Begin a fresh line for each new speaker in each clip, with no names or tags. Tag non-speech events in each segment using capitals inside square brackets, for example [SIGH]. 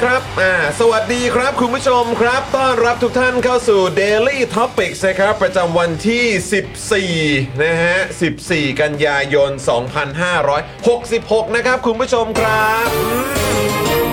ครับอ่าสวัสดีครับคุณผู้ชมครับ ต้อนรับทุกท่านเข้าสู่ Daily Topics นะครับ ประจำวันที่ 14 นะฮะ 14 กันยายน 2566 นะครับ คุณผู้ชมครับอืม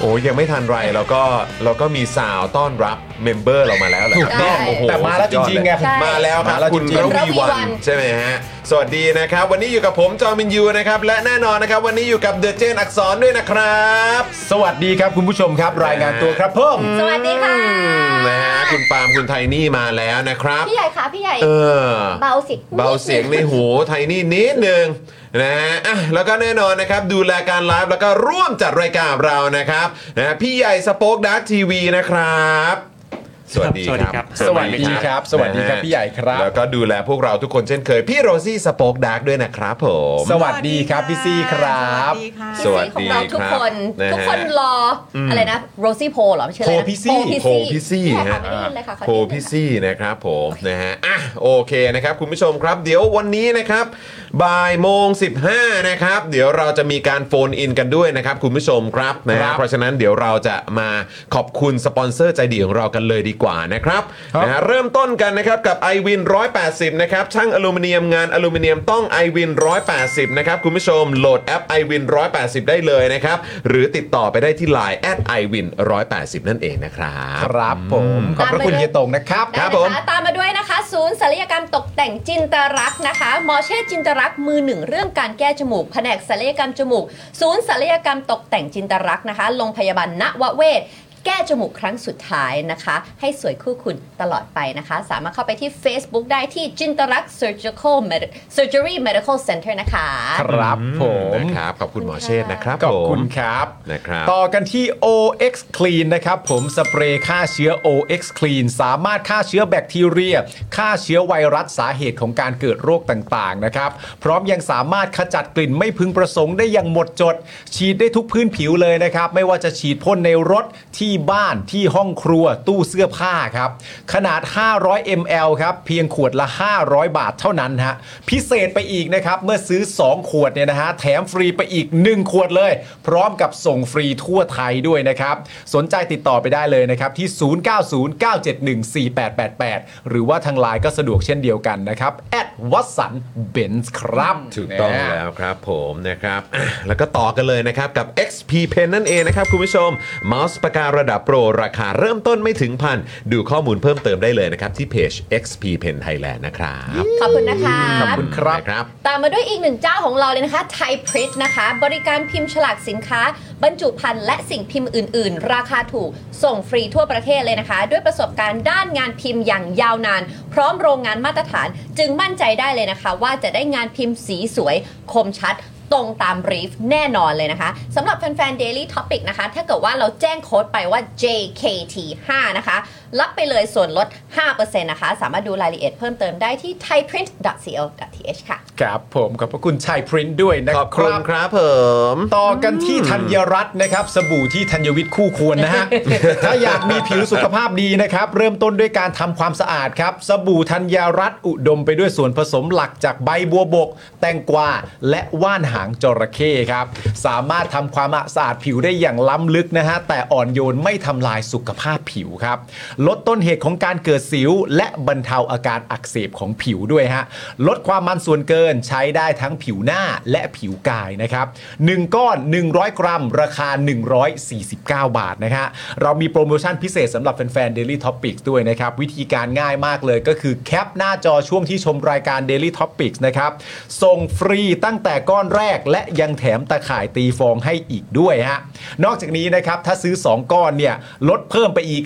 โอ้ยยังไม่ทันไรเราก็เราก็มีสาวต้อนรับเมมเบอร์เรามาแล้วเหรอครับ
ถูกต้อง
โอ้โห
แต่มาแล้ว
สุดยอด
จริงๆไง
เลย
ใช่
มาแล้วครับ
มาแล้ว
คุณ
จริงๆ
ระวีวัน ใช่ไหมฮะ สวัสดีนะครับ วันนี้อยู่กับผมจอมินยูนะครับ และแน่นอนนะครับ วันนี้อยู่กับเดอะเจนอักษรด้วยนะครับ
สวัสดีครับคุณผู้ชมครับ รายงานตัวครับเพิ่ม
สวัสดีค่ะ
นะฮะคุณปาล์มคุณไทนี่มาแล้วนะครับ
พี่ใหญ่ค่ะพี่ใหญ่
เออ
เบาสิ
เบาเสียงในหูไทนี่นิดนึงนะฮะอ่ะแล้วก็แน่นอนนะครับ ดูแลการไลฟ์แล้วก็ร่วมจัดรายการเรานะครับนะฮะพี่ใหญ่สป็อคดักทีวีนะครับ สวัสดีครับ
สวัสดีครับสวัสดีครั
นะ
บ
ฮะ
พี่ใหญ่ครับ
แล้วก็ดูแลพวกเราทุกคนเช่นเคย พี่โรซี่สป็อคดักด้วยนะครับผม
สวัสดีครับพี่ซี่ครับ
สวัสดีค่ะ
พี่ซีของเราทุกคน
สวัสดีครับนะ
ทุกคน
ฮะ
รอออะไรนะโรซี่โพหรอชื่ออะไรนะ
Poll พี่ซี่
โพลพี่ซี่
พี่ใหญ่ขอ
ฮะ
ไม่ได้ยินเลยค่ะขอ
โพล
นิดนึง
พี่ซี่นะครับผมนะฮะอ่ะโอเคนะครับคุณผู้ชมครับ เดี๋ยววันนี้นะครับบ่ายโมง 15นะครับเดี๋ยวเราจะมีการโฟนอินกันด้วยนะครับคุณผู้ชมครับนะ
ครั
ฮะ
บ
เพราะฉะนั้นเดี๋ยวเราจะมาขอบคุณสปอนเซอร์ใจดีของเรากันเลยดีกว่านะครับ
ครับ
นะฮะเริ่มต้นกันนะครับกับ i w วิน180นะครับช่างอลูมิเนียมงานอลูมิเนียมต้อง i w วิน180นะครับคุณผู้ชมโหลดแอป i w วิน180 ได้เลยนะครับหรือติดต่อไปได้ที่ Line แอด i w วิน180นั่นเองนะครับ
ครับผมขอบพระคุณเฮียตงนะครับ
ได้
ครับ
นะะ
ผม
ตามมาด้วยนะคะ ศูนย์ศัลยกรรมตกแต่งจินตรักษณ์นะคะหมอเชษจินตรักษณ์มือหนึ่งเรื่องการแก้จมูก แผนกศัลยกรรมจมูก ศูนย์ศัลยกรรมตกแต่งจินตรักษณ์นะคะโรงพยาบาลณวเวศแก้จมูกครั้งสุดท้ายนะคะ ให้สวยคู่คุณตลอดไปนะคะ สามารถเข้าไปที่ Facebook ได้ที่จินตรักษณ์ Surgical Med- Surgery Medical Center นะคะ
ครับผม
นะครับขอบคุณหมอเชษฐ์นะครับ
ขอบคุณ
ผม
ครับ
นะครับ
ต่อกันที่ OX Clean นะครับ ผมสเปรย์ฆ่าเชื้อ OX Clean สามารถฆ่าเชื้อแบคทีเรียฆ่าเชื้อไวรัสสาเหตุของการเกิดโรคต่างๆนะครับ พร้อมยังสามารถขจัดกลิ่นไม่พึงประสงค์ได้อย่างหมดจด ฉีดได้ทุกพื้นผิวเลยนะครับ ไม่ว่าจะฉีดพ่นในรถที่บ้านที่ห้องครัวตู้เสื้อผ้าครับ ขนาด 500 ml ครับเพียงขวดละ 500 บาทเท่านั้นฮะพิเศษไปอีกนะครับเมื่อซื้อ 2 ขวดเนี่ยนะฮะแถมฟรีไปอีก 1 ขวดเลย พร้อมกับส่งฟรีทั่วไทยด้วยนะครับ สนใจติดต่อไปได้เลยนะครับ ที่ 0909714888 หรือว่าทางไลน์ก็สะดวกเช่นเดียวกันนะครับแอดวัสันเบนส์ครับ
ถูกต้องแล้วครับผมนะครับ [COUGHS] อ่ะแล้วก็ต่อกันเลยนะครับกับ XP Pen นั่นเองนะครับคุณผู้ชมเมาส์ปากการะดับโปร ราคาเริ่มต้นไม่ถึงพัน ดูข้อมูลเพิ่มเติมได้เลยนะครับ ที่เพจ XP Pen Thailand นะครับ
ขอบคุณนะคะ
ขอบคุณครับ
นะครับ
ตามมาด้วยอีกหนึ่งเจ้าของเราเลยนะคะไทยพริ t นะคะ บริการพิมพ์ฉลากสินค้า บรรจุภัณฑ์และสิ่งพิมพ์อื่น ๆ ราคาถูกส่งฟรีทั่วประเทศเลยนะคะ ด้วยประสบการณ์ด้านงานพิมพ์อย่างยาวนาน พร้อมโรงงานมาตรฐาน จึงมั่นใจได้เลยนะคะ ว่าจะได้งานพิมพ์สีสวย คมชัด ตรงตามบรีฟแน่นอนเลยนะคะสำหรับแฟนๆ Daily Topic นะคะ ถ้าเกิดว่าเราแจ้งโค้ดไปว่า JKT5 นะคะ รับไปเลยส่วนลด 5%นะคะ สามารถดูรายละเอียดเพิ่มเติมได้ที่ thaiprint.co.th ค่ะ
ครับผมขอบพระคุณชัยพรินท์ด้วยนะ
ข
ค
อบคุณ
รับ
ครับผม
ต่อกันที่ธัญรัตน์นะครับสบู่ที่ธัญวิทย์คู่ควรนะฮะ ถ้าอยากมีผิวสุขภาพดีนะครับ เริ่มต้นด้วยการทำความสะอาดครับ สบู่ธัญรัตน์อุดมไปด้วยส่วนผสมหลักจากใบบัวบก แตงกวาและว่านหางจระเข้ครับ สามารถทำความสะอาดผิวได้อย่างล้ำลึกนะฮะแต่อ่อนโยนไม่ทำลายสุขภาพผิวครับ ลดต้นเหตุของการเกิดสิว และบรรเทาอาการอักเสบของผิวด้วยฮะลดความมันส่วนเกินใช้ได้ทั้งผิวหน้าและผิวกายนะครับ1ก้อน 100 กรัม ราคา 149 บาทนะฮะเรามีโปรโมชั่นพิเศษสำหรับแฟนๆ Daily Topics ด้วยนะครับ วิธีการง่ายมากเลยก็คือแคปหน้าจอช่วงที่ชมรายการ Daily Topics นะครับ ส่งฟรีตั้งแต่ก้อนแรกและยังแถมตะข่ายตีฟองให้อีกด้วยฮะนอกจากนี้นะครับ ถ้าซื้อ 2 ก้อนเนี่ยลดเพิ่มไปอีก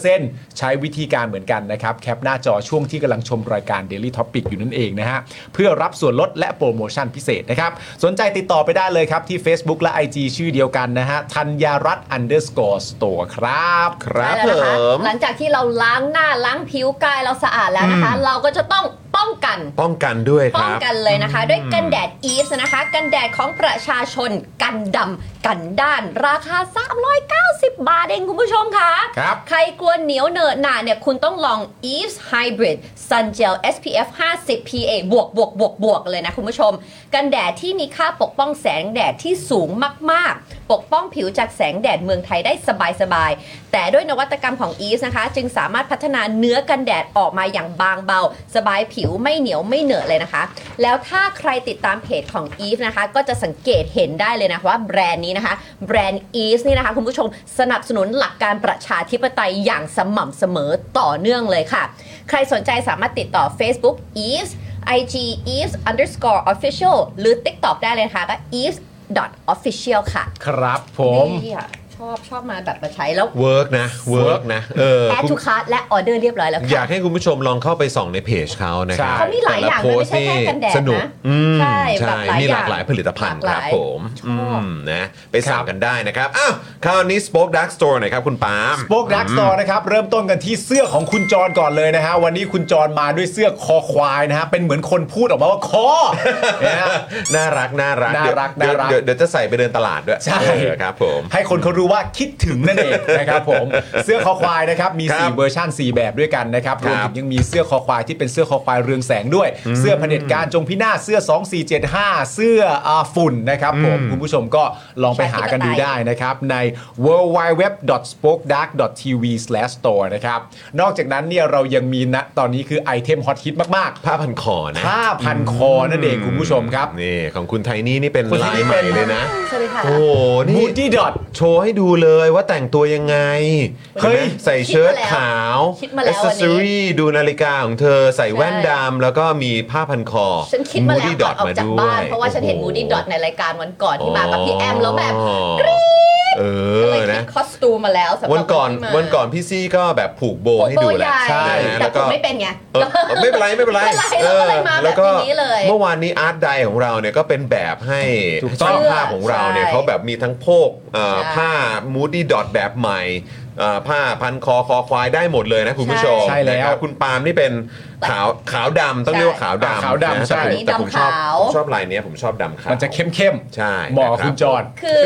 5%ใช้วิธีการเหมือนกันนะครับ แคปหน้าจอช่วงที่กำลังชมรายการ Daily Topic อยู่นั่นเองนะฮะ เพื่อรับส่วนลดและโปรโมชั่นพิเศษนะครับ สนใจติดต่อไปได้เลยครับ ที่ Facebook และ IG ชื่อเดียวกันนะฮะธัญญารัตน์ underscore store ครับ
ครับ
ใช่
ผ
แล้วนะคะ
ม
หลังจากที่เราล้างหน้าล้างผิวกายเราสะอาดแล้วนะคะ เราก็จะต้องป้องกัน
ป้องกันด้วยค
ป้อง
รับ
กันเลยนะคะ ด้วยกันแดดอีฟนะคะ กันแดดของประชาชนกันดำกันด้าน ราคา 390 บาทเองคุณผู้ชมค่ะ
ครับ
ใครกลัวเหนียวเหนอะหนาเนี่ยคุณต้องลอง Eve's Hybrid Sun Gel SPF 50 PA บวกบวกบวกบวกเลยนะคุณผู้ชม กันแดดที่มีค่าปกป้องแสงแดดที่สูงมาก ๆ ปกป้องผิวจากแสงแดดเมืองไทยได้สบาย ๆ แต่ด้วยนวัตกรรมของ Eve's นะคะ จึงสามารถพัฒนาเนื้อกันแดดออกมาอย่างบางเบา สบายผิวไม่เหนียวไม่เหนอะเลยนะคะ แล้วถ้าใครติดตามเพจของ Eve นะคะ ก็จะสังเกตเห็นได้เลยนะคะว่าแบรนด์นี้นะคะ แบรนด์ Eve นี่นะคะ คุณผู้ชมสนับสนุนหลักการประชาธิปไตยอย่างสม่ำเสมอต่อเนื่องเลยค่ะ ใครสนใจสามารถติดต่อ Facebook Eve IG Eve underscore official หรือ TikTok ได้เลยนะคะก็ Eve dot official ค่ะ
ครับผม
นี่ค่ะชอบชอบมาแบบมาใช้แล้ว
เวิร์กนะเวิร์กนะเออ
แอด
คุณ
ทูคาร์และออเดอร์เรียบร้อยแล้ว
อยา
ค่ะ
กให้คุณผู้ชมลองเข้าไปส่องในเพจเขานะครั
ใช่
บ
เขามีหลายอย่าง
ต่ะ
นะ
โพส
ไม่
ต์
ใช่แค่กันแดด
สนุก
นะ
อืม
ใช่แบบหลายอ
มีห
ย่า
ลาก
ง
หลายผลิตภัณฑ์
ห
ค
ลา
รั
ก
บ
หลาย
ผม
ชอบ
อืมนะไปสั่งกันได้นะครับ อ้าว คราวนี้ Spoke Dark Store หน่อยครับคุณปาล์ม
สป o อ e ดัก s ตอ r e นะครับ เริ่มต้นกันที่เสื้อของคุณจรก่อนเลยนะฮะ วันนี้คุณจรมาด้วยเสื้อคอควายนะฮะ เป็นเหมือนคนพูดออกมาว่าคอนะฮะ
น่ารักน่ารัก
น่ารัก
เดี๋ยว
น่ารัก
เดี๋ยวเดี๋ยวจะใส่ไปเดินตลาดด้วย
ใช่
เออครับผม
ให้คนเขารู้ว่าคิดถึง [LAUGHS] นั่นเองนะครับผม เสื้อคอควายนะครับ มี
ครับ
4 เวอร์ชัน4 แบบด้วยกันนะครับ
ค
ร
รับ
วมถึงยังมีเสื้อคอควายที่เป็นเสื้อคอควายเรืองแสงด้วย เสื้อเผด็จการจงพินาศเสื้อ 2475 เสื้ออาฝุ่นนะครับผม คุณผู้ชมก็ลองไปหากันดูได้นะครับใน w w w s p o k e d a r k t v s t o r e นะครับ นอกจากนั้นเนี่ยเรายังมีณตอนนี้คือไอเทมฮอตฮิตมาก
ผ้าพันคอนะ
ๆผ้าพันคอนั่นเองคุณผู้ชมครับ
นี่ของคุณไทนี่นี่เป็น
คุณไท
ลาย
นี่
ให
เป็
ม่
น
เลยนะ
สวัสดีค่ะ
โอ้โหนี่
มูดี้ดอท
โชว์ให้ดูเลยว่าแต่งตัวยังไง
เฮ้ย
ห็นไหมใส่เชิ้ตขาว
คิดมาแล้ววันนี้
เซอรี่ดูนาฬิกาของเธอใส่แว่นดำแล้วก็มีผ้าพันคอ
ฉันคิดมาแล้ว
Moody
ก่อน
Dot
ออกจากบ้าน
มด้วย
เพราะว่าฉันเห็นมูดี้ดอทในรายการวันก่อนที่มากับพี่แอม แล้วแบบ
อ๋อเอ
ก็เล
อย
คิ
นะ
ดคอสตูมมาแล้วสำหรับ
วันก่อน
ที่มา
วันก่อนพี่ซี่ก็แบบผูกโบ
โบ
ให้
โบ
ดู
ให
แหละ
ญ่
ใช่นะ
แต่
แล้ว
ผ
ก็
มไม่เป็นไง
เออไม่เป็นไรไม่เป็นไร
ไม่เป็นไรเราก็เลยมาแบบ
แล้วก็
แบบนี้เลย
เมื่อวานนี้อาร์ตไดของเราเนี่ยก็เป็นแบบให้
ถูกต้อง
ช่างภาพของเราเนี่ย
ใช่
เขาแบบมีทั้งโพกเอ่อ
ใช่
ผ้ามูดี้ดอทแบบใหม่เอ่อผ้าพันคอคอควายได้หมดเลยนะคุณผู้ชม
ใช่ใช่แล้ว
นะครับคุณปาล์มนี่เป็นขาวขาวดำต้องเรียกว่าขาวดำ
ขาวดำ
นะ
ใช่
แต่ผมชอบ
ดำขาว
ผมชอบลายเนี้ยผมชอบดำขาว
มันจะเข้มๆ
ใช่
เหมาะกับคุณจร
คือ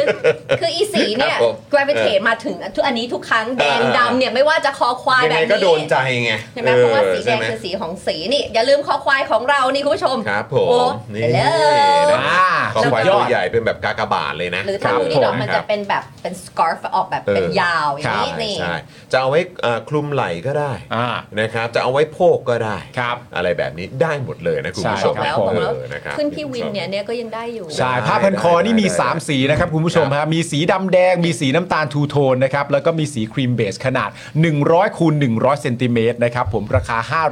คืออีสีเนี่
ค
ย
รับผม
กรา v ิเท e มาถึงทุกอันนี้ทุกครั้งแดง
เออ
ดำเนี่ยไม่ว่าจะคอควาย
ยัง
แบ
ไง
บ
ก็
นี้
โดนใจไง
ใช่ไหมเพราะว่า
ออ
สีแด
ใช่
ง
ไหม
คือสีของสีนี่ อย่าลืมคอควายของเรานี่คุณผู้ชม
ครับผม
โอ้
นี่
hello
นะขอ
สุด
ควาย
ยอด
ตัวใหญ่เป็นแบบกากบาทเลยนะ
หรือถ้ามูดี้ดอทมัน
ค
จะ
รับ
เป็นแบบเป็นสกอร์ฟออกแบบเป็น
เออ
ยาวอย่า
ครั
ง
บ
นี้
ใช่
นี่
ใช่จะเอาไว้เอ่อคลุมไหล่ก็ได้
อ่า
นะครับ จะเอาไว้โพกก็ได้
ครับ
อะไรแบบนี้ได้หมดเลยนะคุณผู้
ใช่
ชม
ครับ
ผม
เออนะครับ
ขึ้นพี่วินเนี่ยเนี่ยก็ยังได้อยู่
ใช่
ได้
ผ้าพันคอ
ได้
นี่มี
ได้ได้
3 สีนะครับคุณผู้ชมฮะมีสีดำแดง มีสีน้ำตาลทูโทนนะครับ แล้วก็มีสีครีมเบสขนาด 100คูณ100เซนติเมตรนะครับ ผมราคา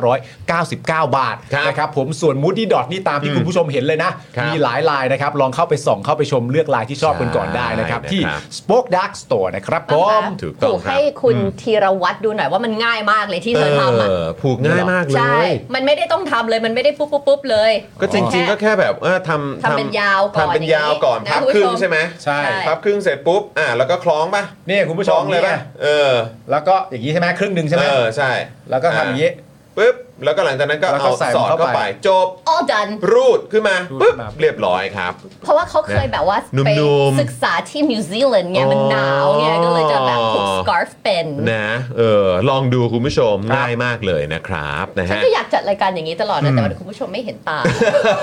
599 บาท
ครับ
นะครับผมส่วนมูดดี้ดอทนี่ตามที่คุณผู้ชมเห็นเลยนะ
ครับ
มีหลายลายนะครับ ลองเข้าไปส่องเข้าไปชมเลือกลายที่ชอบกันก่อนได้นะครับ ที่
ใช่นะครับ
Spoke Dark Store นะครับผม
ถูกต้อง
ให้ ให้คุณธีรวัตรดูหน่อยว่ามันง่ายมากเลยที่เธอทำอ่ะ
เออผูกง่ายมากเล
ใช่
ย
มันไม่ได้ต้องทำเลยมันไม่ได้ปุ๊บปุ๊บปุ๊บเลย
ก็จริงๆ ก็แค่แบบเออทำ
ทำเป็นยาวก่อน
ทำเป็นยาวก่อน
อย่าง
พับ
นี้นะ
ครึ่
คุ
ง
ณผู้ชม
ใช่ไหม
ใช่
พับครึ่งเสร็จปุ๊บอ่าแล้วก็คล้องป่ะ
นี่คุณผู้
ค
ช
ล้อ
ม
งเลยป่ะ
นี่
เออ
แล้วก็อย่างนี้ใช่ไหมครึ่งหนึ่งใช่ไหม
เออใช่
แล้วก็ทำอย่างนี้
ปุ๊บแล้วก็หลังจากนั้นก็
แล้วก็
เอา
ใส่
สอด
เข้า
เข้า
ไป
ไปจบ
all done
รูดขึ้นมา
รูด
ปุ๊บ
ขึ้นมา
เรียบร้อยครับ
เพราะว่าเขาเคยแบบว่า
หนุ่ม
ไป
ๆ
ศึกษาที่นิวซีแลนด์ไงมัน
อ๋อ
หนาวไงก็เลยจะแบบผูกสกา r f เป็น
นะเออลองดูคุณผู้ชมง่ายมากเลยนะครับนะ
ฉัน
ฮะ
ก็อยากจัดรายการอย่างนี้ตลอดนะ แต่ว่าคุณผู้ชมไม่เห็นตา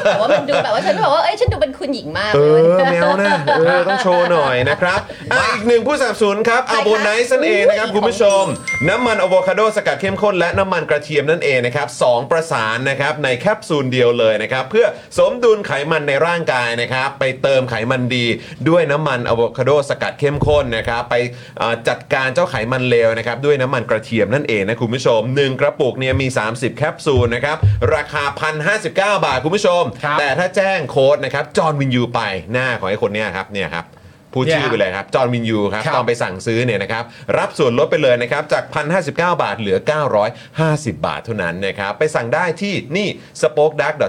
แต่ว่ามันดูแบบว่าฉันแบบว่าเอ้ยฉันดูเป็นคุณหญิงมาก
เอ
เล
อ
ยวัน
แม
นี้
วนะเออต้องโชว์หน่อยนะครับอ่ะอีกหนึ่งผู้สนับสนุนครับ
ใคร
อา
คะ
โบไนซ์นั่นเองนะครับ
อุ้ย
คุณผู้ชม น้ำมันอะโวคาโดสกัดเข้มข้นและน้ำมันกระเทียมนั่นเองนะครับสองประสานนะครับในแคปซูลเดียวเลยนะครับเพื่อสมดุลไขมันในร่างกายนะครับไปเติมไขมันดีด้วยน้ำมันอะโวคาโดสกัดเข้มข้นนะครับไปเอ่อจัดการเจ้าไขมันเลวนะครับด้วยน้ำมันกระเทียมนั่นเองนะคุณผู้ชมหนึ่งกระปุกเนี่ยมี 30 แคปซูลนะครับราคา 1,059 บาทคุณผู้ชม
ครับ
แต่ถ้าแจ้งโค้ดนะครับจอห์นวินยูไปหน้าของไอ้คนเนี้ยครับเนี่ยครับพูด
เนี่ย
ชื่อไปเลยครับจอห์นวินยูครับ
ครับ
ตอนไปสั่งซื้อเนี่ยนะครับรับส่วนลดไปเลยนะครับจาก 1,059 บาทเหลือ 950 บาทเท่านั้นนะครับไปสั่งได้ที่นี่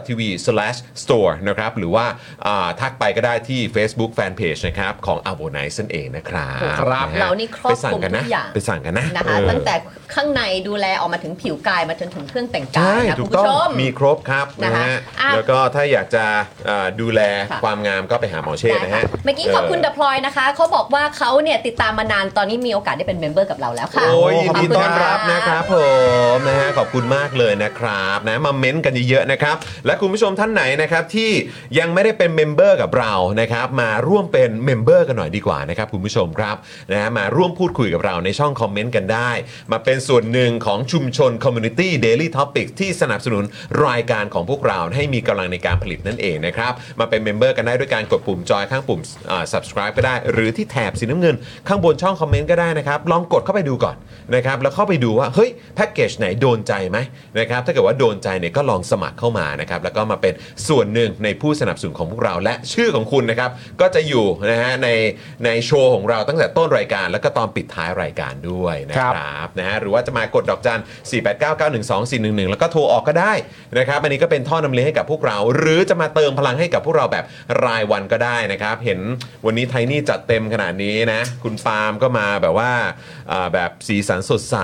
spokedark.tv/store นะครับหรือว่าอ่าทักไปก็ได้ที่ Facebook Fanpage นะครับของ a b o n i c e นั่นเองนะครับ
ครับ
นะฮะ
เรานี่ครอบ
ไปสั่งกันนะ
คลุมทุกอย่าง
ไปสั่งกันนะ
นะคะ
เออ
ตั้งแต่ข้างในดูแลออกมาถึงผิวกายมาจนถึงเครื่องแต่งกา
ใช่
ยนะ
ถู
คุ
ก
ณ
ต้อง
ผู้ชม
มีครบครับนะ
นะคะ
ฮะ
อ่ะ
แล้วก็ถ้าอยากจะอ่าดูแล
ค่ะ
ความงามก็ไปหาหมอเชษฐ์
ได้
นะ
ค่ะ
ฮะ
เมื่อกี้ขอบคุณเดพลอยนะคะ เขาบอกว่าเขาเนี่ยติดตามมานานตอนนี้มีโอกาสได้เป็นเมมเบอร์กับเราแล้วค่ะ
โอ้ยยิน
ขอบ
ดี
คุณ
ต้อนรับ
ค่ะ
นะครับผมนะฮะขอบคุณมากเลยนะครับนะมาเม้นต์กันเยอะๆนะครับ และคุณผู้ชมท่านไหนนะครับที่ยังไม่ได้เป็นเมมเบอร์กับเรานะครับมาร่วมเป็นเมมเบอร์กันหน่อยดีกว่านะครับคุณผู้ชมครับนะฮะมาร่วมพูดคุยกับเราในช่องคอมเมนต์กันได้ มาเป็นส่วนหนึ่งของชุมชน Community Daily Topics ที่สนับสนุนรายการของพวกเราให้มีกำลังในการผลิตนั่นเองนะครับมาเป็นเมมเบอร์กันได้ด้วยการกดปุ่มจอยข้างปุ่มอ่า subscribe ก็ได้ หรือที่แถบสีน้ำเงิน ข้างบนช่องคอมเมนต์ก็ได้นะครับ ลองกดเข้าไปดูก่อนนะครับแล้วเข้าไปดูว่าเฮ้ยแพ็กเกจไหนโดนใจไหมนะครับถ้าเกิดว่าโดนใจเนี่ยก็ลองสมัครเข้ามานะครับแล้วก็มาเป็นส่วนหนึ่งในผู้สนับสนุนของพวกเรา และชื่อของคุณนะครับก็จะอยู่นะฮะในในโชว์ของเราตั้งแต่ต้นรายการ แล้วก็ตอนปิดท้ายรายการด้วยนะค
ครั
รับ บ ครับนะฮะหรือว่าจะมากดดอกจัน 4 8 9 9 1 2 4 1 1 แล้วก็โทรออกก็ได้นะครับอันนี้ก็เป็นท่อนำเลี้ยงให้กับพวกเรา หรือจะมาเติมพลังให้กับพวกเราแบบรายวันก็ได้นะครับ เห็นวันนี้ไทนี่จัดเต็มขนาดนี้นะ คุณปาล์มก็มาแบบว่าอ่าแบบสีสันสดใส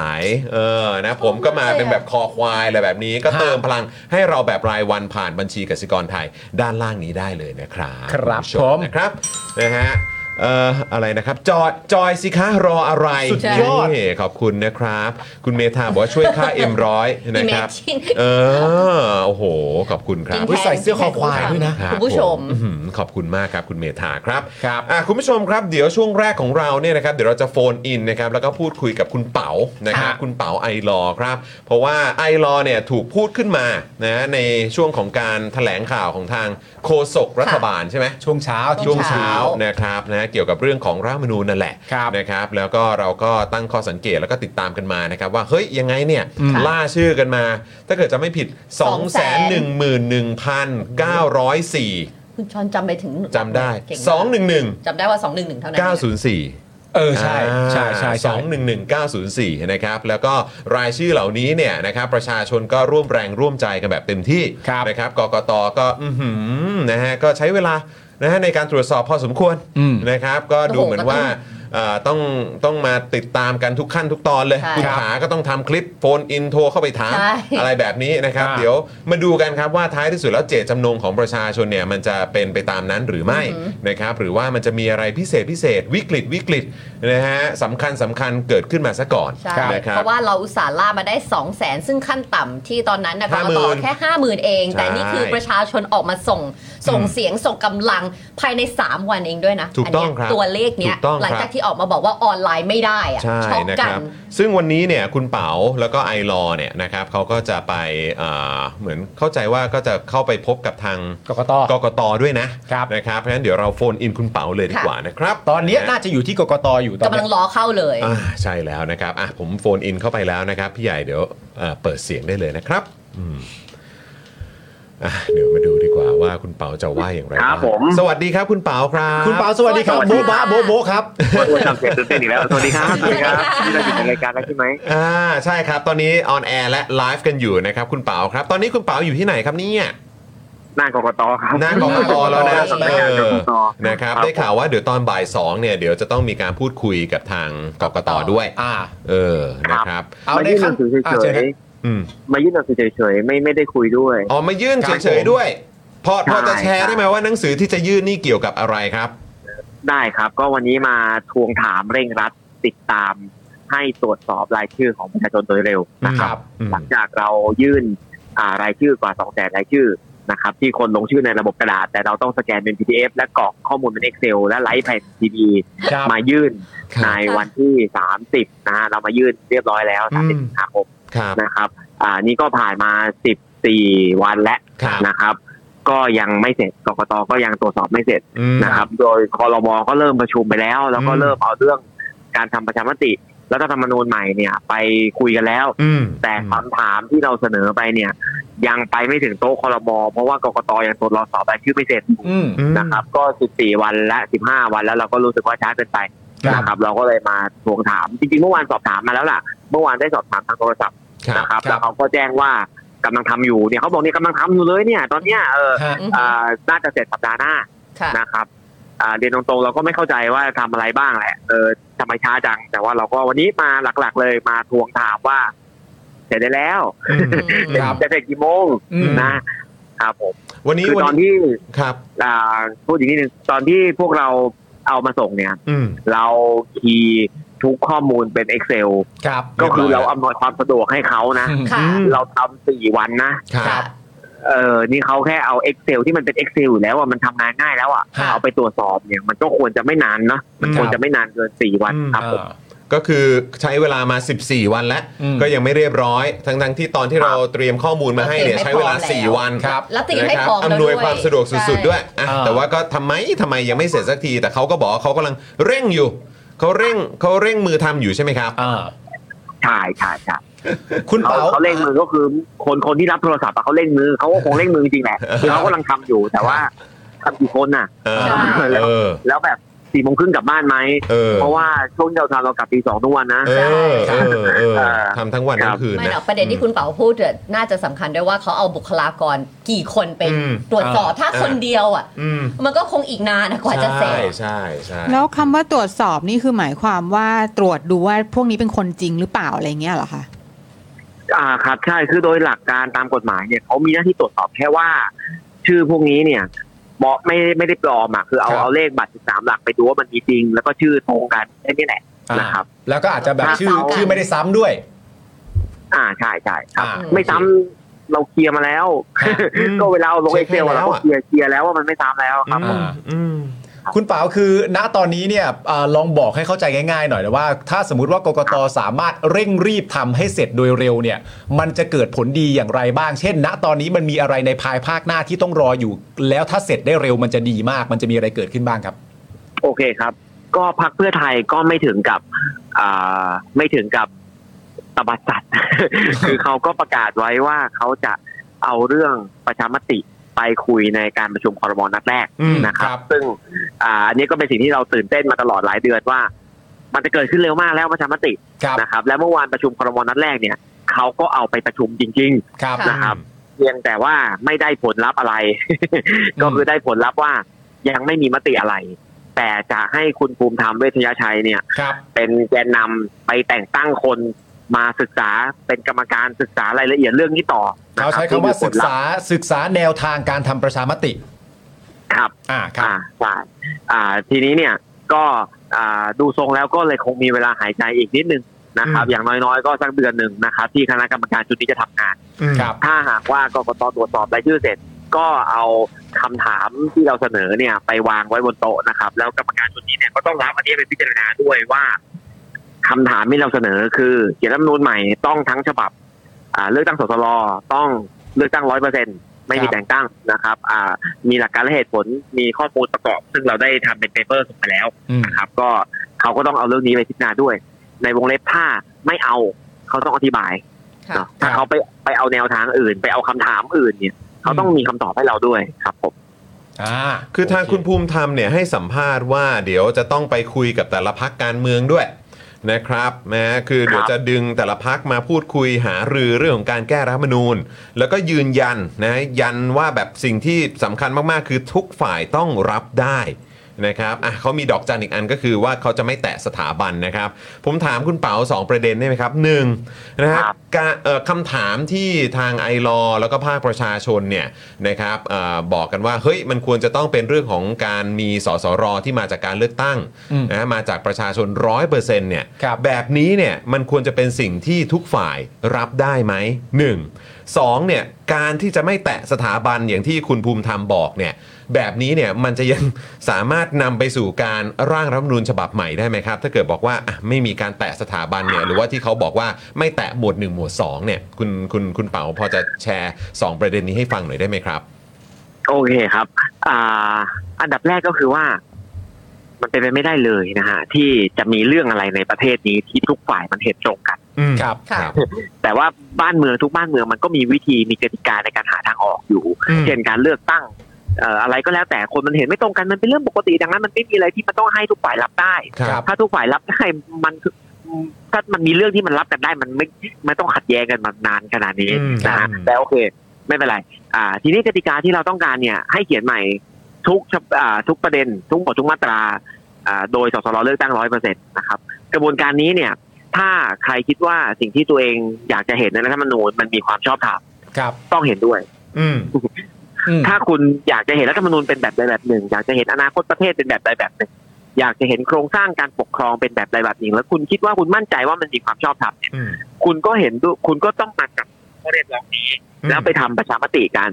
เออนะผมก็มาเป็นแบบคอควายอะไรแบบนี้ ก็เติมพลังให้เราแบบรายวันผ่านบัญชีกสิกรไทยด้านล่างนี้ได้เลยนะครับ
ครั
ณ
บ
ผู้ช
ผม
นะครับนะฮะเอ่ออะไรนะครับจอยจอยสิคะรออะไร
สุดยอด
นี่ขอบคุณนะครับ คุณเมธาบอกว่าช่วย
[LAUGHS]
ค่า M100 นะครับ
Imagine
เออโอ้โห ขอบคุณครั
กิ
บ
นแทน
ใส่เสื้อคอควายด้วยนะ
รับ
คุณผู้ชม
ผอื้อหือขอบคุณมากครับ คุณเมธาครับ
ครับ
อ่ะคุณผู้ชมครับ เดี๋ยวช่วงแรกของเราเนี่ยนะครับเดี๋ยวเราจะโฟนอินนะครับแล้วก็พูดคุยกับคุณเป๋านะครับ
อ่ะ
คุณเป๋าไอรอว์ครับ เพราะว่าไอรอว์เนี่ยถูกพูดขึ้นมานะในช่วงของการแถลงข่าวของทางโฆษกรัฐบาลใช่ไหม
ช่วงเช้า
ช่วงเช้านะครับนะเกี่ยวกับเรื่องของรัฐธรรมนูญนั่นแหละ
ครับ
นะครับ แล้วก็เราก็ตั้งข้อสังเกตแล้วก็ติดตามกันมานะครับ ว่าเฮ้ยยังไงเนี่ย
อืม
ล่าชื่อกันมา ถ้าเกิดจะไม่ผิด 2 1 1 9 0 4
คุณชอนจำไปถึง
จำได้
เก่งมาก
211
จำได้ว่า 211 เท่านั้น
904
เออใช่ใช่ใช่
สอ
ใช่
งหนึ่งหนึ่งเก้าศูนย์สี่นะครับแล้วก็รายชื่อเหล่านี้เนี่ยนะครับประชาชนก็ร่วมแรงร่วมใจกันแบบเต็มที่
ครับ
นะครับกกตก็อือหือนะฮะก็ใช้เวลานะฮะในการตรวจสอบพอสมควร
อืม
นะครับก็ดู
โอ้โห
เหมือนว่าเอ่อต้องต้องมาติดตามกันทุกขั้นทุกตอนเลย
ใช่
คุณขาก็ต้องทำคลิปโฟนอินโทรเข้าไปถาม
ใช่
อะไรแบบนี้นะครับ
ครับ
เดี๋ยวมาดูกันครับว่าท้ายที่สุดแล้วเจตจำนงของประชาชนเนี่ยมันจะเป็นไปตามนั้นหรือไม่นะครับหรือว่ามันจะมีอะไรพิเศษพิเศษวิกฤตวิกฤตนะฮะสำคัญสำคัญเกิดขึ้นมาซะก่อน
ใช่
นะครับ
เพราะว่าเราอุตส่าห์ล่ามาได้ 2 0 0แสนซึ่งขั้นต่ำที่ตอนนั้นนะกกต
50,000
แค่ 5 0,000 เอง
ใช่
แต่นี่คือประชาชนออกมาส่ง ส่งเสียงส่งกำลังภายใน 3 วันเองด้วยนะ
ถูกต้อง
นเนี้ย
ครับ
ตัวเลขเนี้ย
ถูกต้อง
หลัง
ครั
จาก
บ
ที่ออกมาบอกว่าออนไลน์ไม่ได้อะ
ใช่
ช็อก
นะ
กั
คน รับซึ่งวันนี้เนี่ยคุณเป๋าแล้วก็ไอรอว์เนี่ยนะครับเขาก็จะไปเอ่อเหมือนเข้าใจว่าก็จะเข้าไปพบกับทาง
กกต
กกตด้วยนะครับ นะครับเพราะฉะนั้นเดี๋ยวเราโฟนอินคุณเป๋าเลยดีกว่านะครับ
ตอนเนี้ยน่าจะอยู่ที่กกตอยู่ตอน
กำลั
เนี้
ง
ย
รอเข้าเลย
อ่าใช่แล้วนะครับอ่ะผมโฟนอินเข้าไปแล้วนะครับ พี่ใหญ่เดี๋ยวเอ่อเปิดเสียงได้เลยนะครับอืม อ่ะเดี๋ยวมาดูดีกว่าว่าคุณเปาจะว่าอย่างไร
ครับ
าง
ผม
สวัสดีครับคุณเปาครับ
คุณปาสวัสดีครับ
สวัสดี
โบ๊ะ
ค่ะ
บะโบ๊ะโบ๊ะครับ
โอ้ยจำเสียงตื่นเต้นอีกแล้ว สวัสดีครับ สวัสดีครับที่เราอยู่ในรายการแล้วใช่ไหม
อ่าใช่ครับ ตอนนี้ออนแอร์และไลฟ์กันอยู่นะครับคุณเปาครับ ตอนนี้คุณเปาอยู่ที่ไหนครับเนี่ย
หน้ากกตครับ
หน้ากรกตแล้วนะ
หน้ากก
เออ
ตครับ
นะครับได้ข่าวว่าเดี๋ยวตอนบ่ายสองเนี่ยเดี๋ยวจะต้องมีการพูดคุยกับทางกกตด้วย
อ่า
เออนะครับ
เอา
มา
ได้
ยื่นห
ขั้
นั
น
งสือ
อ่า
เฉ
เชิญ
ย
ครับ
อืม
ๆมายื่นหนังสือเฉยๆไม่ไม่ได้คุยด้วย
อ๋อมายื่น
ครับ
เฉย
ผม
ๆด้วย พอพอ
ใช่
จะแชร์
ครับ
ได้ไหมว่าหนังสือที่จะยื่นนี่เกี่ยวกับอะไรครับ
ได้ครับ ก็วันนี้มาทวงถามเร่งรัดติดตาม ให้ตรวจสอบรายชื่อของประชาชนโดยเร็วนะค
ครับ รับ
อืม
หลังจากเรายื่นอ่ารายชื่อกว่า 2 แสนรายชื่อนะครับ ที่คนลงชื่อในระบบกระดาษ แต่เราต้องสแกนเป็น PDF และกรอกข้อมูลเป็น Excel และไลฟ์แผ่นทีวี
ครับ
มายื่น
ครับ
ในวันที่ 30 นะฮะเรามายื่นเรียบร้อยแล้ว
อืม
30สิงหาคม
ครับ
นะครับ อ่านี่ก็ผ่านมา 14 วันแล้ว
ครับ
นะครับ ก็ยังไม่เสร็จกกตก็ยังตรวจสอบไม่เสร็จ
อืม
นะครับ โดยคอรมอก็เริ่มประชุมไปแล้ว แล้วก็
อืม
เริ่มเอาเรื่องการทำประชามติรัฐธรรมนูญใหม่เนี่ย ไปคุยกันแล้ว
อืม
แต่คำถามที่เราเสนอไปเนี่ย ยังไปไม่ถึงโต๊ะคอรมอเพราะว่ากกตยังตรวจสอบรายชื่อไม่เสร็จ
อืม
อืม
นะครับ ก็ 14 วันและ 15 วันแล้วเราก็รู้สึกว่าช้าเกินไป
ครับ
นะครับ เราก็เลยมาทวงถามจริงๆเมื่อวานสอบถามมาแล้วล่ะ เมื่อวานได้สอบถามทางโทรศัพท์
ครับ
นะครับ
ครับ
แล้วเขาก็แจ้งว่ากำลังทำอยู่เนี่ยเขาบอกเนี่ยกำลังทำอยู่เลยเนี่ย ตอนเนี้ยเออ
ฮะ
อืม
อ่าน่าจะเสร็จสัปดาห์หน้า
ค่ะ
นะครับอ่าเรียนตรงๆเราก็ไม่เข้าใจว่าทำอะไรบ้างแหละเออทำไมช้าจังแต่ว่าเราก็วันนี้มาหลักๆ เลยมาทวงถามว่า เสร็จได้แล้ว
อืม
ครับ
จะเสร็จกี่โมง
อืม
นะครับผม
วันนี้
คือ
วั
ตอน น
นี้
ที่
ครับ
อ่าพูดอีกนิดนึงตอนที่พวกเราเอามาส่งเนี่ย
อืม
เราคีย์ทุกข้อมูลเป็น Excel
ครับ
ก็คือ
เรียบร้อย
เราอำนวยความสะดวกให้เขานะ
ค่ะ
อืม
เราทำสี่วันนะ
ครับ
เออนี่เขาแค่เอา Excel ที่มันเป็น Excel อยู่แล้วอ่ะมันทำงานง่ายแล้วอ่ะ
ฮะ
เอาไปตรวจสอบเนี่ย มันก็ควรจะไม่นานนะมั
ค
น
รับ
ควรจะไม่นานเกินสี่วัน
อืม
ครับผม
อ่า
ก็คือใช้เวลามา 14 วันแล้ว
อืม
ก็ยังไม่เรียบร้อย ทั้งๆที่ตอนที่เราเตรียมข้อมูลมาให้เนี่ย
เราเตรียมให้
ใช้เวลา
พร้อมแล้ว
4 วัน
ครับ
แล้วเตรียมให้
นะค
พร้อมแล้
อำนวยความสะดวกสุดๆ ด้วยอ่ะ
อ่า
แต่ว่าก็ทำไมทำไมยังไม่เสร็จสักที แต่เขาก็บอกว่าเขากำลังเร่งอยู่ เขาเร่งเขาเร่งมือทำอยู่ใช่ไหมครับ
อ่า
ใช่ใช่ใช่
คุณ
เขา
เปา
เขาเร่งมือก็คือคนคนที่รับโทรศัพท์อะเขาเร่งมือเขาก็คงเร่งมือจริงๆแหละคือเขากำลังทำอยู่แต่ว่าทำกี่คนน่ะ
เออ
ใช่
เออ
แล้วแบบสี่โมงครึ่งกลับบ้านไหม
เออ
เพราะว่าช่วงเช้าเรากลับตีสองทุกวันนะ
เออเออเออ
ใช่
ทำทั้งวันทั้งคืน
ไม่หรอ
นะ
กประเด็นที่คุณเป๋าพูดเนี่ยน่าจะสำคัญด้วยว่าเขาเอาบุคลากรกี่คนไป
อืม
ตรวจสอบถ้าคนเดียวอ่ะ
อืม
มันก็คงอีกนานนะกว่าจะเสร็จ
ใช่ใช่ใช่
แล้วคำว่าตรวจสอบนี่คือหมายความว่าตรวจดูว่าพวกนี้เป็นคนจริงหรือเปล่าอะไรเงี้ยเหรอคะ
อ่าครับใช่คือโดยหลักการตามกฎหมายเนี่ยเขามีหน้าที่ตรวจสอบแค่ว่า ชื่อพวกนี้เนี่ยเหมาะไม่ไม่ได้ปลอมอ่ะคือเอา
ครับ
เอาเลขบัตรสิบสามหลักไปดูว่ามันมีจริง แล้วก็ชื่อตรงกันแค่นี้แหละนะครับ
อ่าแล้วก็อาจจะแบบชื่อ
ซ้ำกัน
ชื่อไม่ได้ซ้ำด้วย
อ่าใช่ใช่ครับ
อ่า
ไม่ซ้ำเราเคลียร์มาแล้ว
ครับ
ก็เวลาเอาลง
เช็
เอ็
ค
ก
ให้
เซล
แล้
เรา
ว
ก็
อะ
เคลียร์เคลียร์แล้วว่ามันไม่ซ้ำแล้วครับ
อืมอืม
คุณเปาคือณตอนนี้เนี่ยเอ่อลองบอกให้เข้าใจง่ายๆหน่อยนะว่า ถ้าสมมติว่ากกตสามารถเร่งรีบทำให้เสร็จโดยเร็วเนี่ย มันจะเกิดผลดีอย่างไรบ้าง เช่น ณตอนนี้มันมีอะไรในภายภาคหน้าที่ต้องรออยู่ แล้วถ้าเสร็จได้เร็วมันจะดีมาก มันจะมีอะไรเกิดขึ้นบ้างครับ
โอเคครับ ก็พักเพื่อไทยก็ไม่ถึงกับอ่าไม่ถึงกับตบัดสัตว์ [LAUGHS] คือเขาก็ประกาศไว้ว่าเขาจะเอาเรื่องประชามติไปคุยในการประชุมคอรมอนัดแรก
อืม
นะครับ
ครับ
ซึ่งอ่าอันนี้ก็เป็นสิ่งที่เราตื่นเต้นมาตลอดหลายเดือนว่า มันจะเกิดขึ้นเร็วมากแล้วประชามติ
ครับ
นะครับ และเมื่อวานประชุมคอรมอนัดแรกเนี่ยเขาก็เอาไปประชุมจริง ๆ
ครับ
นะครับเพียงแต่ว่าไม่ได้ผลลัพธ์อะไร [LAUGHS] ก็คือได้ผลลัพธ์ว่ายังไม่มีมติอะไร แต่จะให้คุณภูมิธรรมเวชยชัยเนี่ย
ครับ
เป็นแกนนำไปแต่งตั้งคนมาศึกษาเป็นกรรมการศึกษารายละเอียดเรื่องนี้ต่อนะ
เขา
รับ
ใช้คำว่าศึกษา
ที่มีผลลัพธ์
ศึกษาแนวทางการทำประชามติ
ครับ
อ่าครับ
อ่าใช่อ่า ทีนี้เนี่ยก็อ่าดูทรงแล้วก็เลยคงมีเวลาหายใจอีกนิดนึงนะครับ อย่างน้อยๆ ก็สักเดือนหนึ่งนะครับ ที่คณะกรรมการชุดนี้จะทำงาน
ครับ
ถ้าหากว่ากกตตรวจสอบรายชื่อเสร็จ ก็เอาคำถามที่เราเสนอเนี่ยไปวางไว้บนโต๊ะนะครับ แล้วกรรมการชุดนี้เนี่ยก็ต้องรับอันนี้ไปพิจารณาด้วยว่าคำถามที่เราเสนอคือเขียนรัฐธรรมนูญใหม่ต้องทั้งฉบับ อ่าเลือกตั้งสสรต้องเลือกตั้งร้อยเปอร์เซ็นไม่
ค
มี
รับ
แต่งตั้งนะครับ อ่า มีหลักการและเหตุผลมีข้อมูลประกอบ ซึ่งเราได้ทำเป็นเปเปอร์ส่งไปแล้ว
อืม
นะครับก็เขาก็ต้องเอาเรื่องนี้ไปพิจารณาด้วย ในวงเล็บถ้าไม่เอาเขาต้องอธิบาย
ค่ะ
เนอะถ้า
ครับ
เขาไปไปเอาแนวทางอื่น ไปเอาคำถามอื่นเนี่ย เขาต้องมีคำตอบให้เราด้วยครับผม
อ่า
คือทาง
โเ
คุณภูมิธรรมเนี่ยให้สัมภาษณ์ว่าเดี๋ยวจะต้องไปคุยกับแต่ละพักการเมืองด้วยนะครับนะฮะคือเดี๋ยวจะดึงแต่ละพักมาพูดคุยหารือเรื่องของการแก้รัฐธรรมนูญ แล้วก็ยืนยันนะยันว่าแบบสิ่งที่สำคัญมากๆ คือทุกฝ่ายต้องรับได้นะครับอ่ะเขามีดอกจันอีกอันก็คือว่าเขาจะไม่แตะสถาบันนะครับ ผมถามคุณเป๋าสองประเด็นได้ไหมครับหนึ่งนะฮะ
ครับ
การเอ่อคำถามที่ทางไอรอแล้วก็ภาคประชาชนเนี่ยนะครับเออบอกกันว่าเฮ้ยมันควรจะต้องเป็นเรื่องของการมีสสรที่มาจากการเลือกตั้ง
อืม
นะมาจากประชาชนร้อยเปอร์เซ็นต์เนี่ย
ครับ
แบบนี้เนี่ยมันควรจะเป็นสิ่งที่ทุกฝ่ายรับได้ไหมหนึ่งสองเนี่ยการที่จะไม่แตะสถาบันอย่างที่คุณภูมิธรรมบอกเนี่ยแบบนี้เนี่ยมันจะยังสามารถนำไปสู่การร่างรัฐธรรมนูญฉบับใหม่ได้ไหมครับ ถ้าเกิดบอกว่าอ่ะไม่มีการแตะสถาบันเนี่ยหรือว่าที่เขาบอกว่าไม่แตะหมวด 1 หมวด 2 เนี่ย คุณคุณคุณเป๋าพอจะแชร์ 2 ประเด็นนี้ให้ฟังหน่อยได้ไหมครับ
โอเคครับ อ่า อันดับแรกก็คือว่า มันเป็นไปไม่ได้เลยนะฮะที่จะมีเรื่องอะไรในประเทศนี้ที่ทุกฝ่ายมันเห็นตรงกัน
อืม
ครับ
ค่ะ
แต่ว่าบ้านเมืองทุกบ้านเมืองมันก็มีวิธีมีกติกาในการหาทางออกอยู่
อืม
เช่นการเลือกตั้งเอ่ออะไรก็แล้วแต่คนมันเห็นไม่ตรงกันมันเป็นเรื่องปกติดังนั้นมันไม่มีอะไรที่มันต้องให้ทุกฝ่ายรับได้
ครับ
ถ้าทุกฝ่ายรับได้มันถ้ามันมีเรื่องที่มันรับกันได้มันไม่ไม่ต้องขัดแย้งกันมานานขนาดนี้
อืม
นะ
ครั
ฮะ
บ
แต่โอเค ไม่เป็นไร อ่า ทีนี้กติกาที่เราต้องการเนี่ย ให้เขียนใหม่ทุกฉบอ่าทุกประเด็น ทุกบททุกมาตรา อ่า โดยสสรเลือกตั้งร้อยเปอร์เซ็นต์นะครับ กระบวนการนี้เนี่ย ถ้าใครคิดว่าสิ่งที่ตัวเองอยากจะเห็นในรัฐธรรมนูญมันมีความชอบธรรม
ครับ
ต้องเห็นด้วย
อืม
อืม
ถ้าคุณอยากจะเห็นรัฐธรรมนูญเป็นแบบใดแบบหนึ่ง อยากจะเห็นอนาคตประเทศเป็นแบบใดแบบหนึ่ง อยากจะเห็นโครงสร้างการปกครองเป็นแบบใดแบบหนึ่ง แล้วคุณคิดว่าคุณมั่นใจว่ามันมีความชอบธรรมเนี่ย
อืม
คุณก็เห็นด้วยคุณก็ต้องมากับข้อเรียกร้องนี้ แล้วไปทำประชามติกัน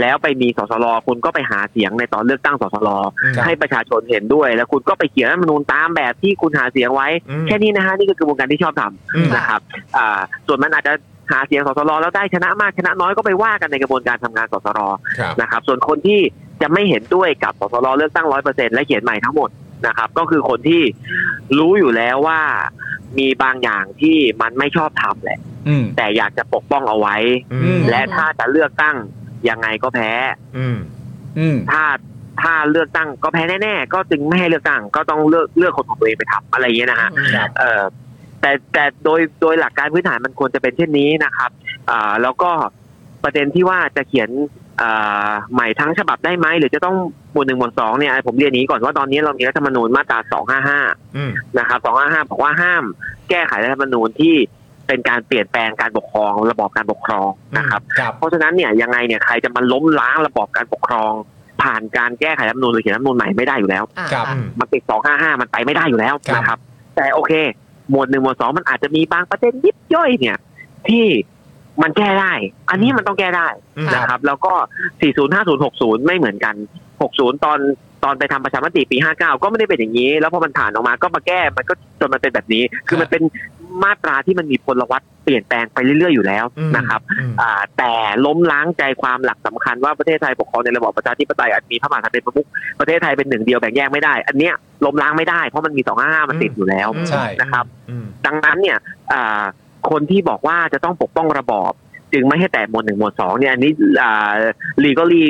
แล้วไปมีสสรคุณก็ไปหาเสียงในตอนเลือกตั้งสสร
ครับ
ให้ประชาชนเห็นด้วย แล้วคุณก็ไปเขียนรัฐธรรมนูญตามแบบที่คุณหาเสียงไว้
อืม
แค่นี้นะฮะนี่คือกระบวนการที่ชอบท
อืม
ำนะครับอ่าส่วนมันอาจจะหาเสียงสสรแล้วได้ชนะมากชนะน้อยก็ไปว่ากันในกระบวนการทำงานสสร
ครับ
นะครับส่วนคนที่จะไม่เห็นด้วยกับสสรเลือกตั้งร้อยเปอร์เซ็นและเขียนใหม่ทั้งหมดนะครับก็คือคนที่รู้อยู่แล้วว่ามีบางอย่างที่มันไม่ชอบทำแหละ
อืม
แต่อยากจะปกป้องเอาไว้
อืม
และถ้าจะเลือกตั้งยังไงก็แพ้
อืม
อืม
ถ้าถ้าเลือกตั้งก็แพ้แน่ๆ ก็จึงไม่ให้เลือกตั้งก็ต้องเลือกเลือกคนของตัวเองไปทำอะไรอย่างเงี้ยนะฮะ
ครับ
เอ่อแต่แต่โดยโดยหลักการพื้นฐานมันควรจะเป็นเช่นนี้นะครับอ่าแล้วก็ประเด็นที่ว่าจะเขียนอ่าใหม่ทั้งฉบับได้ไหมหรือจะต้องหมวดหนึ่งหมวดสองเนี่ยผมเรียนอย่างนี้ก่อนว่าตอนนี้เรามีรัฐธรรมนูญมาตรา 255
อืม
นะครับ 255 บอกว่าห้ามแก้ไขรัฐธรรมนูญที่เป็นการเปลี่ยนแปลงการปกครองระบอบการปกครองนะครับ
ครับ
เพราะฉะนั้นเนี่ยยังไงเนี่ยใครจะมาล้มล้างระบอบการปกครอง ผ่านการแก้ไขรัฐธรรมนูญหรือเขียนรัฐธรรมนูญใหม่ไม่ได้อยู่แล้ว
อ่า
ครับ
อ่า
มันติดสองห้าห้ามันไปไม่ได้อยู่แล้ว
ครับ
นะครับ แต่โอเค หมวดหนึ่งหมวดสองมันอาจจะมีบางประเด็นยิบย่อยเนี่ย ที่มันแก้ได้ อันนี้มันต้องแก้ได้
อืม
นะครับ แล้วก็ 40 50 60 ไม่เหมือนกัน 60 ตอนตอนไปทำประชามติปี 59 ก็ไม่ได้เป็นอย่างนี้ แล้วพอมันผ่านออกมาก็มาแก้มันก็จนมันเป็นแบบนี้ คือมันเป็นมาตราที่มันมีพลวัตเปลี่ยนแปลงไปเรื่อยๆอยู่แล้ว
อืม
นะครับ
อืม
อ่าแต่ล้มล้างใจความหลักสำคัญว่าประเทศไทยปกครองในระบอบประชาธิปไตยอันมีพระมหากษัตริย์เป็นประมุขประเทศไทยเป็นหนึ่งเดียวแบ่งแยกไม่ได้ อันเนี้ยล้มล้างไม่ได้เพราะมันมี 255 มันติดอยู่แล้ว
ใช่
นะครับ
อืม
ดังนั้นเนี่ยอ่าคนที่บอกว่าจะต้องปกป้องระบอบ จึงไม่ให้แต่หมวดหนึ่งหมวดสองเนี่ยอันนี้อ่า legally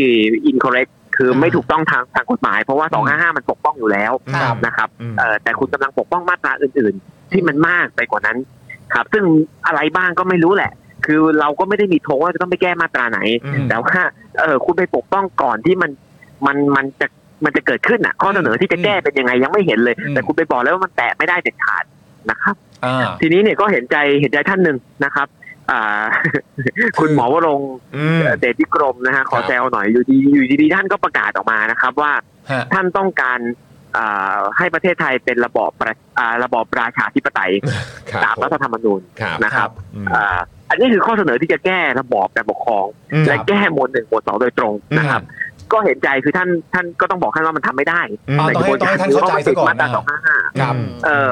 incorrect คือไม่ถูกต้องทางทางกฎหมาย เพราะว่า 255 มันปกป้องอยู่แล้ว
ครับ
นะครับ
อืม
เอ่อแต่คุณกำลังปกป้องมาตราอื่น ๆ ที่มันมากไปกว่านั้น ครับ ซึ่งอะไรบ้างก็ไม่รู้แหละ คือเราก็ไม่ได้มีธงว่าจะต้องไปแก้มาตราไหน
อืม
แต่ว่าเออคุณไปปกป้องก่อนที่มันมันมันจะมันจะเกิดขึ้นอ่ะ ข้อเสนอที่จะแก้เป็นยังไงยังไม่เห็นเลย
อืม
แต่คุณไปบอกแล้วว่ามันแตะไม่ได้เด็ดขาดนะครับ
อ่า
ทีนี้เนี่ยก็เห็นใจเห็นใจท่านหนึ่งนะครับ อ่า [LAUGHS] คุณหมอวรงค์
อืม
เดชพิกรมนะฮะขอ
ครับ
แซวหน่อยอยู่ดีอยู่ดีๆท่านก็ประกาศออกมานะครับว่า
ฮะ
ท่านต้องการอ่าให้ประเทศไทยเป็นระบอบประอ่าระบอบราชาธิปไต
[LAUGHS]
ย
ครับ
ตามรัฐธรรมนูญ
ครับ
นะครับ
อืม
อ่าอันนี้คือข้อเสนอที่จะแก้ระบอบการปกครอง
อืม
และแก้หมวดหนึ่งหมวดสองโดยตรงนะครับ ก็เห็นใจคือท่านท่านก็ต้องบอกท่านว่ามันทำไม่ได้
เอา
ใน
ต้
ก
อง
ระ
ให้ต้อง
บวนการ
ให้ท่านเข้าใจซะก่อน
มัติดมาตรา
นะ
สองห้าห้า
ครับ
เอ่อ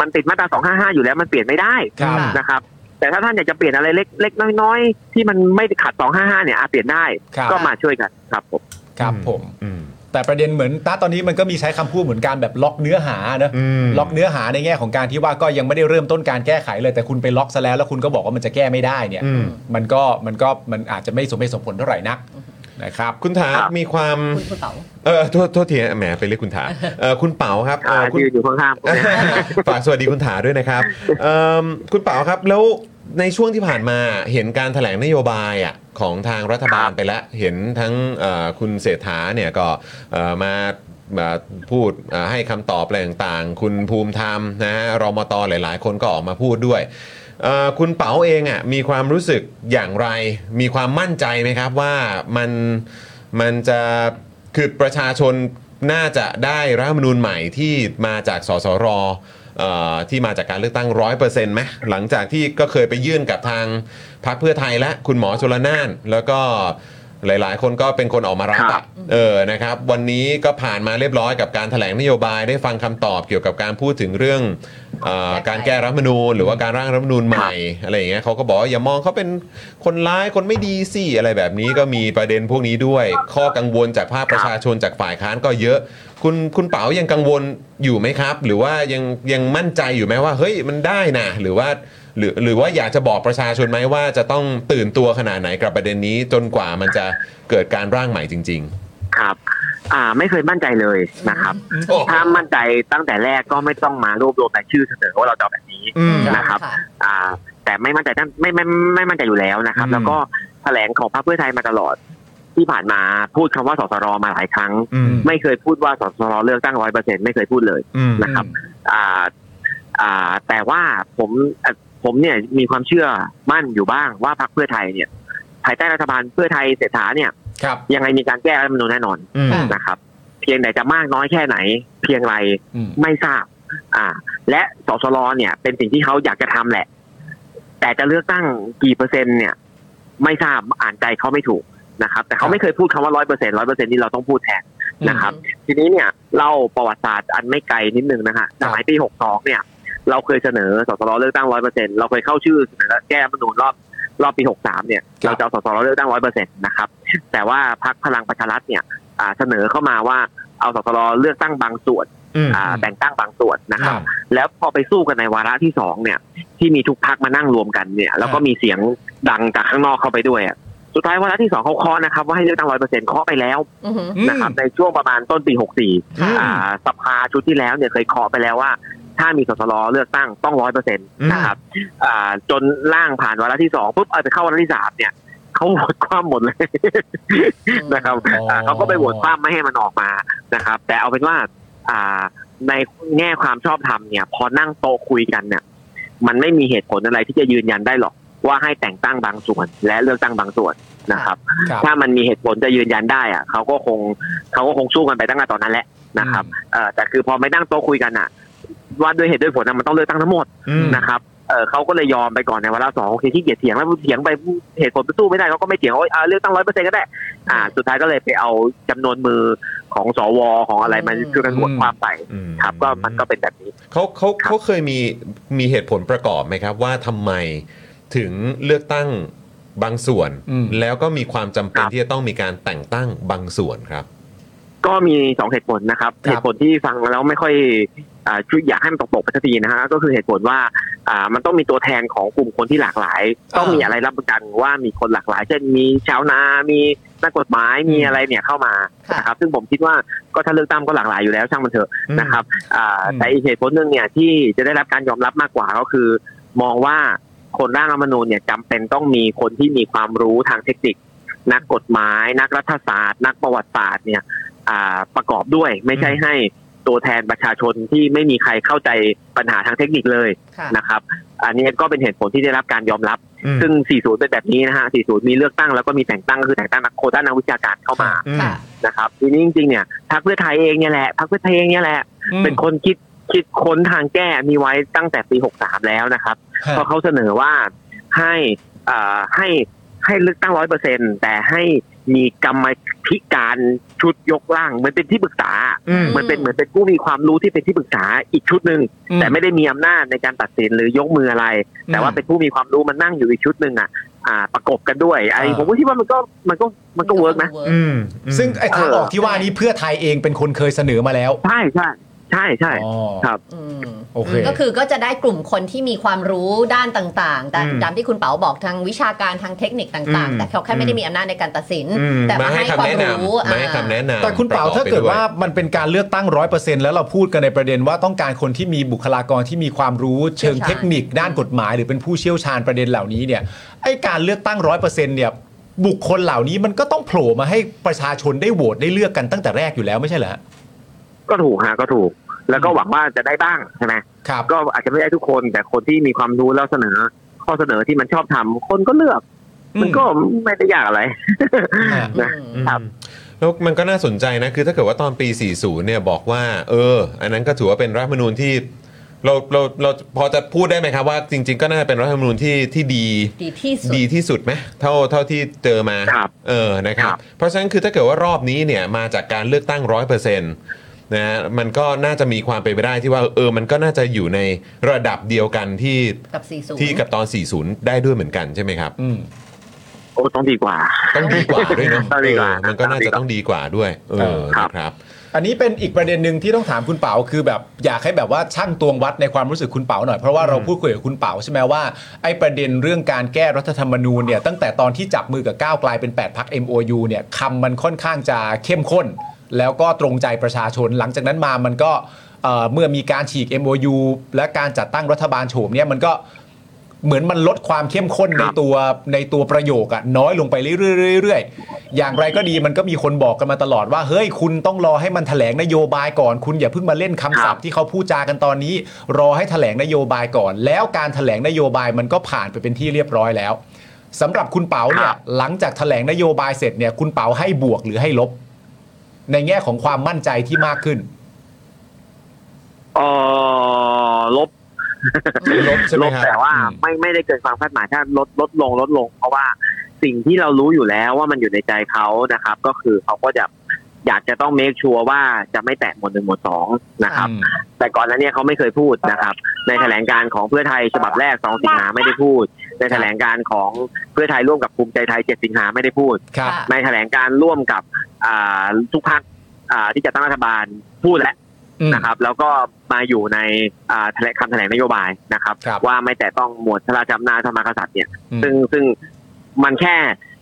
มันติดมาตราสองห้าห้าอยู่แล้วมันเปลี่ยนไม่ได้
ครับ
นะครับ แต่ถ้าท่านอยากจะเปลี่ยนอะไรเล็กเล็กๆน้อยๆที่มันไม่ขัดสองห้าห้าเนี่ยอาจเปลี่ยนได้
ครับ
ก็มาช่วยกันครับผม
ครับผม
อืม
แต่ประเด็นเหมือนตาตอนนี้มันก็มีใช้คำพูดเหมือนการแบบล็อกเนื้อหานะ
อืม
ล็อกเนื้อหาในแง่ของการที่ว่าก็ยังไม่ได้เริ่มต้นการแก้ไขเลยแต่คุณไปล็อกซะแล้วแล้วคุณก็บอกว่ามันจะแก้ไม่ได้เนี่ย
อืม
มันก็มันก็มันอาจจะไม่สมเหตุสมผลเท่าไหร่นักนะครับ
คุณถา
ครับ
มีความ
คุณคุณเต๋า
เออโทษโทษทีแหมไปเรียกคุณถาเออคุณเป๋าครับเอ
ขา
อคุณ
ยืนอยู่ข้างๆผมเนี่ย
ฝากสวัสดีคุณถาด้วยนะครับเอิ่มคุณเป๋าครับแล้วในช่วงที่ผ่านมาเห็นการถแถลงนโยบายอ่ะของทางรัฐบาล
ครับ
ไปแล้วเห็นทั้งเอ่อคุณเศรษฐาเนี่ยก็เอ่อมามาพูดเอ่อให้คำตอบอะไรต่างๆ คุณภูมิธรรมนะฮะรมตหลาย ๆ คนก็ออกมาพูดด้วยเอ่อคุณเป๋าเองอ่ะมีความรู้สึกอย่างไร มีความมั่นใจไหมครับว่ามันมันจะ คือประชาชนน่าจะได้รัฐธรรมนูญใหม่ที่มาจากสสรเอ่อที่มาจากการเลือกตั้งร้อยเปอร์เซ็นต์ไหมหลังจากที่ก็เคยไปยื่นกับทางพรรคเพื่อไทยและคุณหมอชลน่าน แล้วก็หลายๆ คนก็เป็นคนออกมารับ
ครั
อะ
บ
เออนะครับ วันนี้ก็ผ่านมาเรียบร้อยกับการถแถลงนโยบายได้ฟังคำตอบเกี่ยวกับการพูดถึงเรื่องเออการแก้รัฐธรรมนูญ หรือว่าการร่างรัฐธรรมนูญใหม่อะไรอย่างเงี้ยเขาก็บอกว่าอย่ามองเขาเป็นคนร้ายคนไม่ดีสิอะไรแบบนี้ก็มีประเด็นพวกนี้ด้วย ข้อกังวลจากภาคประชาชนจากฝ่ายค้านก็เยอะ คุณคุณเป๋ายังกังวลอยู่ไหมครับ หรือว่ายังยังมั่นใจอยู่ไหมว่า เฮ้ยมันได้นะหรือว่า หรือหรือว่าอยากจะบอกประชาชนไหมว่าจะต้องตื่นตัวขนาดไหนกับประเด็นนี้จนกว่ามันจะเกิดการร่างใหม่จริง
ครับ อ่า ไม่เคยมั่นใจเลยนะครับ
ๆ โอ้โห
ถ้ามั่นใจตั้งแต่แรกก็ไม่ต้องมารวบรวมรายชื่อเสนอว่าเราจะเอาแบบนี้
อืม
นะครับ อ่า แต่ไม่มั่นใจตั้งไม่ไม่ไม่ไม่มั่นใจอยู่แล้วนะครับ
อืม
แล้วก็แถลงของพรรคเพื่อไทยมาตลอด ที่ผ่านมาพูดคำว่าสสรมาหลายครั้ง
อืม
ไม่เคยพูดว่าสสรเลือกตั้งร้อยเปอร์เซ็นไม่เคยพูดเลย
อืม
นะครับ อ่า อ่า แต่ว่าผมเอ่อผมเนี่ยมีความเชื่อมั่นอยู่บ้างว่าพรรคเพื่อไทยเนี่ย ภายใต้รัฐบาลเพื่อไทยเศรษฐาเนี่ย
ครับ
ยังไงมีการแก้รัฐธรรมนูญแน่นอน
อืม
นะครับ เพียงแต่จะมากน้อยแค่ไหน เพียงไร
อืม
ไม่ทราบ อ่า และสสลเนี่ยเป็นสิ่งที่เขาอยากจะทำแหละ แต่จะเลือกตั้งกี่เปอร์เซ็นต์เนี่ย ไม่ทราบอ่านใจเขาไม่ถูกนะครับ แต่เขาไม่เคยพูดคำว่าร้อยเปอร์เซ็นร้อยเปอร์เซ็นที่เราต้องพูดแทนนะครับ ทีนี้เนี่ยเล่าประวัติศาสตร์อันไม่ไกลนิดนึงนะฮะสมัยปี 62 เนี่ย เราเคยเสนอสสรเลือกตั้ง 100%เราเคยเข้าชื่อเสนอแก้รัฐธรรมนูญรอบรอบปี 63 เนี่ย เราจะเอาสสรเลือกตั้ง 100%นะครับ แต่ว่าพักพลังประชารัฐเนี่ยอ่าเสนอเข้ามาว่าเอาสสรเลือกตั้งบางส่วน
อืม
อ่าแต่งตั้งบางส่วนนะค
ค
รั
รับ บ
แล้วพอไปสู้กันในวาระที่สองเนี่ย ที่มีทุกพักมานั่งรวมกันเนี่ย แล้วก็
ครับ
มีเสียงดังจากข้างนอกเข้าไปด้วยอะสุดท้ายวาระที่สองเขาเคาะนะครับว่าให้เลือกตั้ง 100%เคาะไปแล้ว นะครับในช่วงประมาณต้นปี 64
อืม
อ่าสภาชุดที่แล้วเนี่ยเคยเคาะไปแล้วว่า ถ้ามีสสรเลือกตั้งต้องร้อยเปอร์เซ็นต์
ม
นะครับอ่าจนร่างผ่านวาระที่สองปุ๊บเอาไปเข้าวาระที่สามเนี่ยเขาโหวตคว่ำหมดเลย [LAUGHS] นะครับอ่าเขาก็ไปโหวตคว่ำไม่ให้มันออกมานะครับ แต่เอาเป็นว่าอ่าในแง่ความชอบธรรมเนี่ย พอนั่งโตะคุยกันเนี่ย มันไม่มีเหตุผลอะไรที่จะยืนยันได้หรอก ว่าให้แต่งตั้งบางส่วน และเลือกตั้งบางส่วนนะครับ
ครับ
ถ้ามันมีเหตุผลจะยืนยันได้อะเขาก็คงเขาก็คงสู้กันไปตั้งแต่ตอนนั้นแหละนะครับเอ่อแต่คือพอไม่นั่งโต๊ะคุยกันอะว่าด้วยเหตุด้วยผลอะมันต้องเลือกตั้งทั้งหมด
อืม
นะครับเอ่อเขาก็เลยยอมไปก่อนในวาระสองโอเคที่เกียจเถียงแล้วเถียงไปเหตุผลไปสู้ไม่ได้เขาก็ไม่เถียงโอ้ยเอาเลือกตั้งร้อยเปอร์เซ็นต์ก็ได้ อ่า สุดท้ายก็เลยไปเอาจำนวนมือของสวของอะไรมา
อืม
ช่วยกันบวกความไป
อืม
ครับ ก็มันก็เป็นแบบนี้
เขาเขา
ครับ
เขาเคยมีมีเหตุผลประกอบไหมครับ ว่าทำไมถึงเลือกตั้งบางส่วน
อืม
แล้วก็มีความจำเป็นที่จะต้องมีการแต่งตั้งบางส่วนครับ
ก็มีสองเหตุผลนะครับ
ครับ
เหตุผลที่ฟังแล้วไม่ค่อยอ่าช่วยอยากให้มันตกตกไปสักทีนะฮะก็คือเหตุผลว่าอ่ามันต้องมีตัวแทนของกลุ่มคนที่หลากหลาย ต้องมีอะไรรับประกันว่ามีคนหลากหลายเช่นมีชาวนา มีนักกฎหมายมีอะไรเนี่ยเข้ามา
ค่ะ
นะครับซึ่งผมคิดว่าก็ถ้าเลือกตั้งก็หลากหลายอยู่แล้วช่างมันเถอะ
อืม
นะครับอ่า
อืม
แต่อีกเหตุผลหนึ่งเนี่ยที่จะได้รับการยอมรับมากกว่าก็คือ มองว่าคนร่างรัฐธรรมนูญเนี่ยจำเป็นต้องมีคนที่มีความรู้ทางเทคนิค นักกฎหมาย นักรัฐศาสตร์ นักประวัติศาสตร์เนี่ยอ่าประกอบด้วยไม่ใช่ให้ตัวแทนประชาชนที่ไม่มีใครเข้าใจปัญหาทางเทคนิคเลยนะครับ อันนี้ก็เป็นเหตุผลที่ได้รับการยอมรับ
อืม
ซึ่ง 40 เป็นแบบนี้นะฮะ 40 มีเลือกตั้งแล้วก็มีแต่งตั้งก็คือแต่งตั้งนักโควต้านักวิชาการเข้ามา
อืม
นะครับทีนี้จริงๆเนี่ยพรรคเพื่อไทยเองเนี่ยแหละพรรคเพื่อไทยเองเนี่ยแหละ เป็นคนคิดคิดค้นทางแก้มีไว้ตั้งแต่ปี 63 แล้วนะครับ
ครับ
เพราะเขาเสนอว่าให้อ่าให้ให้เลือกตั้งร้อยเปอร์เซ็นแต่ให้มีกรรม พิการชุดยกล่างเหมือนเป็นที่ปรึกษา
อืม
เหมือนเป็นเหมือนเป็นผู้มีความรู้ที่เป็นที่ปรึกษาอีกชุดหนึ่ง
อืม
แต่ไม่ได้มีอำนาจในการตัดสินหรือยกมืออะไร แต่ว่าเป็นผู้มีความรู้มันนั่งอยู่อีกชุดหนึ่งอ่ะอ่า ประกบกันด้วยไอ้
อ่า
ผมก็คิดว่ามันก็มันก็มันก็เวิร์กนะ
อืมอืม
ซึ่งไอ้ทางออกที่ว่านี้เพื่อไทยเองเป็นคนเคยเสนอมาแล้ว
ใช่ใช่ใช่ใช่
อ๋อ
ครับ
อืม
โอเค
ก็คือก็จะได้กลุ่มคนที่มีความรู้ด้านต่างๆ แต่
อืม
ตามที่คุณเป๋าบอกทางวิชาการทางเทคนิคต่าง
อืม
ๆ แต่เขาแค่ไม่ได้มีอำนาจในการตัดสิน
อืม
แต่มาให้ความ
แนะน
รู้
ำมาให้คำแนะนำ
แต่คุณเป๋า
ระอบ
ถ้าเกิด
ไปย
ว่ามันเป็นการเลือกตั้งร้อยเปอร์เซ็นต์แล้วเราพูดกันในประเด็นว่าต้องการคนที่มีบุคลากรที่มีความรู้เชิงเทคนิคด้านกฎหมาย หรือเป็นผู้เชี่ยวชาญประเด็นเหล่านี้เนี่ยไอการเลือกตั้งร้อยเปอร์เซ็นต์เนี่ยบุคคลเหล่านี้มันก็ต้องโผล่มาให้ประชาชนได้โหวตได้เลือกกันตั้งแต่แรกอยู่แล้วไม่ใช่เหรอ
ก็ถูกฮะก็ถูก แล้วก็หวังว่าจะได้บ้างใช่ไหม
ครับ
ก็อาจจะไม่ได้ทุกคน แต่คนที่มีความรู้แล้วเสนอ ข้อเสนอที่มันชอบทำคนก็เลือก มันก็ไม่ได้ยากอะไร
อ่า
อืม
ครับ
แล้วมันก็น่าสนใจนะ คือถ้าเกิดว่าตอนปี 40 เนี่ยบอกว่า เออ อันนั้นก็ถือว่าเป็นรัฐธรรมนูญที่เราเราเราพอจะพูดได้ไหมครับว่าจริง ๆ ก็น่าจะเป็นรัฐธรรมนูญที่ที่ดี
ดีที่สุด
ดีที่สุดไหมเท่าเท่าที่เจอมา
ครับ
เออนะครับ
ครับ
เพราะฉะนั้นคือถ้าเกิดว่ารอบนี้เนี่ยมาจากการเลือกตั้งร้อยเปอร์เซ็นต์นะฮะมันก็น่าจะมีความเป็นไปได้ที่ว่าเออมันก็น่าจะอยู่ในระดับเดียวกันที่
กับสี่ศูนย์
ที่กับตอน 40 ได้ด้วยเหมือนกันใช่ไหมครับ
โอ้ต้องดีกว่า
ต้องดีกว่าด้วยเนาะ
ต้องดีกว่า
เออมันก็น่าจะต้องดีกว่าด้วยเออนะครับ
อันนี้เป็นอีกประเด็นหนึ่งที่ต้องถามคุณเปาคือแบบอยากให้แบบว่าช่างตวงวัดในความรู้สึกคุณเปาหน่อยเพราะว่าเราพูดคุยกับคุณเปาใช่ไหมว่าไอ้ประเด็นเรื่องการแก้รัฐธรรมนูญเนี่ยตั้งแต่ตอนที่จับมือกับก้าวไกลายเป็น8พัก MOU เนี่ยคำมันค่อนข้างจะเข้มข้น แล้วก็ตรงใจประชาชน หลังจากนั้นมามันก็เอ่อเมื่อมีการฉีก MOU และการจัดตั้งรัฐบาลโฉมเนี่ยมันก็ เหมือนมันลดความเข้มข้นในตัวในตัวประโยคอะน้อยลงไปเรื่อยๆเรื่อยๆอย่างไรก็ดีมันก็มีคนบอกกันมาตลอดว่าเฮ้ยคุณต้องรอให้มันแถลงนโยบายก่อน คุณอย่าเพิ่งมาเล่นคำศัพท์ที่เขาพูดจากันตอนนี้ รอให้แถลงนโยบายก่อน แล้วการแถลงนโยบายมันก็ผ่านไปเป็นที่เรียบร้อยแล้วสำหรับคุณเปาเนี่ย
ครับ
หลังจากแถลงนโยบายเสร็จเนี่ยคุณเปาให้บวกหรือให้ลบ ในแง่ของความมั่นใจที่มากขึ้น
เออลบ
ลบใช่ไหม
ลบ
ครับ
แต่ว่า
อืม
ไม่ไม่ได้เกินความคาดหมายถ้าลดลดลงลดลง เพราะว่าสิ่งที่เรารู้อยู่แล้วว่ามันอยู่ในใจเขานะครับ ก็คือเขาก็จะอยากจะต้องเมคชัวร์ว่าจะไม่แตะหมวดหนึ่งหมวดสองนะครับ
อืม
แต่ก่อนหนั้นเนี่ยเขาไม่เคยพูดนะครับ ในแถลงการของเพื่อไทยฉบับแรก 2 สิงหาไม่ได้พูด ในแถลงการของเพื่อไทยร่วมกับภูมิใจไทย 7 สิงหาไม่ได้พูด
ครับ
ค่ะ
ในแถลงการร่วมกับอ่าทุกพักที่จะตั้งรัฐบาลพูดแล้ว
อืม
นะครับแล้วก็มาอยู่ในอ่าแถลงคำแถลงนโยบายนะครับ
ครับ
ว่าไม่แต่ต้องหมวดพระราชอำนาจพระมหากษัตริย์เนี่ย
อืม
ซึ่งซึ่งมันแค่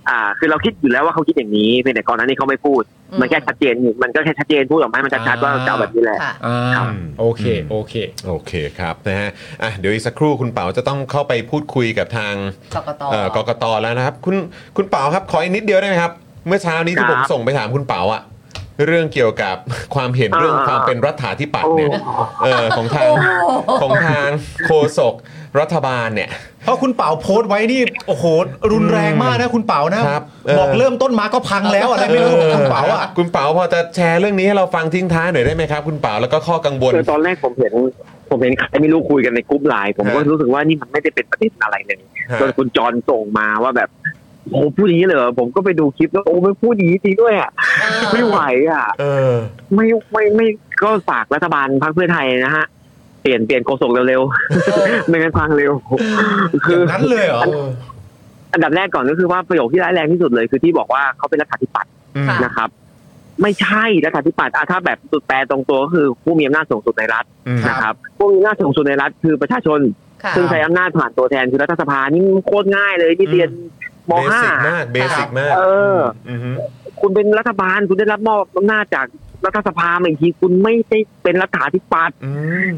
อ่าคือเราคิดอยู่แล้วว่าเขาคิดอย่างนี้เพียงแต่ก่อนหนั้นนี่เขาไม่พูด มันแค่ชัดเจนมันก็แค่ชัดเจนพูดออกมาให้มันชัดๆว่าจะเอาแบบนี้แหละ
ค่ะ
อ่า
ครับ
โอเคโอเค
โอเคครับนะฮะอ่ะเดี๋ยวอีกสักครู่คุณเป๋าจะต้องเข้าไปพูดคุยกับทาง
กกต
เอ่อกกตแล้วนะครับ คุณคุณเป๋าครับขออีกนิดเดียวได้ไหมครับ เมื่อเช้านี้ที่
ครับ
ผมส่งไปถามคุณเป๋าอะเรื่องเกี่ยวกับ [LAUGHS] ความเห็นเรื่อง
อ่า
ความเป็นรัฐาธิปัต
โอ้
ย์เนี่ยเออของทาง
โอ้โห
ของทางโฆษกรัฐบาลเนี่ย
เพราะคุณเป๋าโพสต์ไว้นี่โอ้โหรุนแรงมากนะคุณเป๋านะครับ
เออ
บอกเริ่มต้นมาก็พังแล้วอะไรไม่รู้ของคุณเป๋าอ่ะ
คุณเป๋าพอจะแชร์เรื่องนี้ให้เราฟังทิ้งท้ายหน่อยได้ไหมครับ คุณเป๋าแล้วก็ข้อกังวล
คือตอนแรกผมเห็นผมเห็นใครไม่รู้คุยกันในกลุ่มไลน์ผมก็
ฮะ
รู้สึกว่านี่มันไม่ได้เป็นประเด็นอะไรเลย
ฮะ
จนคุณจรส่งมาว่าแบบโอ้พูดอย่างนี้เลยเหรอผมก็ไปดูคลิปแล้วโอ้ไม่พูดอย่างนี้จริงด้วยอ่ะไม่ไหวอ่ะ
เออ
ไม่ไม่ไม่ก็ฝากรัฐบาลพรรคเพื่อไทยนะฮะ เปลี่ยนเปลี่ยนโฆษกเร็ว
[LAUGHS]
ๆ ไม่งั้นพังเร็ว
อ
คือย่าง
นั้นเลยเหรอ
อันดับแรกก่อนก็คือว่าประโยคที่ร้ายแรงที่สุดเลยคือที่บอกว่าเขาเป็นรัฐาธิปัตย์
ค่ะ
นะครับ ไม่ใช่รัฐาธิปัตย์อ่ะถ้าแบบสุดแปลตรงตัวก็คือผู้มีอำนาจสูงสุดในรัฐ
อืม
นะครับผู้มีอำนาจสูงสุดในรัฐคือประชาชน
ค่ะ
ซึ่งใช้อำนาจผ่านตัวแทนคือรัฐสภานี่โคตรง่ายเลยนี่เรียนม
เบ
ห้า
สิกมากเบสิกมาก
เออ
มฮึ
คุณเป็นรัฐบาลคุณได้รับมอบอำนาจจากรัฐสภามาอีกทีคุณไม่ได้เป็นรัฐาธิปัตย์
อืม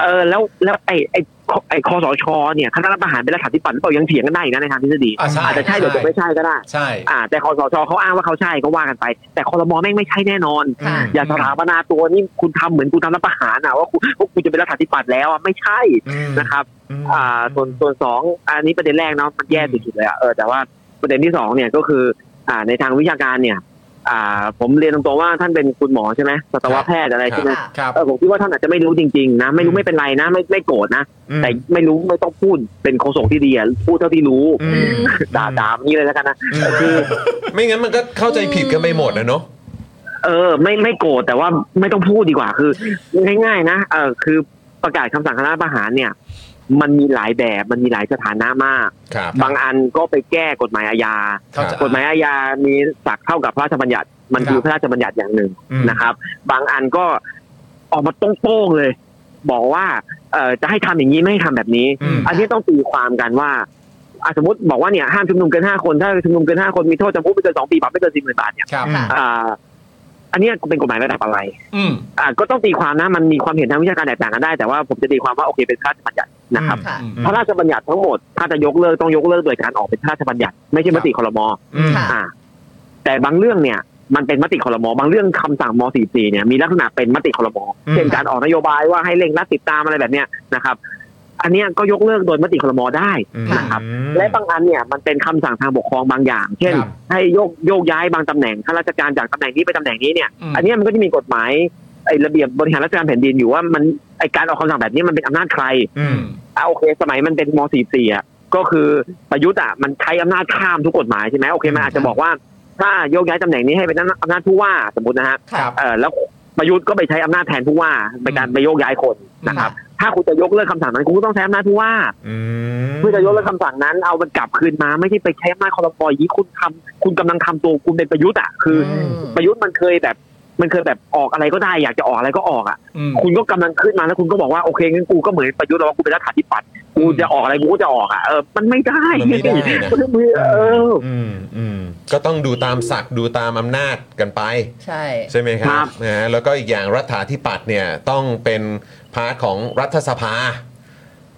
เออแล้วแล้วไอ้ไอ้คไอ้คอสชเนี่ยคณะรัฐประหารเป็นรัฐาธิปัตย์หรือเปล่ายังเถียงกันได้อีกนะในทางทฤษฎี
อ่ะใช่
อาจจะใช่
ใช่
หรือจะไม่ใช่ก็ได้
ใช่
อ่า แต่คอสชเขาอ้างว่าเขาใช่ก็ว่ากันไป แต่คอรมอแม่งไม่ใช่แน่นอน
ค่ะ
อย่าสถาปนาตัวนี่คุณทำเหมือนคุณทำรัฐประหารอ่ะว่าคุณว่าคุณจะเป็นรัฐาธิปัตย์แล้วอ่ะไม่ใช่นะครับ อ่าส่วนส่วนสองอันนี้ประเด็นแรกเนาะมันแย่สุดๆเลยอ่ะเออแต่ว่าประเด็นที่สองเนี่ยก็คือ อ่าในทางวิชาการเนี่ย อ่า ผมเรียนตรงๆว่าท่านเป็นคุณหมอใช่ไหมสัตวแพทย์อะไรใช่ไหม
ค่ะ
ครับ
เออผมคิดว่าท่านอาจจะไม่รู้จริงๆนะไม่รู้ไม่เป็นไรนะ ไม่ไม่โกรธนะ
อืม
แต่ไม่รู้ไม่ต้องพูดเป็นโฆษกที่ดีอะพูดเท่าที่รู้
อืม
ด่าด่าแบบนี้เลยแล้วกันนะ
อืม
คือ
ไม่งั้นมันก็เข้าใจผิดกันไปหมดนะเนาะ
เออไม่ไม่โกรธแต่ว่าไม่ต้องพูดดีกว่าคือ ง่าย ๆ นะเออคือประกาศคำสั่งคณะประหารเนี่ย มันมีหลายแบบมันมีหลายสถานะมาก
ครับ
บางอันก็ไปแก้กฎหมายอาญา
เข้าใจ
กฎหมายอาญามีศักดิ์เท่ากับพระราชบัญญัติ มันคือพระราชบัญญัติอย่างหนึ่ง
อืม
นะครับ บางอันก็ออกมาต้องโป้งๆเลย บอกว่าเออจะให้ทำอย่างนี้ไม่ให้ทำแบบนี้
อืม
อันนี้ต้องตีความกันว่าอ่ะสมมติบอกว่าเนี่ยห้ามชุมนุมเกินห้าคนถ้าชุมนุมเกินห้าคนมีโทษจำคุกไม่เกินสองปีปรับไม่เกินสี่หมื่นบาทเนี่ย
ครับ
อ่าอันเนี้ยเป็นกฎหมายระดับอะไร
อืม
อ่า ก็ต้องตีความนะ มันมีความเห็นทางวิชาการแตกต่างกันได้ แต่ว่าผมจะตีความว่าโอเคเป็นพระราชบัญญัตินะครับ
ค่ะ
อืม
พระราชบัญญัติทั้งหมด ถ้าจะยกเลิกต้องยกเลิกโดยการออกเป็นพระราชบัญญัติ ไม่ใช่มติคอรมอ
อืม
ค่ะ
อ่า แต่บางเรื่องเนี่ย มันเป็นมติคอรมอ บางเรื่องคำสั่งม .44 เนี่ย มีลักษณะเป็นมติคอรมอ
อืม
เช่นการออกนโยบายว่าให้เร่งรัดติดตามอะไรแบบเนี้ยนะครับ อันเนี้ยก็ยกเลิกโดยมติคอรมอได้ นะครับ และบางอันเนี่ยมันเป็นคำสั่งทางปกครองบางอย่าง เช่น
ครับ
ให้โยกโยกย้ายบางตำแหน่งข้าราชการจากตำแหน่งนี้ไปตำแหน่งนี้เนี่ย
อืม
อันเนี้ยมันก็จะมีกฎหมายไอ้ระเบียบบริหารราชการแผ่นดินอยู่ว่ามันไอ้การออกคำสั่งแบบนี้มันเป็นอำนาจใคร
อืม
อ่ะโอเค สมัยมันเป็นม .44 อ่ะก็คือประยุทธ์อ่ะมันใช้อำนาจข้ามทุกกฎหมายใช่ไหมโอเคมันอาจจะบอกว่าถ้าโยกย้ายตำแหน่งนี้ให้เป็นอำนาจผู้ว่าสมมตินะฮะ
ครับ
เออแล้วประยุทธ์ก็ไปใช้อำนาจแทนผู้ว่าในการไปโยกย้ายคนนะครับ ถ้าคุณจะยกเลิกคำสั่งนั้นคุณก็ต้องใช้อำนาจผู้ว่า
อืม
เพื่อจะยกเลิกคำสั่งนั้นเอามันกลับคืนมาไม่ใช่ไปใช้อำนาจคอรมออย่างนี้คุณทำคุณกำลังทำตัวคุณเป็นประยุทธ์อ่ะคืออประยุทธ์มันเคยแบบ มันเคยแบบออกอะไรก็ได้อยากจะออกอะไรก็ออกอ่ะ
อืม
คุณก็กำลังขึ้นมาแล้วคุณก็บอกว่าโอเคงั้นกูก็เหมือนประยุทธ์แล้วว่ากูเป็นรัฐาธิปัตย์กูจะออกอะไรกูก็จะออกอ่ะเออมันไม่ได้
มันไม่ได้นะ
เออ [LAUGHS]
อืมอืมก็ต้องดูตามศักดิ์ดูตามอำนาจกันไป
ใช่
ใช่ไหมค
ค
รั
รั
บบ นะฮะแล้วก็อีกอย่างรัฐาธิปัตย์เนี่ยต้องเป็นพาร์ทของรัฐสภา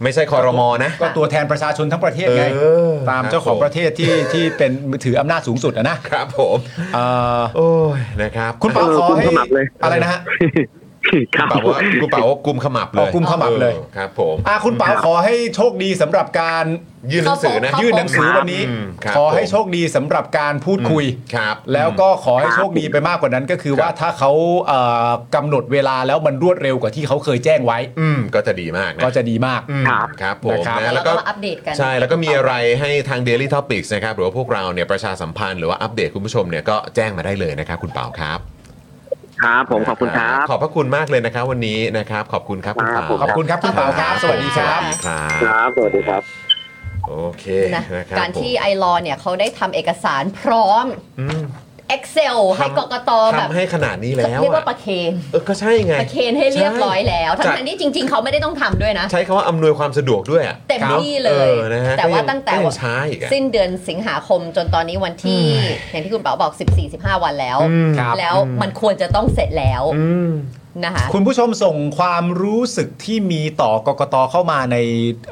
ไม่ใช่คอรมอนะ
ก็ตัวแทนประชาชนทั้งประเทศไง
เออ
ตามเจ้าของประเทศที่ที่เป็นถืออำนาจสูงสุดอะนะครับ
ผม
เอ่อ
โอ้ยนะครับ
คุณเปา
เออ
ขอ
คุณ
ให้
สมัครเลย
อะไรนะฮะ
ค
คุ
รั
ณ
บ
เปาว่าคุณเปาว่ากุมขมับเล
อ๋
ย
อกุมขมับเลย
ออครับ ผม
อ่ะคุณเปาขอให้โชคดีสำหรับการ
ยื่นหนังสือนะ
ครับ
ยื่นหนังสือวันนี้
อืมครับ
ขอให้
ผม
โชคดีสำหรับการพูดคุย
ครับ
แล้วก็ขอให้โชคดีไปมากกว่านั้นก็คือว่าถ้าเขาเอ่อกำหนดเวลาแล้วมันรวดเร็วกว่าที่เขาเคยแจ้งไว้
อืมก็จะดีมากนะ
ก็จะดีมาก
อืม
ครับ
ครับผม
นะครับ
นะ
แล้
แล้ว ว
ก็
ก็
มาอัปเดตกัน
ใช่ แล้วก็มีอะไรให้ทาง Daily Topics นะครับหรือว่าพวกเราเนี่ยประชาสัมพันธ์หรือว่าอัปเดตคุณผู้ชมเนี่ยก็แจ้งมาได้เลยนะครับคุณเปาครับ
ครับผมขอบคุณครับ
ขอบพระคุณมากเลยนะครับวันนี้นะครับ ขอบคุณครับคุณ
ครั
เปา
บผม
ขอบคุณครับคุณเปาครับ สวัสดีครับ
สวัสดีครั
ค
บ
รับสวัสดีครับ
โอเค
นะ
นะครับ
การที่
ผม
ไอรอเนี่ยเขาได้ทำเอกสารพร้อม
อืม
Excel ให้
ทำ
กกตแบบ
ทำให้ขนาดนี้แล้ว
เรียกว่า
อะ
ประเคน
เออก็ใช่ไง
ประเคนให้เรียบร้อยแล้ว
ใช่
ทั้งๆที่จริง ๆ เขาไม่ได้ต้องทำด้วยนะ
ใช้คำว่าอำนวยความสะดวกด้วยอะ
เต็ม
นอะ
ที่เลย
ออนะฮะ
แต่
ก็
ว่า
ยั
ตั้งแต่
ก็ยั
ว่า
ช้าอีกอะ
สิ้นเดือนสิงหาคมจนตอนนี้วันที่ อย่างที่คุณเป๋าบอก 14-15 วันแล้ว
อืมครับ
แล้วมันควรจะต้องเสร็จแล้ว
อืม
นะคะ
คุณผู้ชมส่งความรู้สึกที่มีต่อกกตเข้ามาใน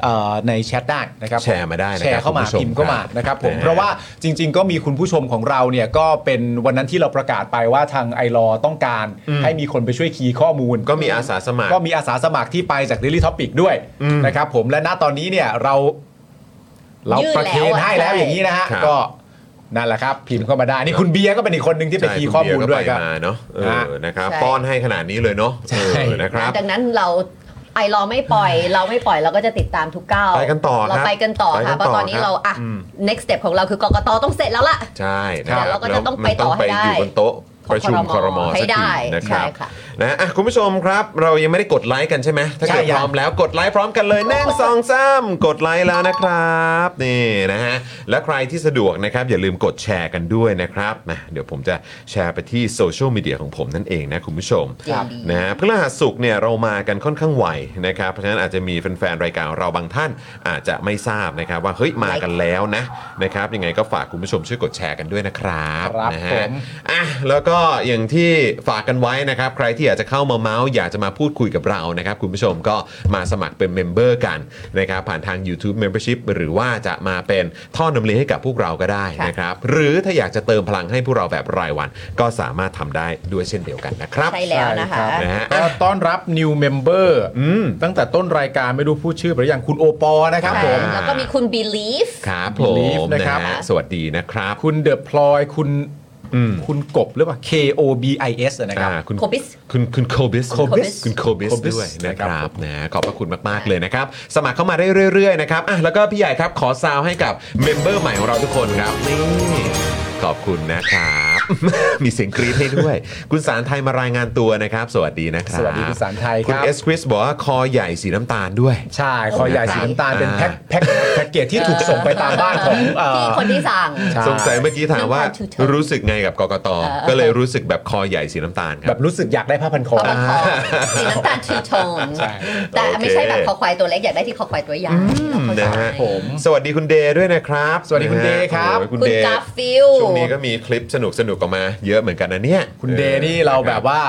เอ่อในแชทได้นะครับ
แชร์มาได้นะครับ
แชร์เข้า
คุ
มา
ณผู้ชม
พิมพ์เข้ามา
ครับ
นะครับผม
นะฮะ
เพราะว่าจริง ๆ ก็มีคุณผู้ชมของเราเนี่ยก็เป็นวันนั้นที่เราประกาศไปว่าทางไอรอต้องการ
อืม
ให้มีคนไปช่วยคีย์ข้อมูล
ก็มีอาสาสมัคร
ก็มีอาสาสมัครที่ไปจาก Daily Topic ด้วย
อืม
นะครับผมและณตอนนี้เนี่ยเรา เราย
ด
ประเคน
แล้วอะ
ให้แล้วอย่างนี้นะฮะ
ครับ
ก็นั่นแหละครับ พิมพ์เข้ามาได้
ค
นี่
รับ
คุณเบียร์ก็เป็นอีกคนหนึ่งที่ไปคีย์ข้อมูลด้วยค
ก็
รับ
มาเนาะเอ
ฮะ
อนะครับ
ใช่
ป้อนให้ขนาดนี้เลยเนาะ
ใช่
เออนะครับ
ดังนั้นเราไอรอไม่ปล่อย เราไม่ปล่อยเราก็จะติดตามทุกก้าว
ไปกันต่อครับ
เราไปกันต่อ
ไปกั
ค่ะ
นต่อ
เพราะตอนนี้
ครับ
เราอ่ะ
อืม
next step ของเราคือกกตต้องเสร็จแล้วล่ะ
ใช่นะครับ
แล้วเราก็จะต้อง
มั
ไป
น
ต่อให้ได้
ยู่บนโต๊ะประชุมคอรมอ
ให้
สัก
ได้
ทีนะค
ใช่
รับ
ค่ะ
นะอ่ะคุณผู้ชมครับ เรายังไม่ได้กดไลค์กันใช่ไหมถ้า
ใช่
เกิด
ยัง
พร้อมแล้วกดไลค์พร้อมกันเลยแน่งสองซ้ำกดไลค์แล้วนะครับนี่นะฮะและใครที่สะดวกนะครับ อย่าลืมกดแชร์กันด้วยนะครับนะเดี๋ยวผมจะแชร์ไปที่โซเชียลมีเดียของผมนั่นเองนะคุณผู้ชม
ครับ
นะฮะพฤหัสศุกร์เนี่ยเรามากันค่อนข้างไวนะครับ เพราะฉะนั้นอาจจะมีแฟนๆ รายการของเราบางท่านอาจจะไม่ทราบนะครับ ว่าเฮ้ยมากันแล้วนะนะครับยังไงก็ฝากคุณผู้ชมช่วยกดแชร์กันด้วยนะครับ
ครับ
นะ
ผ
ฮะ
ม
อ่ะแล้วก็อย่างที่ฝากกันไว้นะครับ ใครที่อยากจะเข้ามาเมาส์อยากจะมาพูดคุยกับเรานะครับ คุณผู้ชมก็มาสมัครเป็นเมมเบอร์กันนะครับผ่านทาง YouTube Membership หรือว่าจะมาเป็นท่อนำเลี้ยงให้กับพวกเราก็ได้นะครับหรือถ้าอยากจะเติมพลังให้พวกเราแบบรายวัน ก็สามารถทำได้ด้วยเช่นเดียวกันนะครับ
ใช่แล้วนะคะ
นะฮะ
ก็ต้อนรับ new member
อืม
ตั้งแต่ต้นรายการไม่รู้พูดชื่อไปหรือยังคุณโอปอล์นะครับ
ใช่
ผม
แล้วก็มีคุณ believe
ครับผม
Believe
นะ
นะ
ค
ครั
รับบ สวัสดีนะครับ
คุณเดอะพลอย คุณ
อืม
คุณกบหรือเปล่า K O B I S อะนะครับ
อ่าคุณ
โคบิส
คุณคุณโคบิส
Cobis
คุณโคบิส
Cobis
ด้วยนะค
ครั
รับบ นะขอบพระคุณมาก ๆ เลยนะครับ สมัครเข้ามาได้เรื่อย ๆ นะครับอ่ะแล้วก็พี่ใหญ่ครับขอซาวให้กับเมมเบอร์ใหม่ของเราทุกคนครับนี่ขอบคุณนะครับ [LAUGHS] มีเสียงกรี๊ดให้ด้วย คุณสารไทยมารายงานตัวนะครับ สวัสดีนะครับ
สวัสดีคุณสารไทยค
คุณ
รับ
เอสคริสบอกว่าคอใหญ่สีน้ำตาลด้วย
ใช่คอใหญ่สีน้ำตาลเป็นแพ็ค
อ่า
แพ็คแพ็คเกจที่ถูกส่งไปตามบ้านของเอ่
ที่
อ
คนที่สั่ง
ใช่
สงสัยเมื่อกี้ถามว่า
น้ำตาลชูเทิง
รู้สึกไงกับกกต
เออ
ก็เลยรู้สึกแบบคอใหญ่สีน้ำตาลค
แบ
รับบ
รู้สึกอยากได้ผ้าพันคอ
คอบันคอสีน้ำตาลชูโทนแต่ไม่ใช่แบบคอควายตัวเล็กอยากได้ที่คอควายตัวใหญ่เราเข้าใจ
นะฮะ
ผม
สวัสดีคุณเดย์ด้วยนะครับ
สวัสดีคุณเดย์ครับ
โอ้ยคุณ
คุณ
เดย์
กาฟิล
ช่วงนี้ก็มีคลิปสนุกสนุกๆออกมาเยอะเหมือนกันนะเนี่ย
คุณเดนี่เราแบบว่า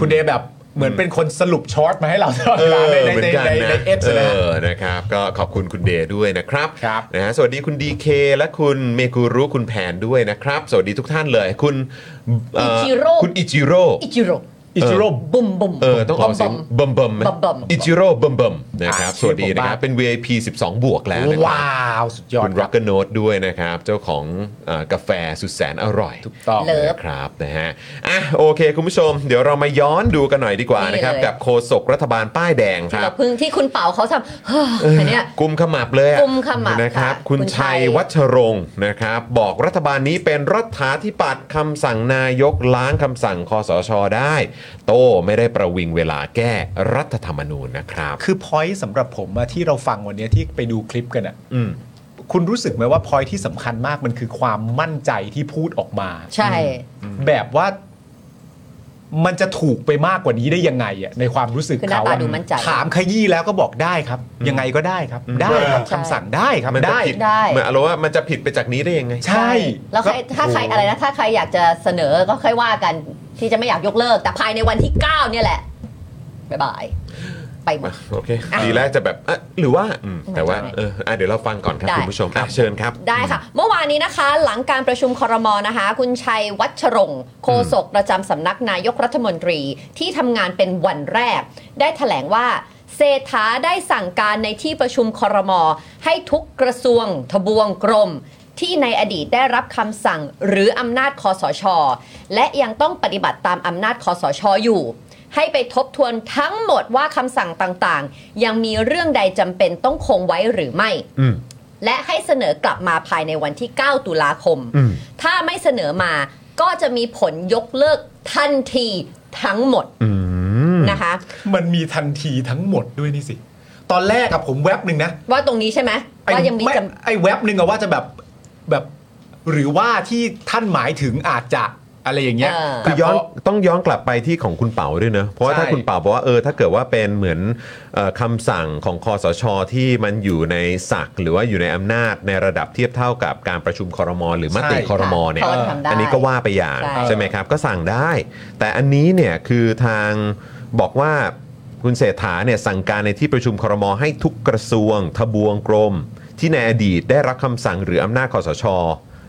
คุณเดแบบเหมือนเป็นคนสรุปช็อตมาให้เราตลอด
เอ
เวลา
อเห
ในใน
มือ
ใน
นกัน
ใน
นะ
ในเอฟ
เอ
นะ
อนะครับ ก็ขอบคุณคุณเดย์ด้วยนะครับ
ครับ
นะฮะสวัสดีคุณดีเคและคุณเมกุรุคุณแผนด้วยนะครับ สวัสดีทุกท่านเลย คุณเ
อิจิโร่
คุณอิจิโร่
อิจิโร่
อิจิโร่
บุมบุม
เออต้องออกเสียง
บม
เบิ่มเบิ่มไหม
เบิ่มๆ
อิจิโร่เบิ่มเบิ่มๆนะครับ
อ่ะ
สวัสดีนะครับ
ชื่อผมบ้าง
เป็น VIP 12 บวกแล้วนะครั
ว้า
บ
ว สุดยอด
คุณ
ค
ร็
รั
อบ กเกอร์โนตด้วยนะครับ เจ้าของเอ่อกาแฟสุดแสนอร่อย
ถูกต้อง
เลิศ
นะครับนะฮะอ่ะโอเค คุณผู้ชม เดี๋ยวเรามาย้อนดูกันหน่อยดีกว่า
นี่
นะครับ
เลย
กับโฆษกรัฐบาลป้ายแดงค
ที่
รั
เรา
บ
เพึ่งที่คุณเป๋าเขาทำเฮ้ออันเนี้ย
กุมขมับเลยอะ
กุมขมับ
นะครับ
ค่ะ
คุณ
คุณชั
ชัย
ย
วัชรงค์นะครับ บอกรัฐบาลนี้เป็นรัฐาธิปัตย์คำสั่งนายกล้างคำสั่งคอสชได้ โต้ไม่ได้ประวิงเวลาแก้รัฐธรรมนูญนะครับ
คือพอยต์สำหรับผมอะที่เราฟังวันเนี้ยที่ไปดูคลิปกันอะ
อืม
คุณรู้สึกไหมว่าพอยต์ที่สำคัญมากมันคือความมั่นใจที่พูดออกมา
ใช่
แบบว่ามันจะถูกไปมากกว่านี้ได้ยังไงอะในความรู้สึก
คือหน้า
เขา
ตา
อะ
ดูมั่นใจ
ถามขยี้แล้วก็บอกได้ครับ ยังไงก็ได้ครับ ได้ครับ
ใช่
คำสั่งได้ครับ
มันจะ
ได้
ผิด
ได้
เหมือนอารมณ์ว่ามันจะผิดไปจากนี้ได้ยังไง
ใช่
แล้วใครถ้าใครอะไรนะ ถ้าใครอยากจะเสนอก็ค่อยว่ากันที่จะไม่อยากยกเลิก แต่ภายในวันที่ 9 เนี่ยแหละ บ๊ายบาย ไปหมด
โอเค
อ่ะ
ดีแรกจะแบบเอ๊ะหรือว่าอืมแต่ว่า
ไม่
เอออ่ะเดี๋ยวเราฟังก่อนครับ
ได้
คุณผู้ชมอ่ะเชิญครับ
ได้ค่ะ เมื่อวานนี้นะคะ หลังการประชุมครมนะคะ คุณชัยวัชรงค์โฆษกประจำสำนักนายกรัฐมนตรี ที่ทำงานเป็นวันแรก ได้แถลงว่า เศรษฐาได้สั่งการในที่ประชุมครม ให้ทุกกระทรวง ทบวงกรม ที่ในอดีตได้รับคำสั่งหรืออำนาจคอสช และยังต้องปฏิบัติตามอำนาจคอสชอยู่ ให้ไปทบทวนทั้งหมดว่าคำสั่งต่างๆ ยังมีเรื่องใดจำเป็นต้องคงไว้หรือไม่
อืม
และให้เสนอกลับมาภายในวันที่ 9 ตุลาคม
อืม
ถ้าไม่เสนอมาก็จะมีผลยกเลิกทันทีทั้งหมด
อืม
นะคะ
มันมีทันทีทั้งหมดด้วยนี่สิ ตอนแรกอะผมแวบหนึ่งนะ
ว่าตรงนี้ใช่ไหมว่ายังมี
ไ
จำ
ไอ้เว็บหนึ่งอะว่าจะแบบแบบหรือว่าที่ท่านหมายถึงอาจจะอะไรอย่างเงี้ย
เออ
แต่
คือย้อน
พ
ต้องย้อนกลับไปที่ของคุณเป๋าด้วยเนอะเพราะว่า
ใช่
ถ้าคุณเป๋าบอกว่าเออถ้าเกิดว่าเป็นเหมือนเออคำสั่งของคอสช ที่มันอยู่ในศักดิ์หรือว่าอยู่ในอำนาจในระดับเทียบเท่ากับการประชุมคอรมอหรือมติ
ใช่
คอรมอเนี่ย
เขาก็ทำได้
อันนี้ก็ว่าไปอย่าง
ใช่
ใช่ไหมครับ ก็สั่งได้ แต่อันนี้เนี่ยคือทางบอกว่าคุณเศรษฐาเนี่ยสั่งการในที่ประชุมคอรมอให้ทุกกระทรวง ทบวงกรม ที่ในอดีตได้รับคำสั่งหรืออำนาจคอสช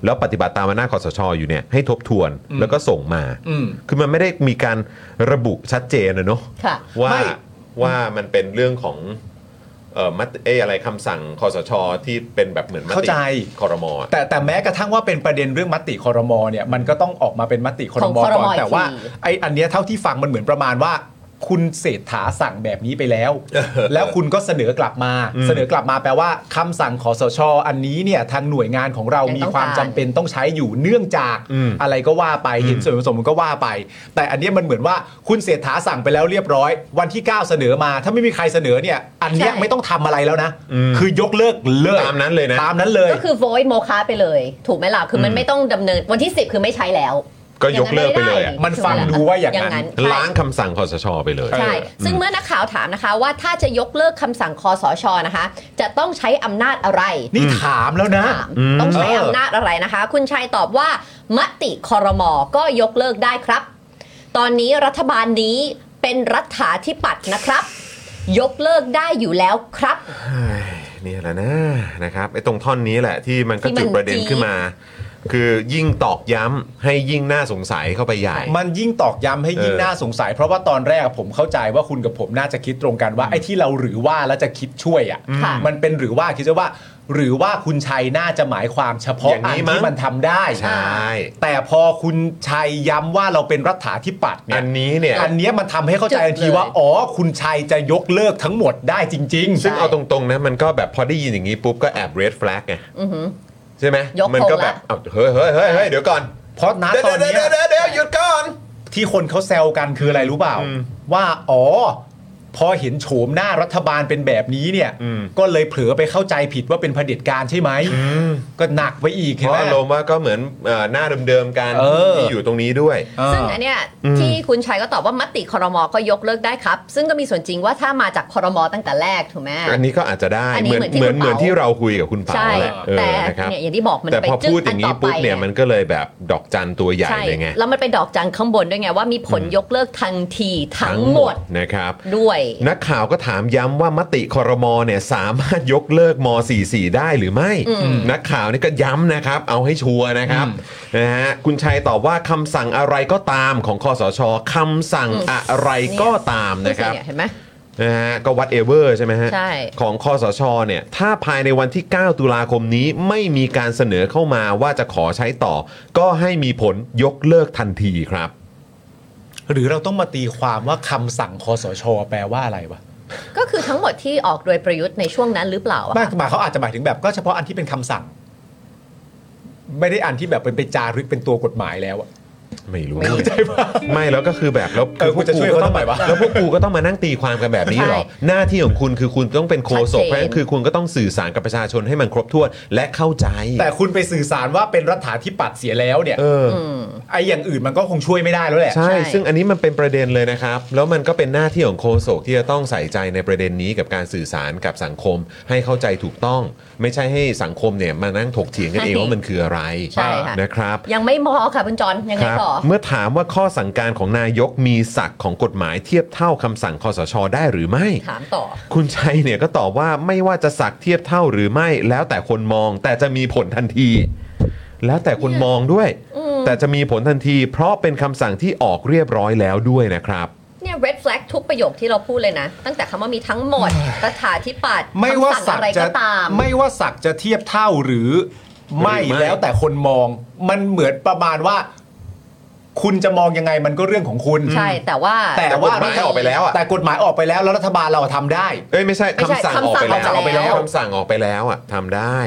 แล้วปฏิบัติตามอำนาจคอสช อยู่เนี่ยให้ทบทวนแล้วก็ส่งมา
อืม
คือมันไม่ได้มีการระบุชัดเจนนะเนอะ
ค่ะ
ว่า
ไม่
ว่ามันเป็นเรื่องของเออมติเอออะไรคำสั่งคอสชที่เป็นแบบเหมือนม
เข้า
ติ
ใจ
คอรมอ
แต่แต่แม้กระทั่งว่าเป็นประเด็นเรื่องมติคอรมอเนี่ยมันก็ต้องออกมาเป็นมติคอรม
ของคร
ก่อ
ม
น
อีก
แต่ว่า
ที
ไอ้อันเนี้ยเท่าที่ฟังมันเหมือนประมาณว่า คุณเศรษฐาสั่งแบบนี้ไปแล้ว แล้วคุณก็เสนอกลับมา เสนอกลับมาแปลว่าคำสั่งขอสช อันนี้เนี่ยทางหน่วยงานของเรามีความจำเป็นต้องใช้อยู่เนื่องจากอะไรก็ว่าไปเห็นส่วนผสมมันก็ว่าไป แต่อันเนี้ยมันเหมือนว่าคุณเศรษฐาสั่งไปแล้วเรียบร้อย วันที่ 9 เสนอมา ถ้าไม่มีใครเสนอเนี่ยอันเนี้ย
ใช่
ไม่ต้องทำอะไรแล้วนะคือยกเลิกเลิก
ตามนั้นเลยนะ
ตามนั้นเลย
ก็คือโวยโมคาไปเลย ถูกไหมล่ะ คือมันไม่ต้องดำเนินวันที่ 10 คือไม่ใช้แล้ว
ก็ยกเลิกไปเลยอะ
มันฟังดูว่าอย่างนั้น
ใช่
ล้างคำสั่งคอสชไปเลย
ใช่ ซึ่งเมื่อนักข่าวถามนะคะ ว่าถ้าจะยกเลิกคำสั่งคอสชนะคะ จะต้องใช้อำนาจอะไร
นี่ถามแล้วนะ
ถามต้องใช้อำนาจอะไรนะคะ คุณชัยตอบว่ามติคอรมอก็ยกเลิกได้ครับ ตอนนี้รัฐบาลนี้เป็นรัฐาธิปัตย์นะครับ ยกเลิกได้อยู่แล้วครับ
เฮ้ยนี่แหละนะนะครับไอ้ตรงท่อนนี้แหละที่มันก็
ที่มัน
จุดประเด็น
จี๊ด
ขึ้นมา คือยิ่งตอกย้ำให้ยิ่งน่าสงสัยเข้าไปใหญ่
มันยิ่งตอกย้ำให้ยิ่ง
เออ
น่าสงสัย เพราะว่าตอนแรกผมเข้าใจว่าคุณกับผมน่าจะคิดตรงกันว่าไอ้ที่เราหรือว่าแล้วจะคิดช่วยอ่ะ
ค่ะ
มันเป็นหรือว่าคิดว่า หรือว่าคุณชัยน่าจะหมายความเฉพาะ
อย่าง
อัน
นี้มั้ง
ที่มันทำได้
ใช่
แต่พอคุณชัยย้ำว่าเราเป็นรัฐาธิปัตย์เนี่
อั
ย
นนี้เนี่ย
อันเนี้ยมันทำให้เข้าใจทันทีว่า
จุดเลย
อ๋อ คุณชัยจะยกเลิกทั้งหมดได้จริง ๆ
ซึ่งเอาตรงๆนะมันก็แบบพอได้ยินอย่างนี้ปุ๊บก็แอบเรดแฟลกไง
อือหือ
ใช่ไหม
ยก
มัก็แบบ
ธงละ
อ้าวเฮ้ยเฮ้ยเฮ้ยเฮ้ยเดี๋ยวก่อน
เพราะณ
เดี๋ยว
ตอน
เดี๋ยว
เนี้ย
เดี๋ยวเดี๋ยวเดี๋ยวหยุดก่อน
ที่คนเขาแซวกันคืออะไรรู้เปล่า
อืม
ว่าอ๋อ พอเห็นโฉมหน้ารัฐบาลเป็นแบบนี้เนี่ย
อืม
ก็เลยเผลอไปเข้าใจผิดว่าเป็นเผด็จการใช่ไหมก็หนักไปอีก
เพ
เห็น
ราะ
ไหม
อารมณ์ว่าก็เหมือนเอ่อหน้าเดิมๆกัน
เออ
ที่อยู่ตรงนี้ด้วย
อ่า
ซึ่งอันเนี้ยที่คุณชัยก็ตอบว่ามติครมก็ยกเลิกได้ครับ ซึ่งก็มีส่วนจริงว่าถ้ามาจากครมตั้งแต่แรกถูกไหม
อันนี้ก็อาจจะได้
อันนี้
เหมือนเห
เหมื
มือ
อน นที่
เหมือน
คุณเปา
ที่เราคุยกับคุณเปา
ใช่
แหละเออ
แต่
นะครับ
เนี่ยอย่างที่บอกมัน
แต่
ไป
พอ
จึ๊
พูด
ก
อ
อั
ย่าน งนี้
ต่อไป
ปุ๊บเนี่ยมันก็เลยแบบดอกจันตัวใหญ่
ใช่
เลยไง
แล้วมันไปดอกจันข้างบนด้วยไงว่ามีผลยกเลิกทันทีทั้งหมด
นะครับ
ด้วย
นักข่าวก็ถามย้ำว่ามติคอรมอเนี่ยสามารถยกเลิกม .44 ได้หรือไม่ นักข่าวนี่ก็ย้ำนะครับ เอาให้ชัวร์นะครับนะฮะคุณชัยตอบว่าคำสั่งอะไรก็ตามของคอสชคำสั่งอะไรก็ตามนะครับ
เห็นไหม
นะฮะก็วัดเอเวอร์ใช่ไหมฮะ
ใช่
ของคอสชเนี่ย ถ้าภายในวันที่ 9 ตุลาคมนี้ไม่มีการเสนอเข้ามาว่าจะขอใช้ต่อ ก็ให้มีผลยกเลิกทันทีครับ
หรือเราต้องมาตีความว่าคำสั่งคอสช แปลว่าอะไรวะ
ก็คือทั้งหมดที่ออกโดยประยุทธ์ในช่วงนั้นหรือเปล่าอะ
ไม่หมายเขาอาจจะหมายถึงแบบก็เฉพาะอันที่เป็นคำสั่ง ไม่ได้อันที่แบบเป็นไปจารึกเป็นตัวกฎหมายแล้วอะ
ไม่รู้เข้าใจป่ะไม่แล้วก็คือแบบแล้ว
เออคุณจะช่วยเขาทำไมวะ
แล้วพวกกูก็ต้องมานั่งตีความกันแบบนี้เหรอ หน้าที่ของคุณคือคุณต้องเป็นโคศกเพราะฉะนั้นคือคุณก็ต้องสื่อสารกับประชาชนให้มันครบถ้วนและเข้าใจ
แต่คุณไปสื่อสารว่าเป็นรัฐาธิปัตย์เสียแล้วเนี่ย
เออ
อืม
ไอ้อย่างอื่นมันก็คงช่วยไม่ได้แล้วแหละ
ใช่
ใช่
ซึ่งอันนี้มันเป็นประเด็นเลยนะครับ แล้วมันก็เป็นหน้าที่ของโฆษกที่จะต้องใส่ใจในประเด็นนี้กับการสื่อสารกับสังคม ให้เข้าใจถูกต้อง ไม่ใช่ให้สังคมเนี่ยมานั่งถกเถียงกันเองว่ามันคืออะไร
ใช่ค่ะ
นะครับ
ยังไม่มอค่ะคุณจอนยังไง
ครับ
ต่อ
เมื่อถามว่าข้อสั่งการของนายกมีศักดิ์ของกฎหมายเทียบเท่าคำสั่งคอสช ได้หรือไม่
ถามต่อ
คุณชัยเนี่ยก็ตอบว่าไม่ว่าจะสักเทียบเท่าหรือไม่แล้วแต่คนมองแต่จะมีผลทันที แล้วแต่คนมองด้วย
อืม
แต่จะมีผลทันที เพราะเป็นคำสั่งที่ออกเรียบร้อยแล้วด้วยนะครับ
เนี่ย red flag ทุกประโยคที่เราพูดเลยนะ ตั้งแต่คำว่ามีทั้งหมดรัฐาธิปัตย์
ไม่ว่า
คำสั่
สั
ง
ก
อะไร
ดิ์จะ
ก็ตาม
ไม่ว่าสักดิ์จะเทียบเท่าหรือ ไม่
หรือไม่
แล้วแต่คนมอง มันเหมือนประมาณว่า คุณจะมองยังไงมันก็เรื่องของคุณ
ใช่แต่ว่า
แต่ว่ารัฐแต่กฎหมายออกไปแล้วแล้วรัฐบาลเราทำได้
เอ้ยไม่ใช่
ไม่ใช่
คำสั่งออกไป
คำสั่งออกไปแล้
แล้ว
ว
คำสั่งออกไปแล้วอ่ะทำได้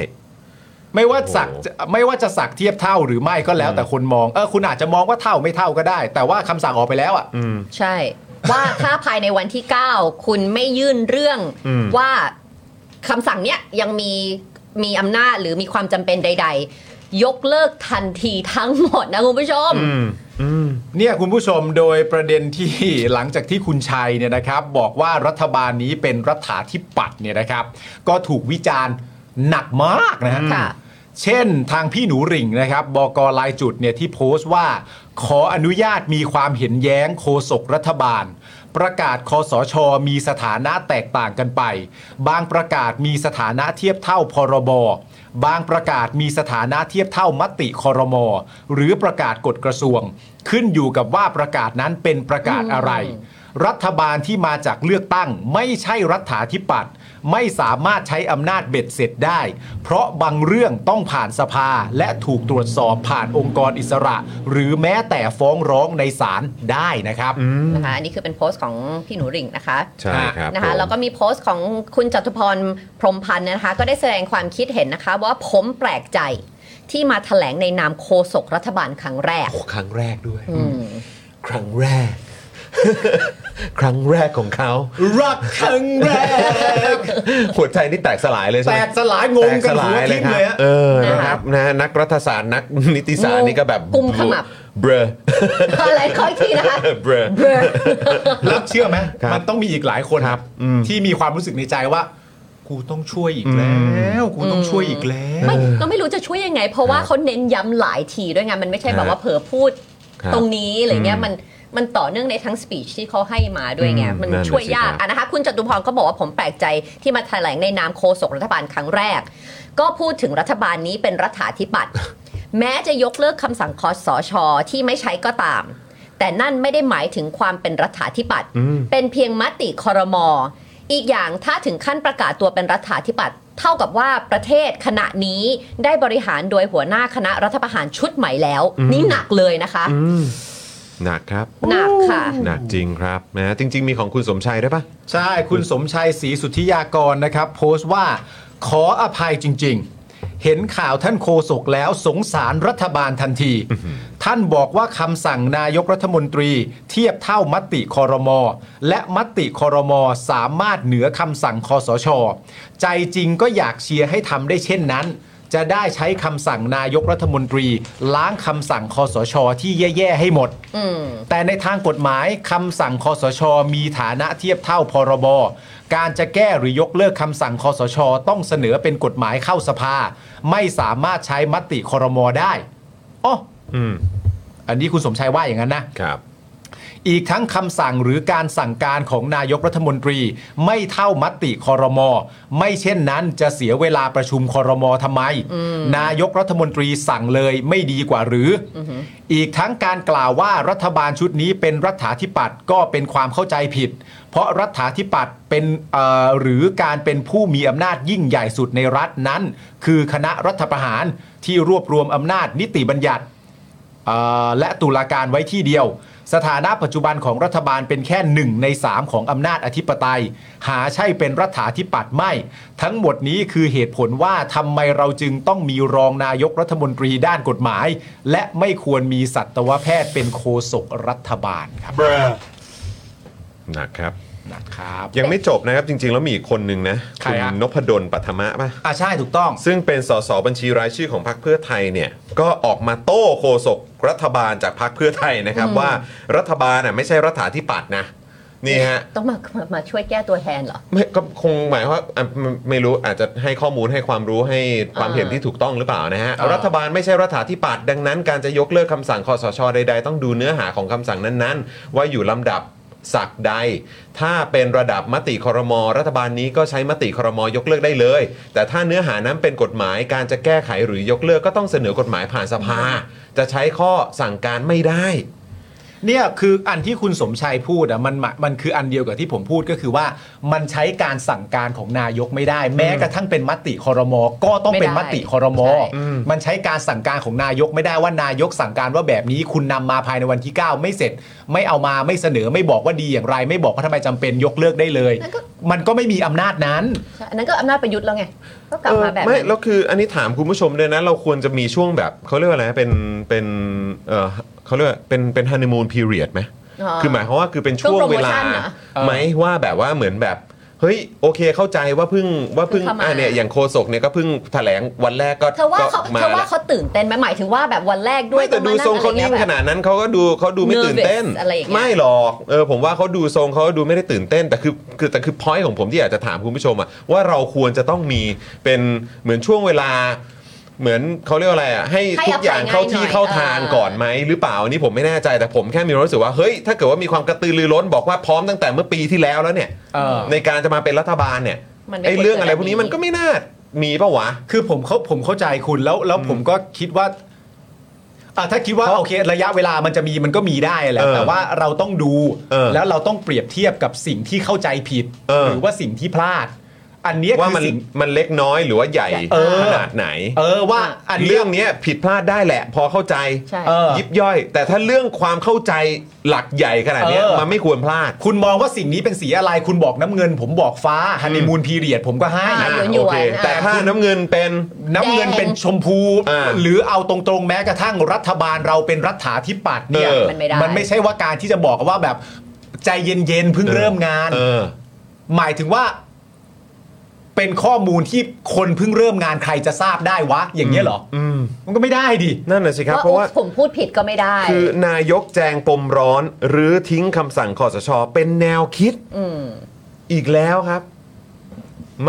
ไม่ว่าสัก
โอ้โห
จะไม่ว่าจะสักเทียบเท่าหรือไม่ก็แล้วแต่คนมองเออคุณอาจจะมองว่าเท่าไม่เท่าก็ได้ แต่ว่าคำสั่งออกไปแล้วอ่ะ
อืม
ใช่ ว่าถ้าภายในวันที่ 9 คุณไม่ยื่นเรื่อง
อืม
ว่าคำสั่งเนี้ยยังมีมีอำนาจหรือมีความจำเป็นใด ๆ ยกเลิกทันทีทั้งหมดนะคุณผู้ชม
อืมอืม
เนี่ยคุณผู้ชมโดยประเด็นที่ หลังจากที่คุณชัยเนี่ยนะครับ บอกว่ารัฐบาลนี้เป็นรัฐาธิปัตย์เนี่ยนะครับ ก็ถูกวิจารณ์หนักมากนะฮะ
ค่ะ
เช่นทางพี่หนูหริ่งนะครับบกลายจุดเนี่ยที่โพสต์ว่า ขออนุญาตมีความเห็นแย้งโฆษกรัฐบาล ประกาศคอสช มีสถานะแตกต่างกันไป บางประกาศมีสถานะเทียบเท่าพรบ บางประกาศมีสถานะเทียบเท่ามติคอรมอหรือประกาศกฎกระทรวง ขึ้นอยู่กับว่าประกาศนั้นเป็นประกาศอะไร รัฐบาลที่มาจากเลือกตั้งไม่ใช่รัฐาธิปัตย์ไม่สามารถใช้อำนาจเบ็ดเสร็จได้ เพราะบางเรื่องต้องผ่านสภาและถูกตรวจสอบผ่านองค์กรอิสระ หรือแม้แต่ฟ้องร้องในศาลได้นะครับ
นะคะอันนี้คือเป็นโพสต์ของพี่หนูหริ่งนะคะ
ใช่ครับ
นะคะ
ผม
แล้วก็มีโพสต์ของคุณจตุพรพรหมพันธ์นะคะ ก็ได้แสดงความคิดเห็นนะคะว่าผมแปลกใจที่มาถแถลงในนามโฆษกรัฐบาลครั้งแรก
โอ้ครั้งแรกด้วย
อืม
ครั้งแรก [LAUGHS] ครั้งแรกของเขา
รักครั้งแรก
หัวใจนี่แตกสลายเลยใช่
แต
ไหม
กสลายงงกันหัว
เล
ทิ้
ย
ง
ครับ
เลยฮะ
เออนะครับนะนักรัฐศาสตร์นักนิติศาสตร์นี่ก็แบบเบ [LAUGHS] ร
อะไรข้ออีกที
[LAUGHS]
นะคะ
เบร
แล้วเชื่อไหม
ครับ
มันต้องมีอีกหลายคน
ครับอืม
ที่มีความรู้สึกในใจว่า กูต้องช่วยอีกแล้ว กูต้องช่วยอีกแล้ว
ไม่เราไม่รู้จะช่วยยังไง เพราะว่าเขาเน้นย้ำหลายทีด้วยไงมันไม่ใช่แบบว่าเผลอพูด
ครับ
ตรงนี้อะไรเงี้
อื
ย
ม
มันมันต่อเนื่องในทั้งสปีชที่เขาให้มาด้วยไง
อืม
มัน
นั่นน่ะ
ช่วย
สิ
ยาก
ครับ
อ่ะนะคะคุณจตุพรก็บอกว่าผมแปลกใจที่มาแถ
[LAUGHS]
ลงในนามโฆษกรัฐบาลครั้งแรก ก็พูดถึงรัฐบาลนี้เป็นรัฐาธิปัตย์ แม้จะยกเลิกคำสั่งคอสช ที่ไม่ใช้ก็ตาม แต่นั่นไม่ได้หมายถึงความเป็นรัฐาธิปัตย์เป็นเพียงมติคอรมอ อีกอย่างถ้าถึงขั้นประกาศตัวเป็นรัฐาธิปัตย์เท่ากับว่าประเทศขณะนี้ได้บริหารโดยหัวหน้าคณะรัฐประหารชุดใหม่แล้ว นี่หนักเลยนะคะ
หนักครับ
หนักค่ะ
หนักจริงครับนะจริง ๆ มีของคุณสมชัยด้วยปะ
ใช่คุณสมชัยศรีสุทธิยากรนะครับ โพสต์ว่าขออภัยจริง ๆ เห็นข่าวท่านโคศกแล้วสงสารรัฐบาลทันที ท่านบอกว่าคำสั่งนายกรัฐมนตรี เทียบเท่ามติคอรมอ และมติคอรมอสามารถเหนือคำสั่งคอสช ใจจริงก็อยากเชียร์ให้ทำได้เช่นนั้น จะได้ใช้คำสั่งนายกรัฐมนตรี ล้างคำสั่งคอสช ที่แย่ ๆ ให้หมด
อืม
แต่ในทางกฎหมายคำสั่งคอสช มีฐานะเทียบเท่าพรบ การจะแก้หรือยกเลิกคำสั่งคอสช ต้องเสนอเป็นกฎหมายเข้าสภา ไม่สามารถใช้มติคอรมอได้อ๋อ
อืม
อันนี้คุณสมชัยว่าอย่างนั้นนะ
ครับ
อีกทั้งคำสั่งหรือการสั่งการของนายกรัฐมนตรี ไม่เท่ามติคอรมอ ไม่เช่นนั้นจะเสียเวลาประชุมคอรมอทำไม นายกรัฐมนตรีสั่งเลยไม่ดีกว่าหรือออีกทั้งการกล่าวว่ารัฐบาลชุดนี้เป็นรัฐาธิปัตย์ก็เป็นความเข้าใจผิด เพราะรัฐาธิปัตย์เป็นเอ่อหรือการเป็นผู้มีอำนาจยิ่งใหญ่สุดในรัฐนั้น คือคณะรัฐประหารที่รวบรวมอำนาจนิติบัญญัติ เอ่อและตุลาการไว้ที่เดียว สถานะปัจจุบันของรัฐบาลเป็นแค่หนึ่งในสามของอำนาจอธิปไตย หาใช่เป็นรัฐาธิปัตย์ไม่ ทั้งหมดนี้คือเหตุผลว่าทำไมเราจึงต้องมีรองนายกรัฐมนตรีด้านกฎหมาย และไม่ควรมีสัตวแพทย์เป็นโฆษกรัฐบาลครับ
หนักครับ
นะครับ
ยังไม่จบนะครับ จริง ๆ แล้วมีอีกคนนึงนะ
ใคร
ณ
ฮะ
นพดลปัทมะป่ะ
อ่าใช่ถูกต้อง
ซึ่งเป็นสสบัญชีรายชื่อของพรรคเพื่อไทยเนี่ยก็ออกมาโต้โฆษกรัฐบาลจากพรรคเพื่อไทยนะครับ ว่ารัฐบาลน่ะไม่ใช่รัฐาธิปัตย์นะนี่ฮะ
ต้องมามามาช่วยแก้ตัวแทนเหรอ
ไม่ก็คงหมายว่าอ่ะไม่ไม่รู้อาจจะให้ข้อมูลให้ความรู้ให้ความ
อ่า
เห็นที่ถูกต้องหรือเปล่านะฮะ
อ่า
รัฐบาลไม่ใช่รัฐาธิปัตย์ดังนั้น การจะยกเลิกคำสั่งคอสชใด ๆ ต้องดูเนื้อหาของคำสั่งนั้นๆ ว่าอยู่ลำดับสักใด ถ้าเป็นระดับมติคอรมอรัฐบาลนี้ก็ใช้มติคอรมอยกเลิกได้เลย แต่ถ้าเนื้อหานั้นเป็นกฎหมายการจะแก้ไขหรือยกเลิกก็ต้องเสนอกฎหมายผ่านสภา จะใช้ข้อสั่งการไม่ได้
เนี่ยคืออันที่คุณสมชัยพูดอ่ะมันมามันคืออันเดียวกับที่ผมพูดก็คือว่ามันใช้การสั่งการของนายกไม่ได้ แม้กระทั่งเป็นมติคอรมอก็ต้องเป็นม
ไม่ได้
ติคอรมอ
ใช่
มันใช้การสั่งการของนายกไม่ได้ว่านายกสั่งการว่าแบบนี้คุณนำมาภายในวันที่ 9 ไม่เสร็จ ไม่เอามาไม่เสนอไม่บอกว่าดีอย่างไร ไม่บอกว่าทำไมจำเป็นยกเลิกได้เลย
นั่นก็
มันก็ไม่มีอำนาจนั้น
อันนั้นก็อำนาจประยุทธ์แล้วไง ก็กลับมาแบบ
เออไม่
นั้น
แล้วคืออันนี้ถามคุณผู้ชมด้วยนะ เราควรจะมีช่วงแบบเขาเรียกว่าอะไรนะเป็นเป็นเออเขาเรียกว่าเป็นเป็นฮันนีมูนพีเรียดไหม
อ๋อ
คือหมายความว่าคือเป็น
ช่
ช่
ว
วง
งโปรโม
เว
ชั่
ลาน
เหรอ
ไหมว่าแบบว่าเหมือนแบบ เฮ้ยโอเคเข้าใจว่าเพิ่งว่าเพิ่ง
เพิ่งเข้ามา
อ่ะเนี่ยอย่างโคศกเนี่ยก็เพิ่งแถลงวันแรกก็
เธอว่าเขา
ก็มา
เธอว่า
แล้ว
เขาตื่นเต้นไหมหมายถึงว่าแบบวันแรกด้วย
ไม่แต่ดูทรงเขานิ่งข
ด
นาดนั้นเขาก็ดูเขาดูไม่ตื่นเต้น
Nervous อะไรอย่างเงี้ย
ไม่หรอกเออผมว่าเขาดูทรงเขาดูไม่ได้ตื่นเต้น แต่คือคือแต่คือพอยของผมที่อยากจะถามคุณผู้ชมอะว่าเราควรจะต้องมีเป็นเหมือนช่วงเวลา เหมือนเขาเรียกว่าอะไรอ่ะให้
ให้
ทุกอย่างเข้าที่
อภัยง่ายหน่อย
เข้าทาง
เออ
ก่อนไหมหรือเปล่าอันนี้ผมไม่แน่ใจแต่ผมแค่มีความรู้สึกว่าเฮ้ยถ้าเกิดว่ามีความกระตือรือร้นบอกว่าพร้อมตั้งแต่เมื่อปีที่แล้วแล้วเนี่ย
เออ
ในการจะมาเป็นรัฐบาลเนี่ย
มันไม่
ไอ้เรื่องอะไร
คว
พว
รจะ
กนี้
มี
มันก็ไม่น่ามีปะวะ
คือผมเขาผมเข้าใจคุณแล้วแล้วผมก็คิดว่าอ่ะถ้าคิดว่าโอเค ระยะเวลามันจะมีมันก็มีได้แหละ
เออ
แต่ว่าเราต้องดู
เออ
แล้วเราต้องเปรียบเทียบกับสิ่งที่เข้าใจผิด
เออ
หรือว่าสิ่งที่พลาด อันเนี้ย
ว่า
คือ
มัน
สิ่ง
มันเล็กน้อยหรือว่าใหญ่
เออ
ขนาดไหน
เออว่าอัน
เรื่
เรื่
อ
อง ง
เนี้ยผิดพลาดได้แหละ พอเข้าใจ
ใช่
เออ
ยิบย่อย แต่ถ้าเรื่องความเข้าใจหลักใหญ่ขนาดเนี้ย
เออ
มันไม่ควรพลาด
คุณมองว่าสิ่งนี้เป็นสีอะไร คุณบอกน้ำเงิน ผมบอกฟ้าฮันนีมูนพีเรียดผมก็ให้
อ่า
นะ
หยวนๆ
โอเค
อ่ะ
แต่ถ้าน้ำเงินเป็น
น้ำเงินเป็นชมพู
อ่า
หรือเอาตรงๆแม้กระทั่งรัฐบาลเราเป็นรัฐาธิปัตย์เนี่ย
เออ
มันไม่ได้
มันไม่ใช่ว่าการที่จะบอกว่าแบบใจเย็นๆเพิ่งเริ่มงาน
เออ
หมายถึงว่า เป็นข้อมูลที่คนเพิ่งเริ่มงานใครจะทราบได้วะ อย่างเงี้ยเหรออ
อืม
มันก็ไม่ได้ดิ
นั่นน่ะสิครับ
ว่า
เพราะว่า
อุ๊ยผมพูดผิดก็ไม่ได้
คือนายกแจงปมร้อนหรือทิ้งคำสั่งคอสช เป็นแนวคิด
อืม
อีกแล้วครับ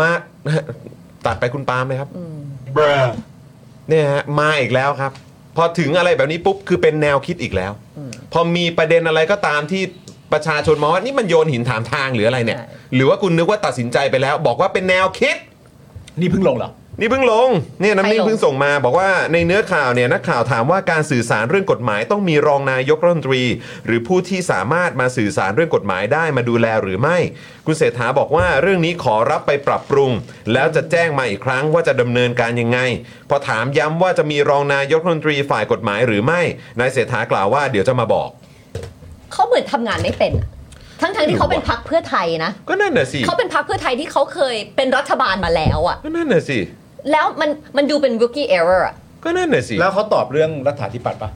มา [LAUGHS] ตัดไปคุณปาล์มเลยครับเนี่ยฮะมาอีกแล้วครับ พอถึงอะไรแบบนี้ปุ๊บคือเป็นแนวคิดอีกแล้ว พอมีประเด็นอะไรก็ตามที่ประชาชนมองว่านี่มันโยนหินถามทางหรืออะไรเนี่ย
ใช่
หรือว่าคุณนึกว่าตัดสินใจไปแล้ว บอกว่าเป็นแนวคิด
นี่เพิ่งลงเหรอ
นี่เพิ่งลงเนี่ยน้ำนิ่ง
ใครลง
เพิ่งส่งมาบอกว่าในเนื้อข่าวเนี่ยนักข่าวถามว่าการสื่อสารเรื่องกฎหมายต้องมีรองนายกรัฐมนตรี หรือผู้ที่สามารถมาสื่อสารเรื่องกฎหมายได้มาดูแลหรือไม่ คุณเศรษฐาบอกว่าเรื่องนี้ขอรับไปปรับปรุง แล้วจะแจ้งมาอีกครั้งว่าจะดำเนินการยังไง พอถามย้ำว่าจะมีรองนายกรัฐมนตรีฝ่ายกฎหมายหรือไม่นายเศรษฐากล่าวว่าเดี๋ยวจะมาบอก
เขาเหมือนทำงานไม่เป็นอะทั้งๆที่เขาเป็นพักเพื่อไทยนะ
ก็นั่นน่ะสิ
เขาเป็นพักเพื่อไทยที่เขาเคยเป็นรัฐบาลมาแล้วอะ
ก็นั่นน่ะสิ
แล้วมันมันดูเป็น rookie error อะ
ก็นั่นน่ะสิ
แล้วเขาตอบเรื่องรัฐาธิปัตย์ปะ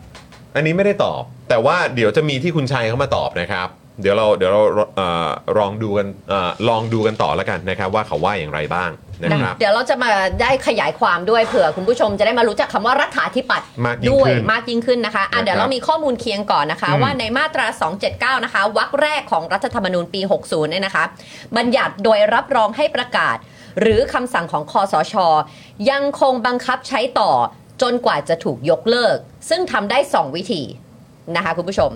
อันนี้ไม่ได้ตอบ แต่ว่าเดี๋ยวจะมีที่คุณชัยเข้ามาตอบนะครับ เดี๋ยวเราเดี๋ยวเราเอ่อลองดูกันเอ่อลองดูกันต่อแล้วกันนะครับ ว่าเขาว่าอย่างไรบ้างนะครับ
เดี๋ยวเราจะมาได้ขยายความด้วยเผื่อคุณผู้ชมจะได้มารู้จักคำว่ารัฐาธิปัตย์
มากยิ่ง
ด้ว
ขึ้
ย
น
มากยิ่งขึ้นนะคะอ่ะ
นะครับ
เดี๋ยวเรามีข้อมูลเคียงก่อนนะคะ
อืม
ว่าในมาตรา 279 นะคะวรรคแรกของรัฐธรรมนูญปี 60 เนี่ยนะคะ บัญญัติโดยรับรองให้ประกาศ หรือคำสั่งของคอสช ยังคงบังคับใช้ต่อจนกว่าจะถูกยกเลิก ซึ่งทำได้ 2 วิธีนะคะคุณผู้ชม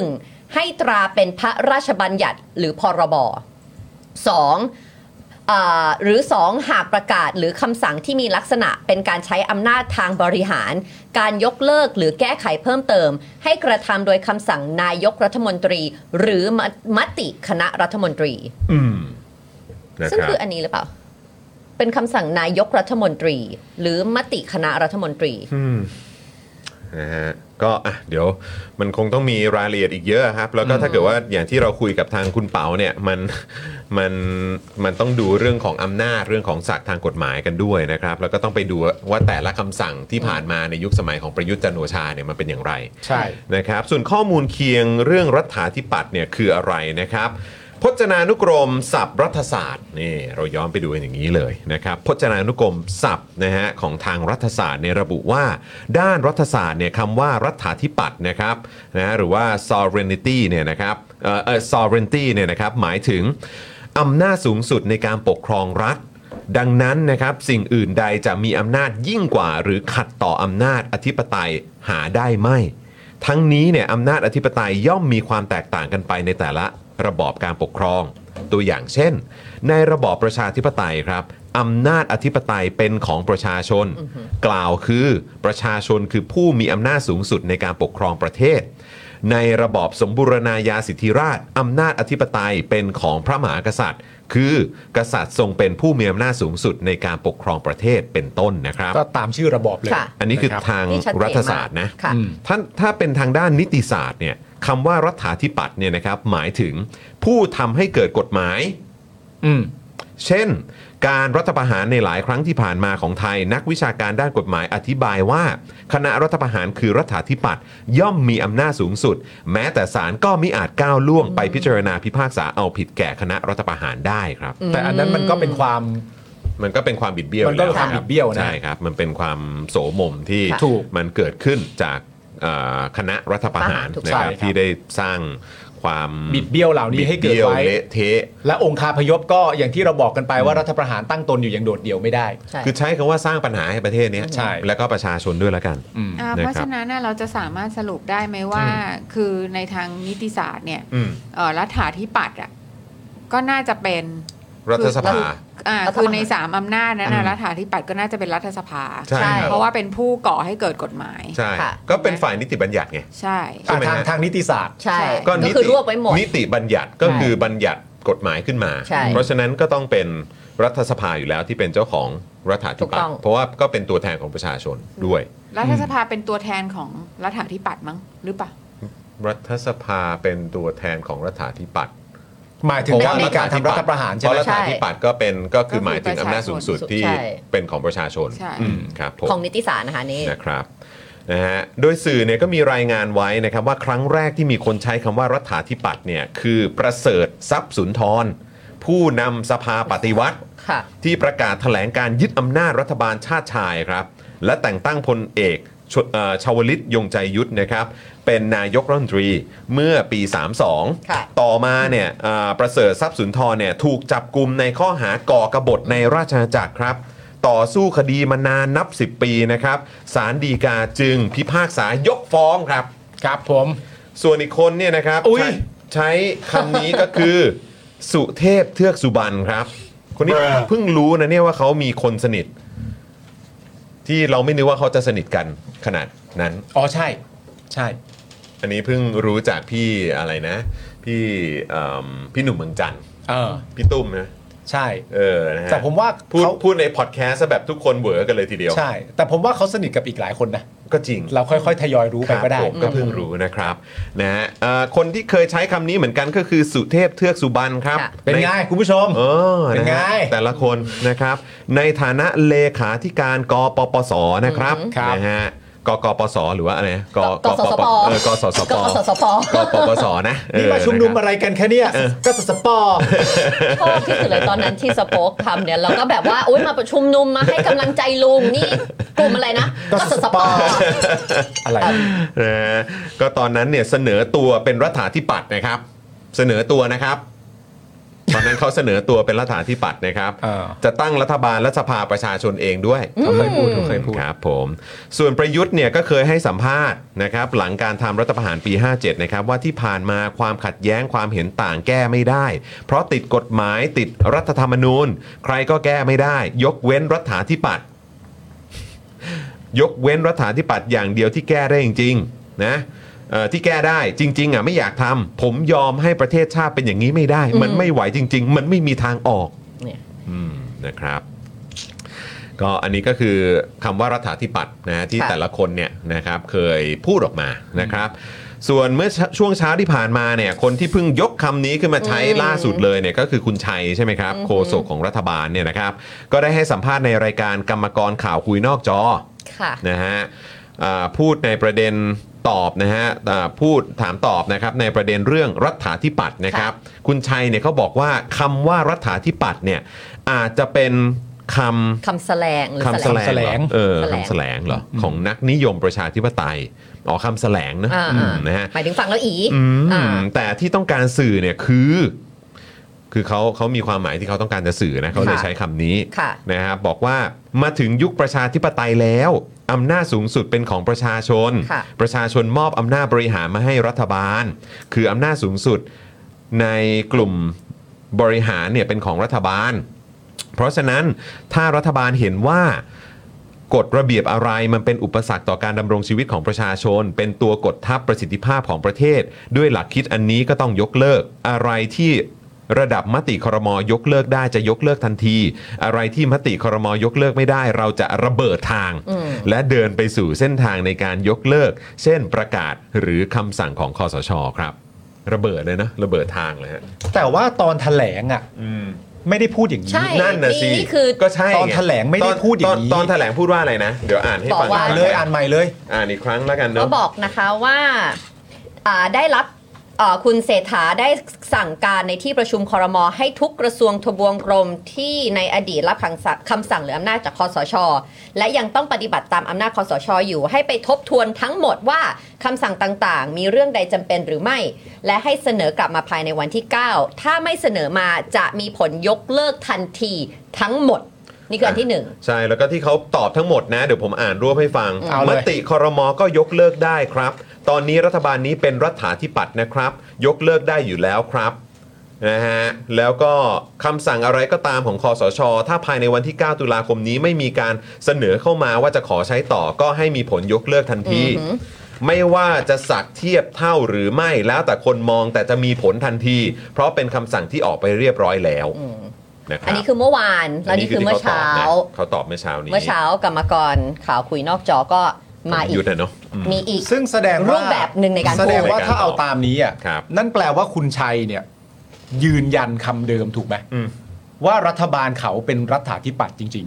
1. ให้ตราเป็นพระราชบัญญัติหรือพรบ 2. เอ่อหรือ 2 หากประกาศหรือคำสั่งที่มีลักษณะเป็นการใช้อำนาจทางบริหาร การยกเลิกหรือแก้ไขเพิ่มเติม ให้กระทำโดยคำสั่งนายกรัฐมนตรี หรือมมติคณะรัฐมนตรี
อืมนะ
ซึ่ง
ครับ
คืออันนี้หรือเปล่า เป็นคำสั่งนายกรัฐมนตรี หรือมติคณะรัฐมนตรี
อืมนะฮะก็อ่ะเดี๋ยวมันคงต้องมีรายละเอียดอีกเยอะครับ แล้วก็ถ้าเกิดว่าอย่างที่เราคุยกับทางคุณเปาเนี่ยมันมันมันต้องดูเรื่องของอำนาจเรื่องของศักดิ์ทางกฎหมายกันด้วยนะครับ แล้วก็ต้องไปดูว่าแต่ละคำสั่งที่ผ่านมาในยุคสมัยของประยุทธ์จันทร์โอชาเนี่ยมันเป็นอย่างไร
ใช่
นะครับส่วนข้อมูลเคียงเรื่องรัฐาธิปัตย์เนี่ยคืออะไรนะครับ พจนานุกรมศัพท์รัฐศาสตร์นี่เราย้อนไปดูกันอย่างนี้เลยนะครับพจนานุกรมศัพท์นะฮะของทางรัฐศาสตร์เนี่ยระบุว่า ด้านรัฐศาสตร์เนี่ยคำว่ารัฐาธิปัตย์นะครับนะฮะหรือว่า sovereignty เนี่ยนะครับเอ่อเอ่อ sovereignty เนี่ยนะครับหมายถึงอำนาจสูงสุดในการปกครองรัฐ ดังนั้นนะครับสิ่งอื่นใดจะมีอำนาจยิ่งกว่า หรือขัดต่ออำนาจอธิปไตยหาได้ไม่ ทั้งนี้เนี่ยอำนาจอธิปไตยย่อมมีความแตกต่างกันไปในแต่ละระบอบการปกครอง ตัวอย่างเช่น ในระบอบประชาธิปไตยครับอำนาจอธิปไตยเป็นของประชาชน กล่าวคือประชาชนคือผู้มีอำนาจสูงสุดในการปกครองประเทศ ในระบอบสมบูรณาญาสิทธิราชอำนาจอธิปไตยเป็นของพระมหากษัตริย์ คือกษัตริย์ทรงเป็นผู้มีอำนาจสูงสุดในการปกครองประเทศเป็นต้นนะครับ
ก็ตามชื่อระบอบเลย
ค่ะ
อันนี้คือ
รับ
ทาง
นี่ชัดเจนมาก
รัฐศาสตร์นะ
ค่ะ
อืม
ท่านถ้าเป็นทางด้านนิติศาสตร์เนี่ยคำว่ารัฐาธิปัตย์เนี่ยนะครับหมายถึงผู้ทำให้เกิดกฎหมาย
อืม
เช่น การรัฐประหารในหลายครั้งที่ผ่านมาของไทย นักวิชาการด้านกฎหมายอธิบายว่า คณะรัฐประหารคือรัฐาธิปัตย์ย่อมมีอำนาจสูงสุด แม้แต่ศาลก็มิอาจก้าวล่วงไปพิจารณาพิพากษาเอาผิดแก่คณะรัฐประหารได้ครับ
แต่อันนั้นมันก็เป็นความ
มันก็เป็นความบิดเบี้ยว
มันก็
อยู่แล้ว
ความบิดเบี้ยวนะ
ใช่ครับ มันเป็นความโสมมที่
ถูก
มันเกิดขึ้นจากเอ่อคณะรัฐประหาร
ถูก
นะครับ
ใช่ครับ
ที่ได้สร้างความ
บิดเบี้ยวเหล่านี้ให้เกิด
บิบี้ยว
ไว้
เละเทะ
และองค์คาพยพก็อย่างที่เราบอกกันไปว่ารัฐประหารตั้งตนอยู่อย่างโดดเดี่ยวไม่ได้
ใช่
คือใช้คำว่าสร้างปัญหาให้ประเทศเนี้ย
ใช่
แล้วก็ประชาชนด้วยแล้วกัน
อืม
อ่า
นะครับ
เพราะฉะนั้นน่ะเราจะสามารถสรุปได้ไหมว่า คือในทางนิติศาสตร์เนี่ย
อืม
เอ่อรัฐาธิปัตย์อ่ะก็น่าจะเป็น
รัฐสภา
อ่า
รัฐ
คือ
ประหาร
ในสามอำนาจนั้น
อื
น่ะ
ม
รัฐาธิปัตย์ก็น่าจะเป็นรัฐสภา
ใช่ครับ
เพราะว่าเป็นผู้ก่อให้เกิดกฎหมาย
ใช่
ค่ะ
ก็เป็นฝ่ายนิติบัญญัติไง
ใช่
ใช่ไหม
ทาง
ฮะ
ทางนิติศาสตร์
ใช่
ใช่
ก็
นิ
คือ
ติ
รวบไว้หมด
นิติบัญญัติก็
ใช่
คือบัญญัติกฎหมายขึ้นมา
ใช่
เพราะฉะนั้นก็ต้องเป็นรัฐสภาอยู่แล้วที่เป็นเจ้าของรัฐาธิ
ถูก
ปัต
ต้อง
ย์เพราะว่าก็เป็นตัวแทนของประชาชนด้วย
รัฐสภาเป็นตัวแทนของรัฐาธิปัตย์มั้งหรือเปล่า
รัฐสภาเป็นตัวแทนของรัฐาธิปัตย์
หมายถึงว่ามีการทำรัฐประหาร
เพ
ใช่ไห
ราะ
ม
รัฐาธิปัตย์ก็เป็นก็คือ
ก็คือ
หมายถึงอำนาจสูงสุดที่
ใช่
เป็นของประชาชน
ใช่
อืมครับผม
ของนิติศาสตร์นะคะนี่
นะครับนะฮะโดยสื่อเนี่ยก็มีรายงานไว้นะครับว่าครั้งแรกที่มีคนใช้คำว่ารัฐาธิปัตย์เนี่ยคือประเสริฐทรัพย์สุนทร ผู้นำสภาปฏิวัติ
ค่ะ
ที่ประกาศแถลงการยึดอำนาจรัฐบาลชาติชายครับ และแต่งตั้งพลเอกชวเอ่อชาวลิตยงใจยุทธนะครับ เป็นนายกรัฐมนตรีเมื่อปี
ค่ะ
32 ต่อมาเนี่ยเอ่อประเสริฐทรัพย์สุนทรเนี่ยถูกจับกลุ่มในข้อหาก่อกบฏในราชอาณาจักรครับ ต่อสู้คดีมานานนับ 10 ปีนะครับศาลฎีกาจึงพิพากษายกฟ้องครับ
ครับผม
ส่วนอีกคนเนี่ยนะครับ
อุ๊ย
ใช้ใช้คำนี้ก็คือ [LAUGHS] สุเทพเทือกสุบรรณครับ คนนี้
Bruh
เพิ่งรู้นะเนี่ยว่าเขามีคนสนิท ที่เราไม่นึกว่าเขาจะสนิทกันขนาดนั้น
อ๋อใช่ ใช่
อันนี้เพิ่งรู้จากพี่อะไรนะ พี่เอิ่มพี่หนุ่มเมืองจันทร์
เออ
พี่ตุ้มนะ
ใช่
เออนะฮะ
แต่ผมว่า
พูด
เขา
พูดในพอดแคสต์แบบทุกคนเหวอกันเลยทีเดียว
ใช่ แต่ผมว่าเขาสนิทกับอีกหลายคนนะ
ก็จริง
เราค่อยๆ ทยอยรู้ไปก็ได้
ครับผมก็เพิ่งรู้นะครับนะฮะเอ่อคนที่เคยใช้คำนี้เหมือนกันก็คือสุเทพเทือกสุบรรณครับ
ค่ะ
เป็นไงคุณผู้ชม
เออ
เป็นไง
ะฮะแต่ละคนนะครับ ในฐานะเลขาธิการกปปสนะครับ
ครับ
นะฮะกกปสหรือว่าอะไรนะก
กสสป
เออกสสป
กสสป
กปปสนะเออ
[LAUGHS] นี่มาชุมนุมอะไรกันแค่เนี้ยก็สสปอร์
ชอบที่สุดเลยตอนนั้นที่สโป๊กทำเนี่ยเราก็แบบว่าโอ๊ยมาประชุมนุมมาให้กำลังใจลุงนี่กลุ่มอะไรนะ
ก็สปอร์ อะไร
นะฮะก็ตอนนั้นเนี่ยเสนอตัวเป็นรัฐาธิปัตย์นะครับ เสนอตัวนะครับ ตอนนั้นเขาเสนอตัวเป็นรัฐาธิปัตย์นะครับ
อ่า
จะตั้งรัฐบาลและสภาประชาชนเองด้วย
เขาเคยพูดเขาเคยพูด
ครับผมส่วนประยุทธ์เนี่ยก็เคยให้สัมภาษณ์นะครับหลังการทำรัฐประหารปี 57 นะครับว่าที่ผ่านมาความขัดแย้งความเห็นต่างแก้ไม่ได้ เพราะติดกฎหมายติดรัฐธรรมนูญ ใครก็แก้ไม่ได้ ยกเว้นรัฐาธิปัตย์ยกเว้นรัฐาธิปัตย์อย่างเดียวที่แก้ได้จริงๆนะเอ่อที่แก้ได้จริงๆอ่ะไม่อยากทำผมยอมให้ประเทศชาติเป็นอย่างนี้ไม่ได้ มันไม่ไหวจริง ๆ มันไม่มีทางออก
เนี่ย
อืมนะครับ ก็อันนี้ก็คือคำว่ารัฐาธิปัตย์นะฮะที่
ค่ะ
แต่ละคนเนี่ยนะครับเคยพูดออกมานะครับ ส่วนเมื่อช่วงเช้าที่ผ่านมาเนี่ยคนที่เพิ่งยกคำนี้ขึ้นมาใช้ล่าสุดเลยเนี่ยก็คือคุณชัยใช่ไหมครับโฆษกของรัฐบาลเนี่ยนะครับ ก็ได้ให้สัมภาษณ์ในรายการกรรมกรข่าวคุยนอกจอ
ค่ะ
นะฮะอ่าพูดในประเด็นตอบนะฮะอ่าพูดถามตอบนะครับในประเด็นเรื่องรัฐาธิปัตย์นะครับคุณชัยเนี่ยเขาบอกว่าคำว่ารัฐาธิปัตย์เนี่ยอาจจะเป็นคำ
คำแสลงหรือ
คำแสลงเหรอ
แสลง
เออ
แสลง
คำแสลงเหรอของนักนิยมประชาธิปไตยอ๋อคำแสลงนะ
อ่า
อื
อ่าม
นะฮะ
หมายถึงฟังแล้วอี
อืม
อ่า
แต่ที่ต้องการสื่อเนี่ยคือ คือเขาเขามีความหมายที่เขาต้องการจะสื่อนะเขาเลย
ค่ะ
ใช้คำนี้
ค่ะ
นะครับบอกว่ามาถึงยุคประชาธิปไตยแล้วอำนาจสูงสุดเป็นของประชาชน
ค่ะ
ประชาชนมอบอำนาจบริหารมาให้รัฐบาล คืออำนาจสูงสุดในกลุ่มบริหารเนี่ยเป็นของรัฐบาล เพราะฉะนั้นถ้ารัฐบาลเห็นว่ากฎระเบียบอะไรมันเป็นอุปสรรคต่อการดำรงชีวิตของประชาชน เป็นตัวกดทับประสิทธิภาพของประเทศ ด้วยหลักคิดอันนี้ก็ต้องยกเลิก อะไรที่ระดับมติครมยกเลิกได้จะยกเลิกทันที อะไรที่มติครมยกเลิกไม่ได้ เราจะระเบิดทาง
อืม
และเดินไปสู่เส้นทางในการยกเลิก เช่นประกาศหรือคำสั่งของคอสชครับ ระเบิดเลยนะระเบิดทางเลยฮะ
แต่ว่าตอนแถลงอ่ะ
อืม
ไม่ได้พูดอย่างนี้
ใช่
นั่นน่ะสิ
นี่คือ
ก็ใช่ไ
ตอนแถลงไม่ได้
ตน
พูดอย่างนี้
ตนตอนแถลงพูดว่าอะไรนะ เดี๋ยวอ่านให้ฟัง
บอกว่า
อ่านเลยอ่านใหม่เลย
อ่านอีกครั้งแล้วกัน
ก็
เนาะ
บอกนะคะว่าอ่าได้รับเอ่อคุณเศรษฐาได้สั่งการในที่ประชุมคอรมอให้ทุกกระทรวงทบวงกรมที่ในอดีตรับคำสั่งคำสั่งหรืออำนาจจากคอสช และยังต้องปฏิบัติตามอำนาจคอสชอยู่ให้ไปทบทวนทั้งหมดว่าคำสั่งต่างๆ มีเรื่องใดจำเป็นหรือไม่ และให้เสนอกลับมาภายในวันที่ 9 ถ้าไม่เสนอมาจะมีผลยกเลิกทันทีทั้งหมด นี่คืออันที่หนึ่ง
ใช่แล้วก็ที่เขาตอบทั้งหมดนะ เดี๋ยวผมอ่านรวบให้ฟัง
เอา
ม
เลย
ติคอรมอก็ยกเลิกได้ครับ ตอนนี้รัฐบาลนี้เป็นรัฐาธิปัตย์นะครับ ยกเลิกได้อยู่แล้วครับนะฮะแล้วก็คำสั่งอะไรก็ตามของคอสช ถ้าภายในวันที่ 9 ตุลาคมนี้ไม่มีการเสนอเข้ามาว่าจะขอใช้ต่อก็ให้มีผลยกเลิกทันที
อือหือ
ไม่ว่าจะสักเทียบเท่าหรือไม่แล้วแต่คนมองแต่จะมีผลทันที เพราะเป็นคำสั่งที่ออกไปเรียบร้อยแล้วนะครับ
อันนี้คือเมื่อวานและนี่คือเมื่อ
ที่ขตบ
เช้า
นะเขาตอบเมื่อเช้านี้
เมื่อเช้ากรรมกรข่าวคุยนอกจอก็มาอีก
ยุทธ์นะเนาะอืม
มีอีก
ซึ่งแสดงว่า
รูปแบบหนึ่งในการพูด
แสดงว่าถ้าเอาตามนี้อ่ะ
ครับ
นั่นแปลว่าคุณชัยเนี่ย ยืนยันคำเดิมถูกไหม
อืม
ว่ารัฐบาลเขาเป็นรัฐาธิปัตย์จริง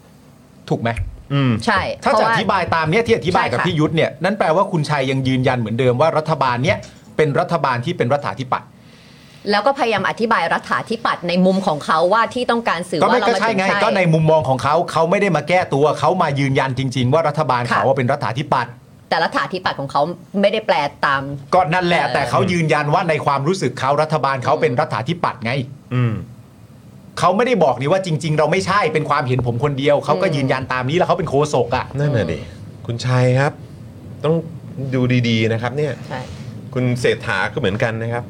ๆ ถูกไหม
อืม
ใช่
ถ้า
เพ
จะ
ระ
อ
ว่
ธิบายตามเนี้ยที่อธิบายกับ
ใช่ค่ะ
พี่ยุทธเนี่ยนั่นแปลว่าคุณชัยยังยืนยันเหมือนเดิมว่ารัฐบาลเนี้ยเป็นรัฐบาลที่เป็นรัฐาธิปัตย์
แล้วก็พยายามอธิบายรัฐาธิปัตย์ในมุมของเขาว่าที่ต้องการสื่อ
ก็
ว่า
ไม่
เรา
ก็
มา
ใช่
ถึง
ไง
ใช่
ก็ในมุมมองของเขาเขาไม่ได้มาแก้ตัวเขามายืนยันจริง ๆ ว่ารัฐบาล
ค่ะ
เขาว่าเป็นรัฐาธิปัตย์
แต่รัฐาธิปัตย์ของเขาไม่ได้แปลตาม
ก็นั่นแหละ
เออ
แต่เขายืนยันว่าในความรู้สึกเขารัฐบาลเขาเป็นรัฐาธิปัตย์ไง
อืม
เขาไม่ได้บอกนี่ว่าจริง ๆ เราไม่ใช่เป็นความเห็นผมคนเดียวเขาก็ยืนยันตามนี้แล้วเขาเป็นโคศกอ่ะ
นั่นน่ะดิ คุณชัยครับ ต้องดูดีๆนะครับ เนี่ย
ใช่
คุณเศรษฐาก็เหมือนกันนะครับ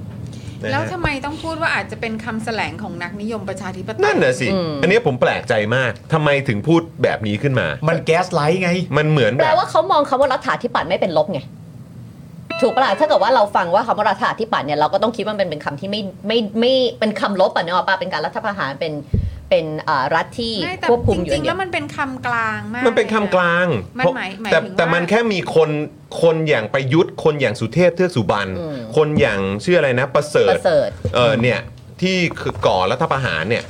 นะ
แล้ว
ฮะ
ทำไมต้องพูดว่าอาจจะเป็นคำแสลงของนักนิยมประชาธิปไตย
นั่นน่ะสิ
อืม
อันเนี้ยผมแปลกใจมาก ทำไมถึงพูดแบบนี้ขึ้นมา
มันแก๊สไลท์ไง
มันเหมือน
แป
แบ
ล
บ
ว่าเขามองคำว่ารัฐาธิปัตย์ไม่เป็นลบไง ถูกปะล่ะถ้าเกิดว่าเราฟังว่าคำว่ารัฐาธิปัตย์เนี่ยเราก็ต้องคิดว่ามันเป็นคำที่ไม่ไม่ไม่เป็นคำลบอ่ะเนาะป้าเป็นการรัฐประหารเป็นเป็นเอ่อรัฐที่
ไม่แต่
ควบคุมอยู่
จริงๆ
เนี่
แล้
ยว
มันเป็นคำกลางมาก
มันเป็น
ลยะ
คำกลาง
มันหมายหมาย
แต่
ถึงว่า
แต่มันแค่มีคนคนอย่างประยุทธ์ คนอย่างสุเทพเทือกสุบรรณคนอย่างชื่ออะไรนะ ประเสริ
ป
ฐ
ระเสริฐ
เออเนี่ยที่คือก่อรัฐประหารเนี่ย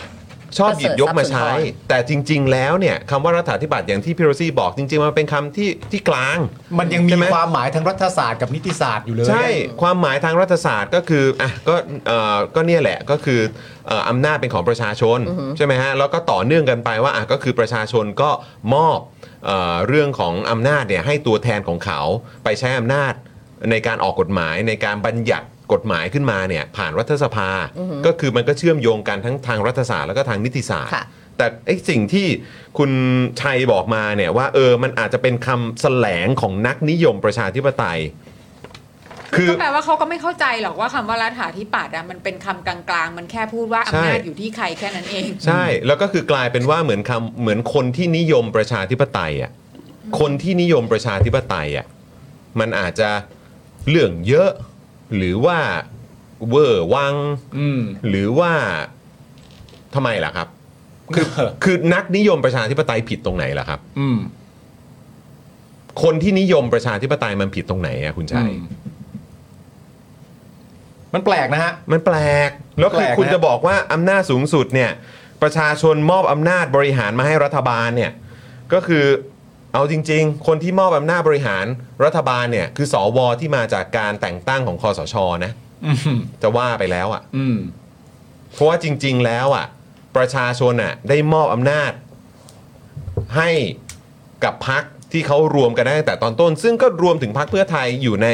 ชอบหยิบยกมาใช้
ประเสริฐทรัพย์สุนทร
แต่จริง ๆ แล้วเนี่ยคำว่ารัฐาธิปัตย์อย่างที่พี่โรซี่บอกจริง ๆ มันเป็นคำที่ที่กลาง
มันยังมี
ใช่ไหม
ความหมายทางรัฐศาสตร์กับนิติศาสตร์อยู่เลย
ใช่ความหมายทางรัฐศาสตร์ก็คืออ่ะก็เอ่อก็เนี่ยแหละก็คือเอ่ออำนาจเป็นของประชาชนใช่ไหมฮะแล้วก็ต่อเนื่องกันไปว่าอ่ะก็คือประชาชนก็มอบเอ่อเรื่องของอำนาจเนี่ยให้ตัวแทนของเขาไปใช้อำนาจในการออกกฎหมายในการบัญญัติกฎหมายขึ้นมาเนี่ยผ่านรัฐสภา ก็คือมันก็เชื่อมโยงกันทั้งทางรัฐศาสตร์แล้วก็ทางนิติศาสตร์
ค่ะ
แต่ไอ้สิ่งที่คุณชัยบอกมาเนี่ยว่าเออมันอาจจะเป็นคำแสลงของนักนิยมประชาธิปไตย คือ
ก็แปลว่าเขาก็ไม่เข้าใจหรอกว่าคำว่ารัฐาธิปัตย์อะมันเป็นคำกลางๆ มันแค่พูดว่าอำนาจ
ใช่
อยู่ที่ใครแค่นั้นเอง
ใช่ แล้วก็คือกลายเป็นว่าเหมือนคำเหมือนคนที่นิยมประชาธิปไตยอ่ะคนที่นิยมประชาธิปไตยอ่ะมันอาจจะเรื่องเยอะ หรือว่าเวอร์วัง
อืม
หรือว่าทำไมล่ะครับ คือคือนักนิยมประชาธิปไตยผิดตรงไหนล่ะครับ
อืม
คนที่นิยมประชาธิปไตยมันผิดตรงไหนอะคุณชัย
อืมมันแปลกนะฮะ
มันแปลก แล้วคื
แป
อ
ล
ก
นะ
คุณจะบอกว่าอำนาจสูงสุดเนี่ย ประชาชนมอบอำนาจบริหารมาให้รัฐบาลเนี่ย ก็คือเอาจริง ๆ คนที่มอบอำนาจบริหารรัฐบาลเนี่ย คือสวที่มาจากการแต่งตั้งของคอสชนะ
อืม
จะว่าไปแล้วอ่ะ
อืม
เพราะว่าจริง ๆ แล้วอ่ะ ประชาชนอ่ะได้มอบอำนาจให้กับพักที่เขารวมกันได้ตั้งแต่ตอนต้น ซึ่งก็รวมถึงพักเพื่อไทยอยู่ใน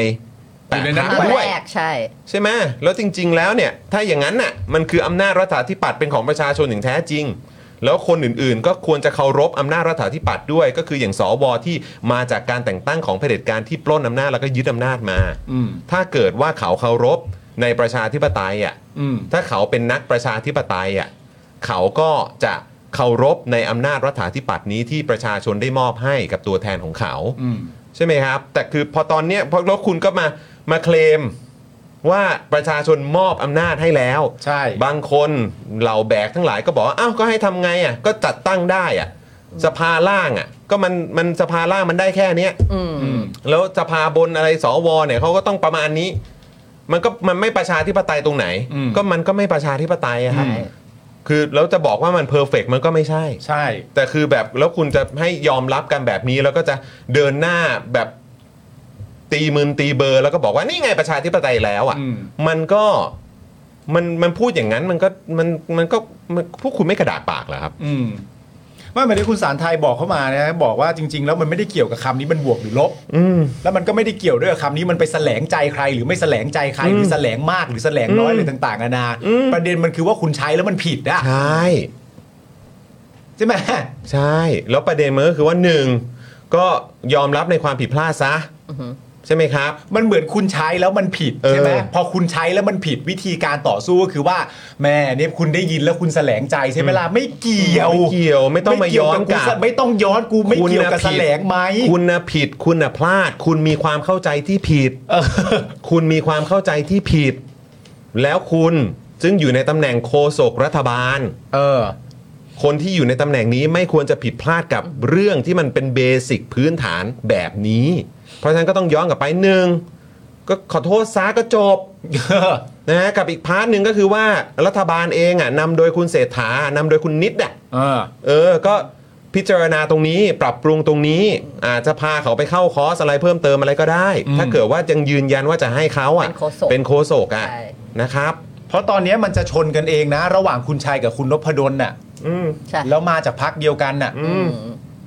แปด
อยู่ในนั้
พัก
ตอ
น
น
ด้วย
แรกใช่
ใช่ไหมแล้วจริง ๆ แล้วเนี่ย ถ้าอย่างนั้นน่ะ มันคืออำนาจรัฐาธิปัตย์เป็นของประชาชนอย่างแท้จริง แล้วคนอื่นๆ ก็ควรจะเคารพอำนาจรัฐาธิปัตย์ด้วย ก็คืออย่างสวที่มาจากการแต่งตั้งของเผด็จการที่ปล้นอำนาจแล้วก็ยึดอำนาจมา
อืม
ถ้าเกิดว่าเขาเคารพในประชาธิปไตยอ่ะ
อืม
ถ้าเขาเป็นนักประชาธิปไตยอ่ะ เขาก็จะเคารพในอำนาจรัฐาธิปัตย์นี้ที่ประชาชนได้มอบให้กับตัวแทนของเขา
อืม
ใช่ไหมครับ แต่คือพอตอนเนี้ยพอแล้วคุณก็มามาเคลมว่าประชาชนมอบอำนาจให้แล้ว
ใช่
บางคนเหล่าแบกทั้งหลายก็บอกว่าอ้าวก็ให้ทำไงอ่ะก็จัดตั้งได้อ่ะสภาล่างอ่ะ ก็มันมันสภาล่างมันได้แค่เนี้ย
อืม
อืม
แล้วสภาบนอะไรสวเนี่ยเขาก็ต้องประมาณนี้ มันก็มันไม่ประชาธิปไตยตรงไหน
อืม
ก็มันก็ไม่ประชาธิปไตยอะครับ
ใช่
คือแล้วจะบอกว่ามันเพอร์เฟกมันก็ไม่ใช่
ใช่
แต่คือแบบแล้วคุณจะให้ยอมรับกันแบบนี้แล้วก็จะเดินหน้าแบบตีมืนตีเบอร์ แล้วก็บอกว่านี่ไงประชาธิปไตยแล้ว
อื
อะ
ม
่ะมันก็มันมันพูดอย่างนั้นมันก็มันมันก็มันพวกคุณไม่กระดาษปากเหรอครับ
อืมไม่เหมือนที่คุณสารไทยบอกเข้ามานะ บอกว่าจริง ๆ แล้วมันไม่ได้เกี่ยวกับคำนี้มันบวกหรือลบ
อืม
แล้วมันก็ไม่ได้เกี่ยวด้วยกับคำนี้มันไปแสลงใจใคร หรือไม่แสลงใจใคร หรือแสลงมากหรือแสลงน้อย
อืม
หรือต่างๆนานา
อืม
ประเด็นมันคือว่าคุณใช้แล้วมันผิดอะ
ใช่
ใช่ไหม
ใช่ แล้วประเด็นมันก็คือว่าหนึ่งก็ยอมรับในความผิดพลาดซะ
อือฮึ
ใช่ไหมครับ
มันเหมือนคุณใช้แล้วมันผิดใช่ไหม
เออ
พอคุณใช้แล้วมันผิดวิธีการต่อสู้ก็คือว่าแม่เนี่ยคุณได้ยินแล้วคุณแสลงใจใช่ไหมล่ะไม่เกี่ยว
ไม่เกี่ยวไม่ต้องมาย้อนกลับ
ไเวบไม่ต้องย้อนกูไม่เกี่ยวกับ
คุณ
แส
ผิด
ลงไหม
คุณนะผิด คุณนะพลาด คุณมีความเข้าใจที่ผิด
เออ [LAUGHS]
คุณมีความเข้าใจที่ผิด แล้วคุณซึ่งอยู่ในตำแหน่งโฆษกรัฐบาล
เออ
คนที่อยู่ในตำแหน่งนี้ไม่ควรจะผิดพลาดกับเรื่องที่มันเป็นเบสิกพื้นฐานแบบนี้ เพราะฉะนั้นก็ต้องย้อนกลับไปหนึ่งก็ขอโทษซาก็จบนะฮะกับอีกพาร์ทหนึ่งก็คือว่ารัฐบาลเองอ่ะนำโดยคุณเศรษฐานำโดยคุณนิดอ่ะ
เออ
เออ ก็พิจารณาตรงนี้ปรับปรุงตรงนี้ อาจจะพาเขาไปเข้าคอร์สอะไรเพิ่มเติมอะไรก็ได้
อืม
ถ้าเกิดว่ายังยืนยันว่าจะให้เขาอ่ะ
เป็นโฆษก
เป็นโคโศกอ่ะ
ใช่
นะครับ
เพราะตอนเนี้ยมันจะชนกันเองนะ ระหว่างคุณชัยกับคุณนพดลน่ะ
อืม
ใช่
แล้วมาจากพักเดียวกันน่ะ
อืม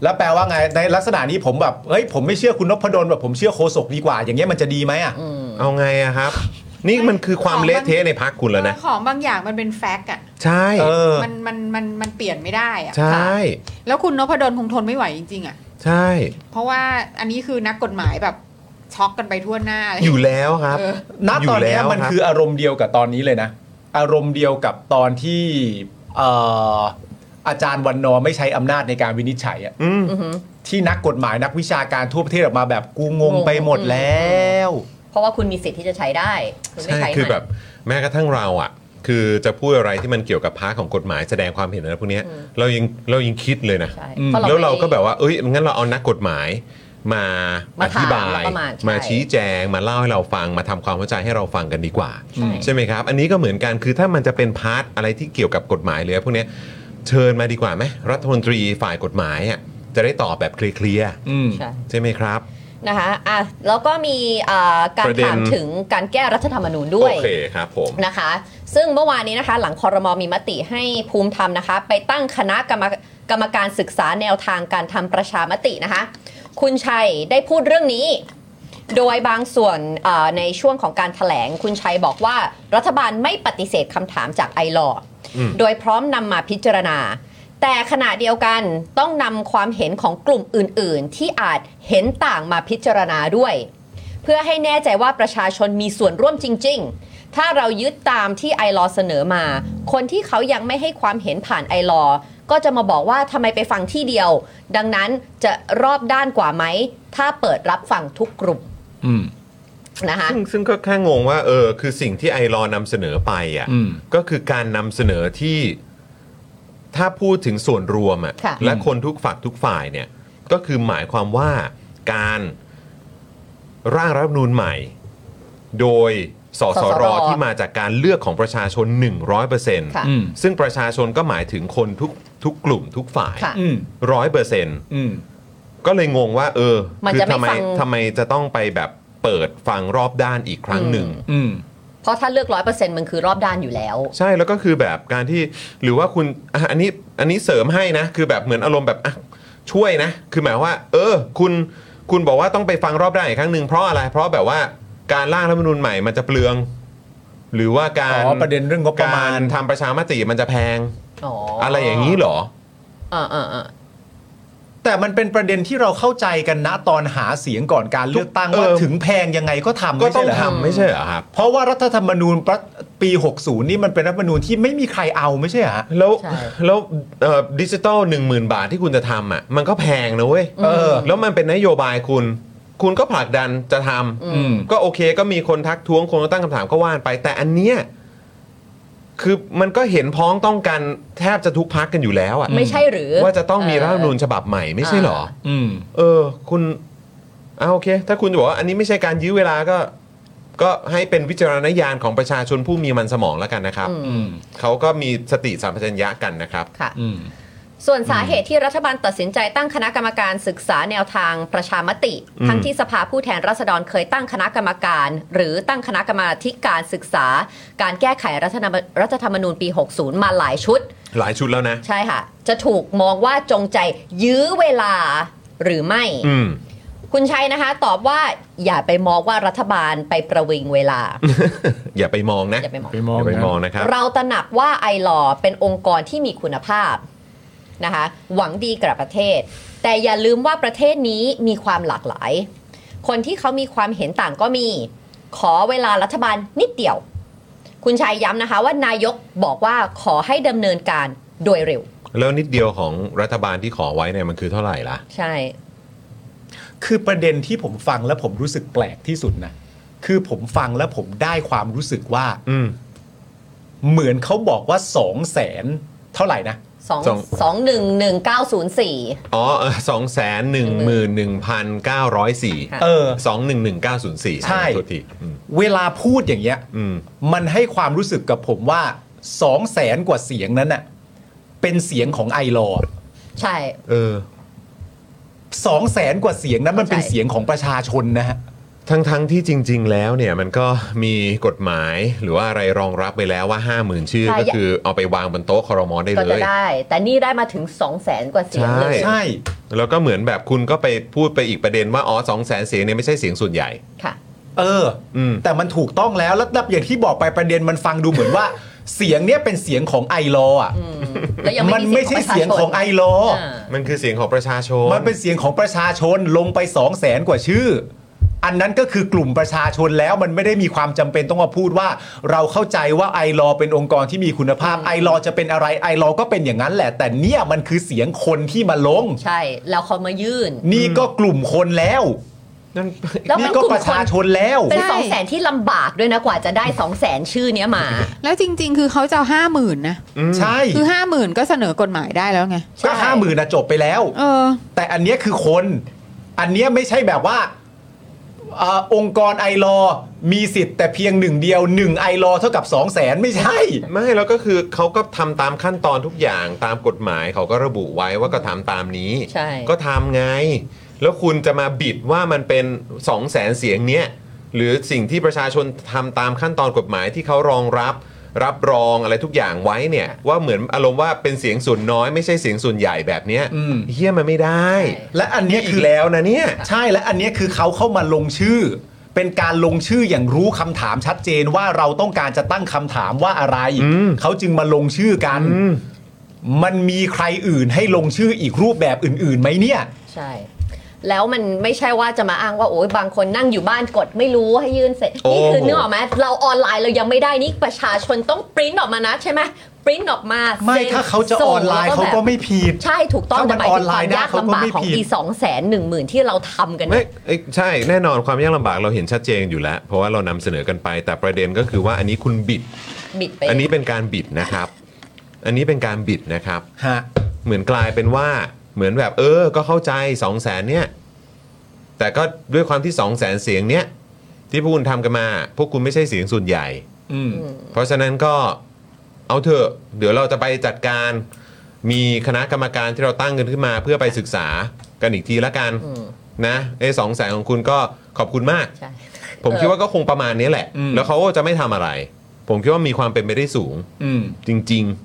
แล้วแปลว่าไงในลักษณะนี้ผมแบบเฮ้ยผมไม่เชื่อคุณนพดลแบบผมเชื่อโคศกดีกว่า อย่างเงี้ยมันจะดีไหมอ่ะ
อืม
เอาไงอะครับ นี่มันคือความเละเทะในพักคุณแล้วนะ
ของบางอย่างมันเป็นแฟกต์อ่ะ
ใช่
เออ
มันมันมันมันเปลี่ยนไม่ได้อ่ะ
ใช่
แล้วคุณนพดลคงทนไม่ไหวจริงๆอ่ะ
ใช่
เพราะว่าอันนี้คือนักกฎหมายแบบ
ช็อกกันไปทั่วหน้าเลย
อยู่แล้วครับ
ณตอน
อ
เนี้ย
ยู่แล้ว
มัน
ครับ
คืออารมณ์เดียวกับตอนนี้เลยนะ อารมณ์เดียวกับตอนที่เอ่ออาจารย์วันนอร์ไม่ใช้อำนาจในการวินิจฉัยอะ
อืม
อือหือ
ที่นักกฎหมายนักวิชาการทั่วประเทศออกมาแบบกูงง
งง
ไปหมดแล้ว
เพราะว่าคุณมีสิทธิ์ที่จะใช้ได้คุณไม่
ใช่
ใช้
คือ
มัน
แบบแม้กระทั่งเราอ่ะ คือจะพูดอะไรที่มันเกี่ยวกับพาร์ทของกฎหมายแสดงความเห็นอะไรพวกเนี้ย
อืม
เรายังเรายังคิดเลยนะ
ใช่
อืม
พะ
แล้วเรา
ไม่
ก็แบบว่า เอ้ย งั้นเราเอานักกฎหมายมาอ
มาถาม
ธิบาย
มาประมาณใช่
มาชี้แจง มาเล่าให้เราฟัง มาทำความเข้าใจให้เราฟังกันดีกว่า
ใช่
ใช่ไหมครับ อันนี้ก็เหมือนกัน คือถ้ามันจะเป็นพาร์ทอะไรที่เกี่ยวกับกฎหมายเลยพวกเนี้ยเชิญมาดีกว่าไหมรัฐมนตรีฝ่ายกฎหมายอ่ะจะได้ตอบแบบเคลียร์
อืม
ใช่
ๆใช่ไหมครับ
นะคะอ่ะแล้วก็มีอ่าการ
ประเด็น
ถามถึงการแก้รัฐธรรมนูญด้วย
โอเคครับผม
นะคะ ซึ่งเมื่อวานนี้นะคะหลังคอรมอมีมติให้ภูมิธรรมนะคะ ไปตั้งคณะกรรมกรรมการศึกษาแนวทางการทำประชามตินะคะ คุณชัยได้พูดเรื่องนี้ โดยบางส่วนเอ่อในช่วงของการถแถลง คุณชัยบอกว่ารัฐบาลไม่ปฏิเสธคำถามจากไอลอ
อืม
โดยพร้อมนำมาพิจารณา แต่ขณะเดียวกันต้องนำความเห็นของกลุ่มอื่น ๆ ที่อาจเห็นต่างมาพิจารณาด้วย เพื่อให้แน่ใจว่าประชาชนมีส่วนร่วมจริง ๆ ถ้าเรายึดตามที่ไอรอว์เสนอมา คนที่เขายังไม่ให้ความเห็นผ่านไอรอว์ก็จะมาบอกว่าทำไมไปฟังที่เดียว ดังนั้นจะรอบด้านกว่าไหม ถ้าเปิดรับฟังทุกกลุ่ม
อืม
นะคะ
ซึ่งซึ่งก็แค่งงว่าเออคือสิ่งที่ไอรอนำเสนอไปอ่ะ
อืม
ก็คือการนำเสนอที่ถ้าพูดถึงส่วนรวมอ่ะ
ค่ะ
และคนทุกฝักทุกฝ่ายเนี่ย ก็คือหมายความว่าการร่างรัฐธรรมนูญใหม่ โดยสสรที่มาจากการเลือกของประชาชน 100%
ค่ะ
อืม
ซึ่งประชาชนก็หมายถึงคนทุกทุกกลุ่มทุกฝ่าย
ค่ะ
อืม
ร้อยเปอร์เซ็นต์
อืม
ก็เลยงงว่า เออ
มัน
คื
จะไม่
ทำไม
ฟัง
ทำไมจะต้องไปแบบเปิดฟังรอบด้านอีกครั้งหนึ่ง
อืม
เพราะถ้าเลือกร้อยเปอร์เซ็นต์มันคือรอบด้านอยู่แล้ว
ใช่แล้วก็คือแบบการที่หรือว่าคุณอ่ะอันนี้อันนี้เสริมให้นะ คือแบบเหมือนอารมณ์แบบอ่ะช่วยนะ คือหมายว่า เออ คุณคุณบอกว่าต้องไปฟังรอบด้านอีกครั้งหนึ่งเพราะอะไร เพราะแบบว่าการร่างรัฐธรรมนูญใหม่มันจะเปลือง หรือว่าการ
อ๋อประเด็นเรื่องงบประมาณ
กทำประชามติมันจะแพง
อ๋อ
อะ
อะไร
อย่างนี้เหรอ
อ่าอ่าอ่า
แต่มันเป็นประเด็นที่เราเข้าใจกันนะตอนหาเสียงก่อนการเลือกตั้งว่า
เออ
ถึงแพงยังไงก็ทำ
ก็
ไม่
ต้
ใช่
อง
เหรอครับ
ทำไม่ใช่เหรอครับ
เพราะว่ารัฐธรรมนูญปี 60 นี่มันเป็นรัฐธรรมนูญที่ไม่มีใครเอาไม่ใช่เหรอฮะ
แล้ว
ใช่
แล้วดิจิตอลหนึ่งหมื่นบาทที่คุณจะทำอ่ะมันก็แพงนะเว้ย
เออ
แล้วมันเป็นนโยบายคุณ คุณก็ผลักดันจะทำ
อืม
ก็โอเคก็มีคนทักท้วงคนตั้งคำถามก็ว่านไป แต่อันเนี้ยคือมันก็เห็นพ้องต้องกันแทบจะทุกพักกันอยู่แล้วอะ
ไม่ใช่หรือ
ว่าจะต้องมีรัฐธรรมนูญฉบับใหม่ไม่ใช่เหรอ
อืม
เออ คุณเอาโอเค ถ้าคุณจะบอกว่าอันนี้ไม่ใช่การยื้อเวลาก็ ก็ให้เป็นวิจารณญาณของประชาชนผู้มีมันสมองแล้วกันนะครับ
อืม
อืม
เขาก็มีสติสัมปชัญญะกันนะครับ
ค่ะ
อืม
ส่วนสาเหตุที่รัฐบาลตัดสินใจตั้งคณะกรรมการศึกษาแนวทางประชามติ
อืม
ทั้งที่สภาผู้แทนราษฎรเคยตั้งคณะกรรมการ หรือตั้งคณะกรรมาธิการศึกษา การแก้ไขรัฐธรรมรัฐธรรมนูญปี 60 มาหลายชุด
หลายชุดแล้วนะ
ใช่ค่ะ จะถูกมองว่าจงใจยื้อเวลาหรือไม่
อืม
คุณชัยนะคะ ตอบว่าอย่าไปมองว่ารัฐบาลไปประวิงเวลา
อย่าไปม [LAUGHS] องนะ
อย่าไปมอง
ไปมอง
ย่าไป
นะ
มองนะครับ
เราตระหนักว่าไอลอเป็นองค์กรที่มีคุณภาพนะคะหวังดีกับประเทศ แต่อย่าลืมว่าประเทศนี้มีความหลากหลาย คนที่เขามีความเห็นต่างก็มี ขอเวลารัฐบาลนิดเดียว คุณชัยย้ำนะคะว่านายกบอกว่าขอให้ดำเนินการโดยเร็ว
แล้วนิดเดียวของรัฐบาลที่ขอไว้เนี่ยมันคือเท่าไหร่ล่ะ
ใช่
คือประเด็นที่ผมฟังแล้วผมรู้สึกแปลกที่สุดนะ คือผมฟังแล้วผมได้ความรู้สึกว่า
อืม
เหมือนเขาบอกว่าสองแสนเท่าไหร่นะ
สอง
2 2 1 1 9 0 4
อ๋อสองแสนหนึ่งหมื่นหนึ่งพันเก้าร้อยสี่
ค่ะ
เออ
สองหนึ่งหนึ่งเก้าศูนย์สี่
ใช่
โทษทีอืม
เวลาพูดอย่างเงี้ย
อืม
มันให้ความรู้สึกกับผมว่าสองแสนกว่าเสียงนั้นน่ะ เป็นเสียงของไอรอ
ใช่
เออ
สองแสนกว่าเสียงนั้นมันเป็น
ใช่
เสียงของประชาชนนะฮะ
ทั้งทั้งที่จริง ๆ แล้วเนี่ยมันก็มีกฎหมายหรือว่าอะไรรองรับไปแล้วว่า 5 0,000 ชื่อ
ใช่
ก็คือเอาไปวางบนโต๊ะคอรมอได้
ก็
เล
จะ
ย
ได้ แต่นี่ได้มาถึง 2 0 0แสนกว่าเสียงเลย
ใช่
ใช่
แล้วก็เหมือนแบบคุณก็ไปพูดไปอีกประเด็นว่าอ๋อสองแสนเสียงเนี่ยไม่ใช่เสียงส่วนใหญ่
ค่ะ
เออ
อืม
แต่มันถูกต้องแล้วแล้วอย่างที่บอกไปประเด็นมันฟังดูเหมือนว่า เสียงเนี้ยเป็นเสียงของไอรออ่ะ
อืมแล้วยัง
มันไม่ใช่เสียงของไอรอ
อ่า
มันคือเสียงของประชาชน
มันเป็นเสียงของประชาชนลงไปสองแสนกว่าชื่อ อันนั้นก็คือกลุ่มประชาชนแล้วมันไม่ได้มีความจำเป็นต้องมาพูดว่า เราเข้าใจว่าไอรอเป็นองค์กรที่มีคุณภาพไอรอจะเป็นอะไรไอรอก็เป็นอย่างนั้นแหละ แต่เนี่ยมันคือเสียงคนที่มาลง
ใช่ แล้วเขามายื่น
นี่ก็กลุ่มคนแล้ว
นั่น
แล้วมัน
นี่ก็ประชาชนแล้ว
เป็น
ใช่
สองแสนที่ลำบากด้วยนะกว่าจะได้สองแสนชื่อเนี้ยมา
แล้วจริง ๆ คือเขาจะเอาห้าหมื่นนะ
ใช่
คือห้าหมื่นก็เสนอกฎหมายได้แล้วไง
ก็ห้าหมื่นนะจบไปแล้ว
เออ
แต่อันเนี้ยคือคน อันเนี้ยไม่ใช่แบบว่าเออองค์กรไอรอมีสิทธิ์แต่เพียงหนึ่งเดียวหนึ่งไอรอเท่ากับ2 0 0แสนไม่ใช่
ไม่แล้วก็คือเขาก็ทำตามขั้นตอนทุกอย่างตามกฎหมายเขาก็ระบุไว้ว่าก็ทำตามนี้
ใช่
ก็ทำไง แล้วคุณจะมาบิดว่ามันเป็น2 0 0แสนเสียงเนี้ยหรือสิ่งที่ประชาชนทำตามขั้นตอนกฎหมายที่เขารองรับ รับรองอะไรทุกอย่างไว้เนี่ย ว่าเหมือนอารมณ์ว่าเป็นเสียงส่วนน้อยไม่ใช่เสียงส่วนใหญ่แบบเนี้ย
อืม
เฮี้ยมันไม่ได้
และอันเนี้ย
อี
คื
ก
อ
แล้วนะเนี่ย
ใช่และอันเนี้ยคือเขาเข้ามาลงชื่อ เป็นการลงชื่ออย่างรู้คำถามชัดเจนว่าเราต้องการจะตั้งคำถามว่าอะไร
อืม
เขาจึงมาลงชื่อกัน
อืม
มันมีใครอื่นให้ลงชื่ออีกรูปแบบอื่นๆไหมเนี่ย
ใช่ แล้วมันไม่ใช่ว่าจะมาอ้างว่าโอ้ยบางคนนั่งอยู่บ้านกดไม่รู้ให้ยื่นเสร็จ
โอ้
นี่คือเนื้อออกไหมเราออนไลน์เรายังไม่ได้นี่ประชาชนต้องปริ้นออกมานะใช่ไหมปริ้นออกมา
ไม่
ซ็น
ถ้าเขาจะอ
ส่ง
อนไลน์
แว
เขา
แบบ
ก็ไม่ผิด
ใช่ถูกต้อง
ถ้ามัน
แต่หมายถึง
ออน
ค
ไล
วา
น์
ม
ได้
ยาก
เขาก็
ลำบาก
ไม่
ของ
ผิด
อีสองแสนหนึ่งหมื่นที่เราทำกัน
ไม่
เนี่ย
เอ้ยใช่แน่นอนความยากลำบากเราเห็นชัดเจนอยู่แล้ว เพราะว่าเรานำเสนอกันไป แต่ประเด็นก็คือว่าอันนี้คุณบิด
บิดไป
อันนี้เป็นการบิดนะครับ อันนี้เป็นการบิดนะครับ
ฮะ
เหมือนกลายเป็นว่าเหมือนแบบเออ ก็เข้าใจ2องแสนเนี่ย แต่ก็ด้วยความที่2องแสนเสียงเนี้ยที่พวกคุณทำกันมา พวกคุณไม่ใช่เสียงส่วนใหญ่
อืม
เพราะฉะนั้นก็เอาเถอะเดี๋ยวเราจะไปจัดการมีคณะกรรมการที่เราตั้งกันขึ้นมา เพื่อไปศึกษากันอีกทีละกัน
อืม
นะไอ้สองแสนของคุณก็ขอบคุณมาก
ใช่
ผมคิดว่าก็คงประมาณนี้แหละ
อืม
แล้วเขาก็จะไม่ทำอะไร ผมคิดว่ามีความเป็นไปได้สูง
อืม
จริง ๆ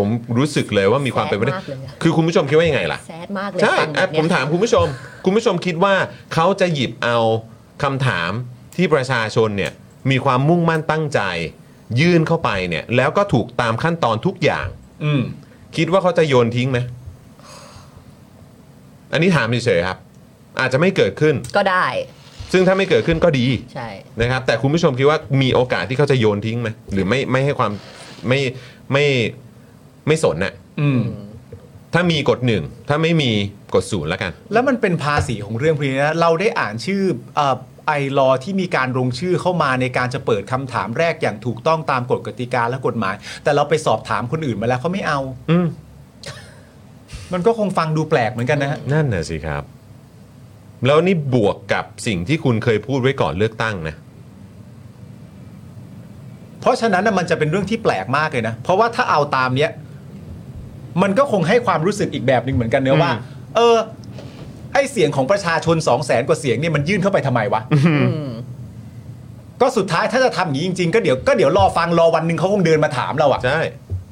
ผมรู้สึกเลยว่ามีความเป็นไปได้
แสบมากเลยอะ
คือคุณผู้ชมคิดว่ายังไงล่ะ
แซดมากเลย
ใช่
ฟังแบ
อ่ะ
บ
ผ
เนี้ย
มถามคุณผู้ชม คุณผู้ชมคิดว่าเขาจะหยิบเอาคำถามที่ประชาชนเนี่ยมีความมุ่งมั่นตั้งใจ ยื่นเข้าไปเนี่ย แล้วก็ถูกตามขั้นตอนทุกอย่าง
อืม
คิดว่าเขาจะโยนทิ้งไหมอันนี้ถามเฉยๆครับ อาจจะไม่เกิดขึ้น
ก็ได้
ซึ่งถ้าไม่เกิดขึ้นก็ดี
ใช่
นะครับ แต่คุณผู้ชมคิดว่ามีโอกาสที่เขาจะโยนทิ้งไหมหรือไม่ไม่ให้ความไม่ไม่ไม่สนน่ะ
อืม
ถ้ามีกดหนึ่งถ้าไม่มีกดศูนย์แล้วกัน
แล้วมันเป็นภาษีของเรื่องพวกนี้นะเราได้อ่านชื่อเอ่อไอรอที่มีการลงชื่อเข้ามาในการจะเปิดคำถามแรกอย่างถูกต้องตามกฎกติกาและกฎหมาย แต่เราไปสอบถามคนอื่นมาแล้วเขาไม่เอา
อืม
มันก็คงฟังดูแปลกเหมือนกันนะฮะ
นั่นน่ะสิครับ แล้วนี่บวกกับสิ่งที่คุณเคยพูดไว้ก่อนเลือกตั้งนะ
เพราะฉะนั้นน่ะมันจะเป็นเรื่องที่แปลกมากเลยนะ เพราะว่าถ้าเอาตามเนี้ย มันก็คงให้ความรู้สึกอีกแบบหนึ่งเหมือนกันเน
อื
อะ
ม
ว่า เออ ไอเสียงของประชาชนสองแสนกว่าเสียงเนี่ยมันยื่นเข้าไปทำไมวะ
อืม
ก็สุดท้ายถ้าจะทำอย่างนี้จริงๆก็เดี๋ยวก็เดี๋ยวรอฟังรอวันหนึ่งเขาคงเดินมาถามเราอะ
ใช่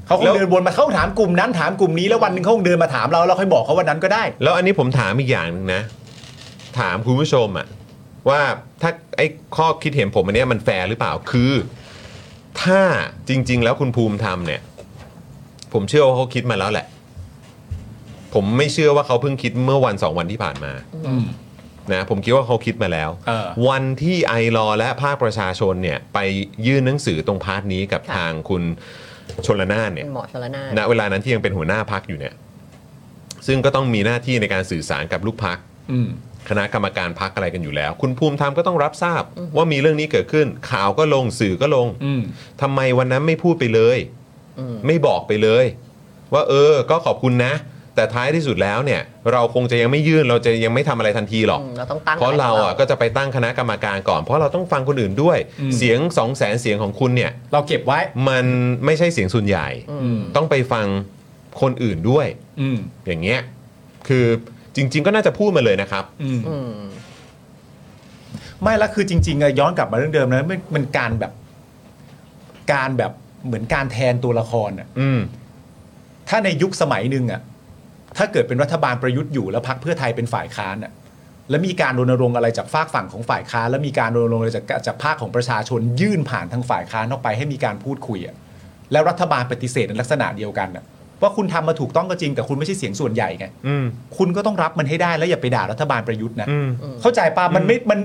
เขาค
แล้
ง
ว
เดินวนมาเขาถามกลุ่มนั้นถามกลุ่มนี้แล้ววันหนึงเขาคงเดินมาถามเราแล้วเราค่อยบอกเขาวันนั้นก็ได้
แล้วอันนี้ผมถามอีกอย่างหนึงนะ ถามคุณผู้ชมอะว่าถ้าไอ้ข้อคิดเห็นผมอันเนี้ยมันแฟร์หรือเปล่าคือ ถ้าจริง ๆ แล้วคุณภูมิทำเนี่ย ผมเชื่อว่าเขาคิดมาแล้วแหละ ผมไม่เชื่อว่าเขาเพิ่งคิดเมื่อวันสองวันที่ผ่านมา นะผมคิดว่าเขาคิดมาแล้ว
เออ
วันที่ไอรอและภาคประชาชนเนี่ย ไปยื่นหนังสือตรงพาร์ทนี้กับ
ค่ะ
ทางคุณชนละนานเนี่ย
เป็นหมอชลนาน
ณเวลานั้นที่ยังเป็นหัวหน้าพักอยู่เนี่ย ซึ่งก็ต้องมีหน้าที่ในการสื่อสารกับลูกพัก
อืม
คณะกรรมการพักอะไรกันอยู่แล้ว คุณภูมิธรรมก็ต้องรับทราบว่ามีเรื่องนี้เกิดขึ้น ข่าวก็ลงสื่อก็ลง
อืม
ทำไมวันนั้นไม่พูดไปเลย
อืม
ไม่บอกไปเลย ว่าเออ ก็ขอบคุณนะ แต่ท้ายที่สุดแล้วเนี่ย เราคงจะยังไม่ยื่นเราจะยังไม่ทำอะไรทันทีหรอก
อืมเราต้องตั้ง
เพราะเราอ่ะก็จะไปตั้งคณะกรรมการก่อน เพราะเราต้องฟังคนอื่นด้วย
อืม
เสียง2องแสนเสียงของคุณเนี่ย
เราเก็บไว้
มันไม่ใช่เสียงส่วนใหญ่
อืม
ต้องไปฟังคนอื่นด้วย
อืม
อย่างเงี้ยคือจริง ๆ ก็น่าจะพูดมาเลยนะครับ
อืม
อืม
ไม่ละคือจริงๆอะย้อนกลับมาเรื่องเดิมนะมันมันการแบบ การแบบเหมือนการแทนตัวละครอะ
อืม
ถ้าในยุคสมัยหนึ่งอะถ้าเกิดเป็นรัฐบาลประยุทธ์อยู่แล้วพักเพื่อไทยเป็นฝ่ายค้านอะแล้วมีการรณรงค์อะไรจากฝากฝั่งของฝ่ายค้าน แล้วมีการรณรงค์อะไรจากจากภาคของประชาชน ยื่นผ่านทางฝ่ายค้านออกไปให้มีการพูดคุยอะแล้วรัฐบาลปฏิเสธในลักษณะเดียวกันอะว่าคุณทำมาถูกต้องก็จริงแต่คุณไม่ใช่เสียงส่วนใหญ่ไง
อืม
คุณก็ต้องรับมันให้ได้แล้วอย่าไปด่ารัฐบาลประยุทธ์นะ
อืม
เข้าใจป่ะมันไม่มัน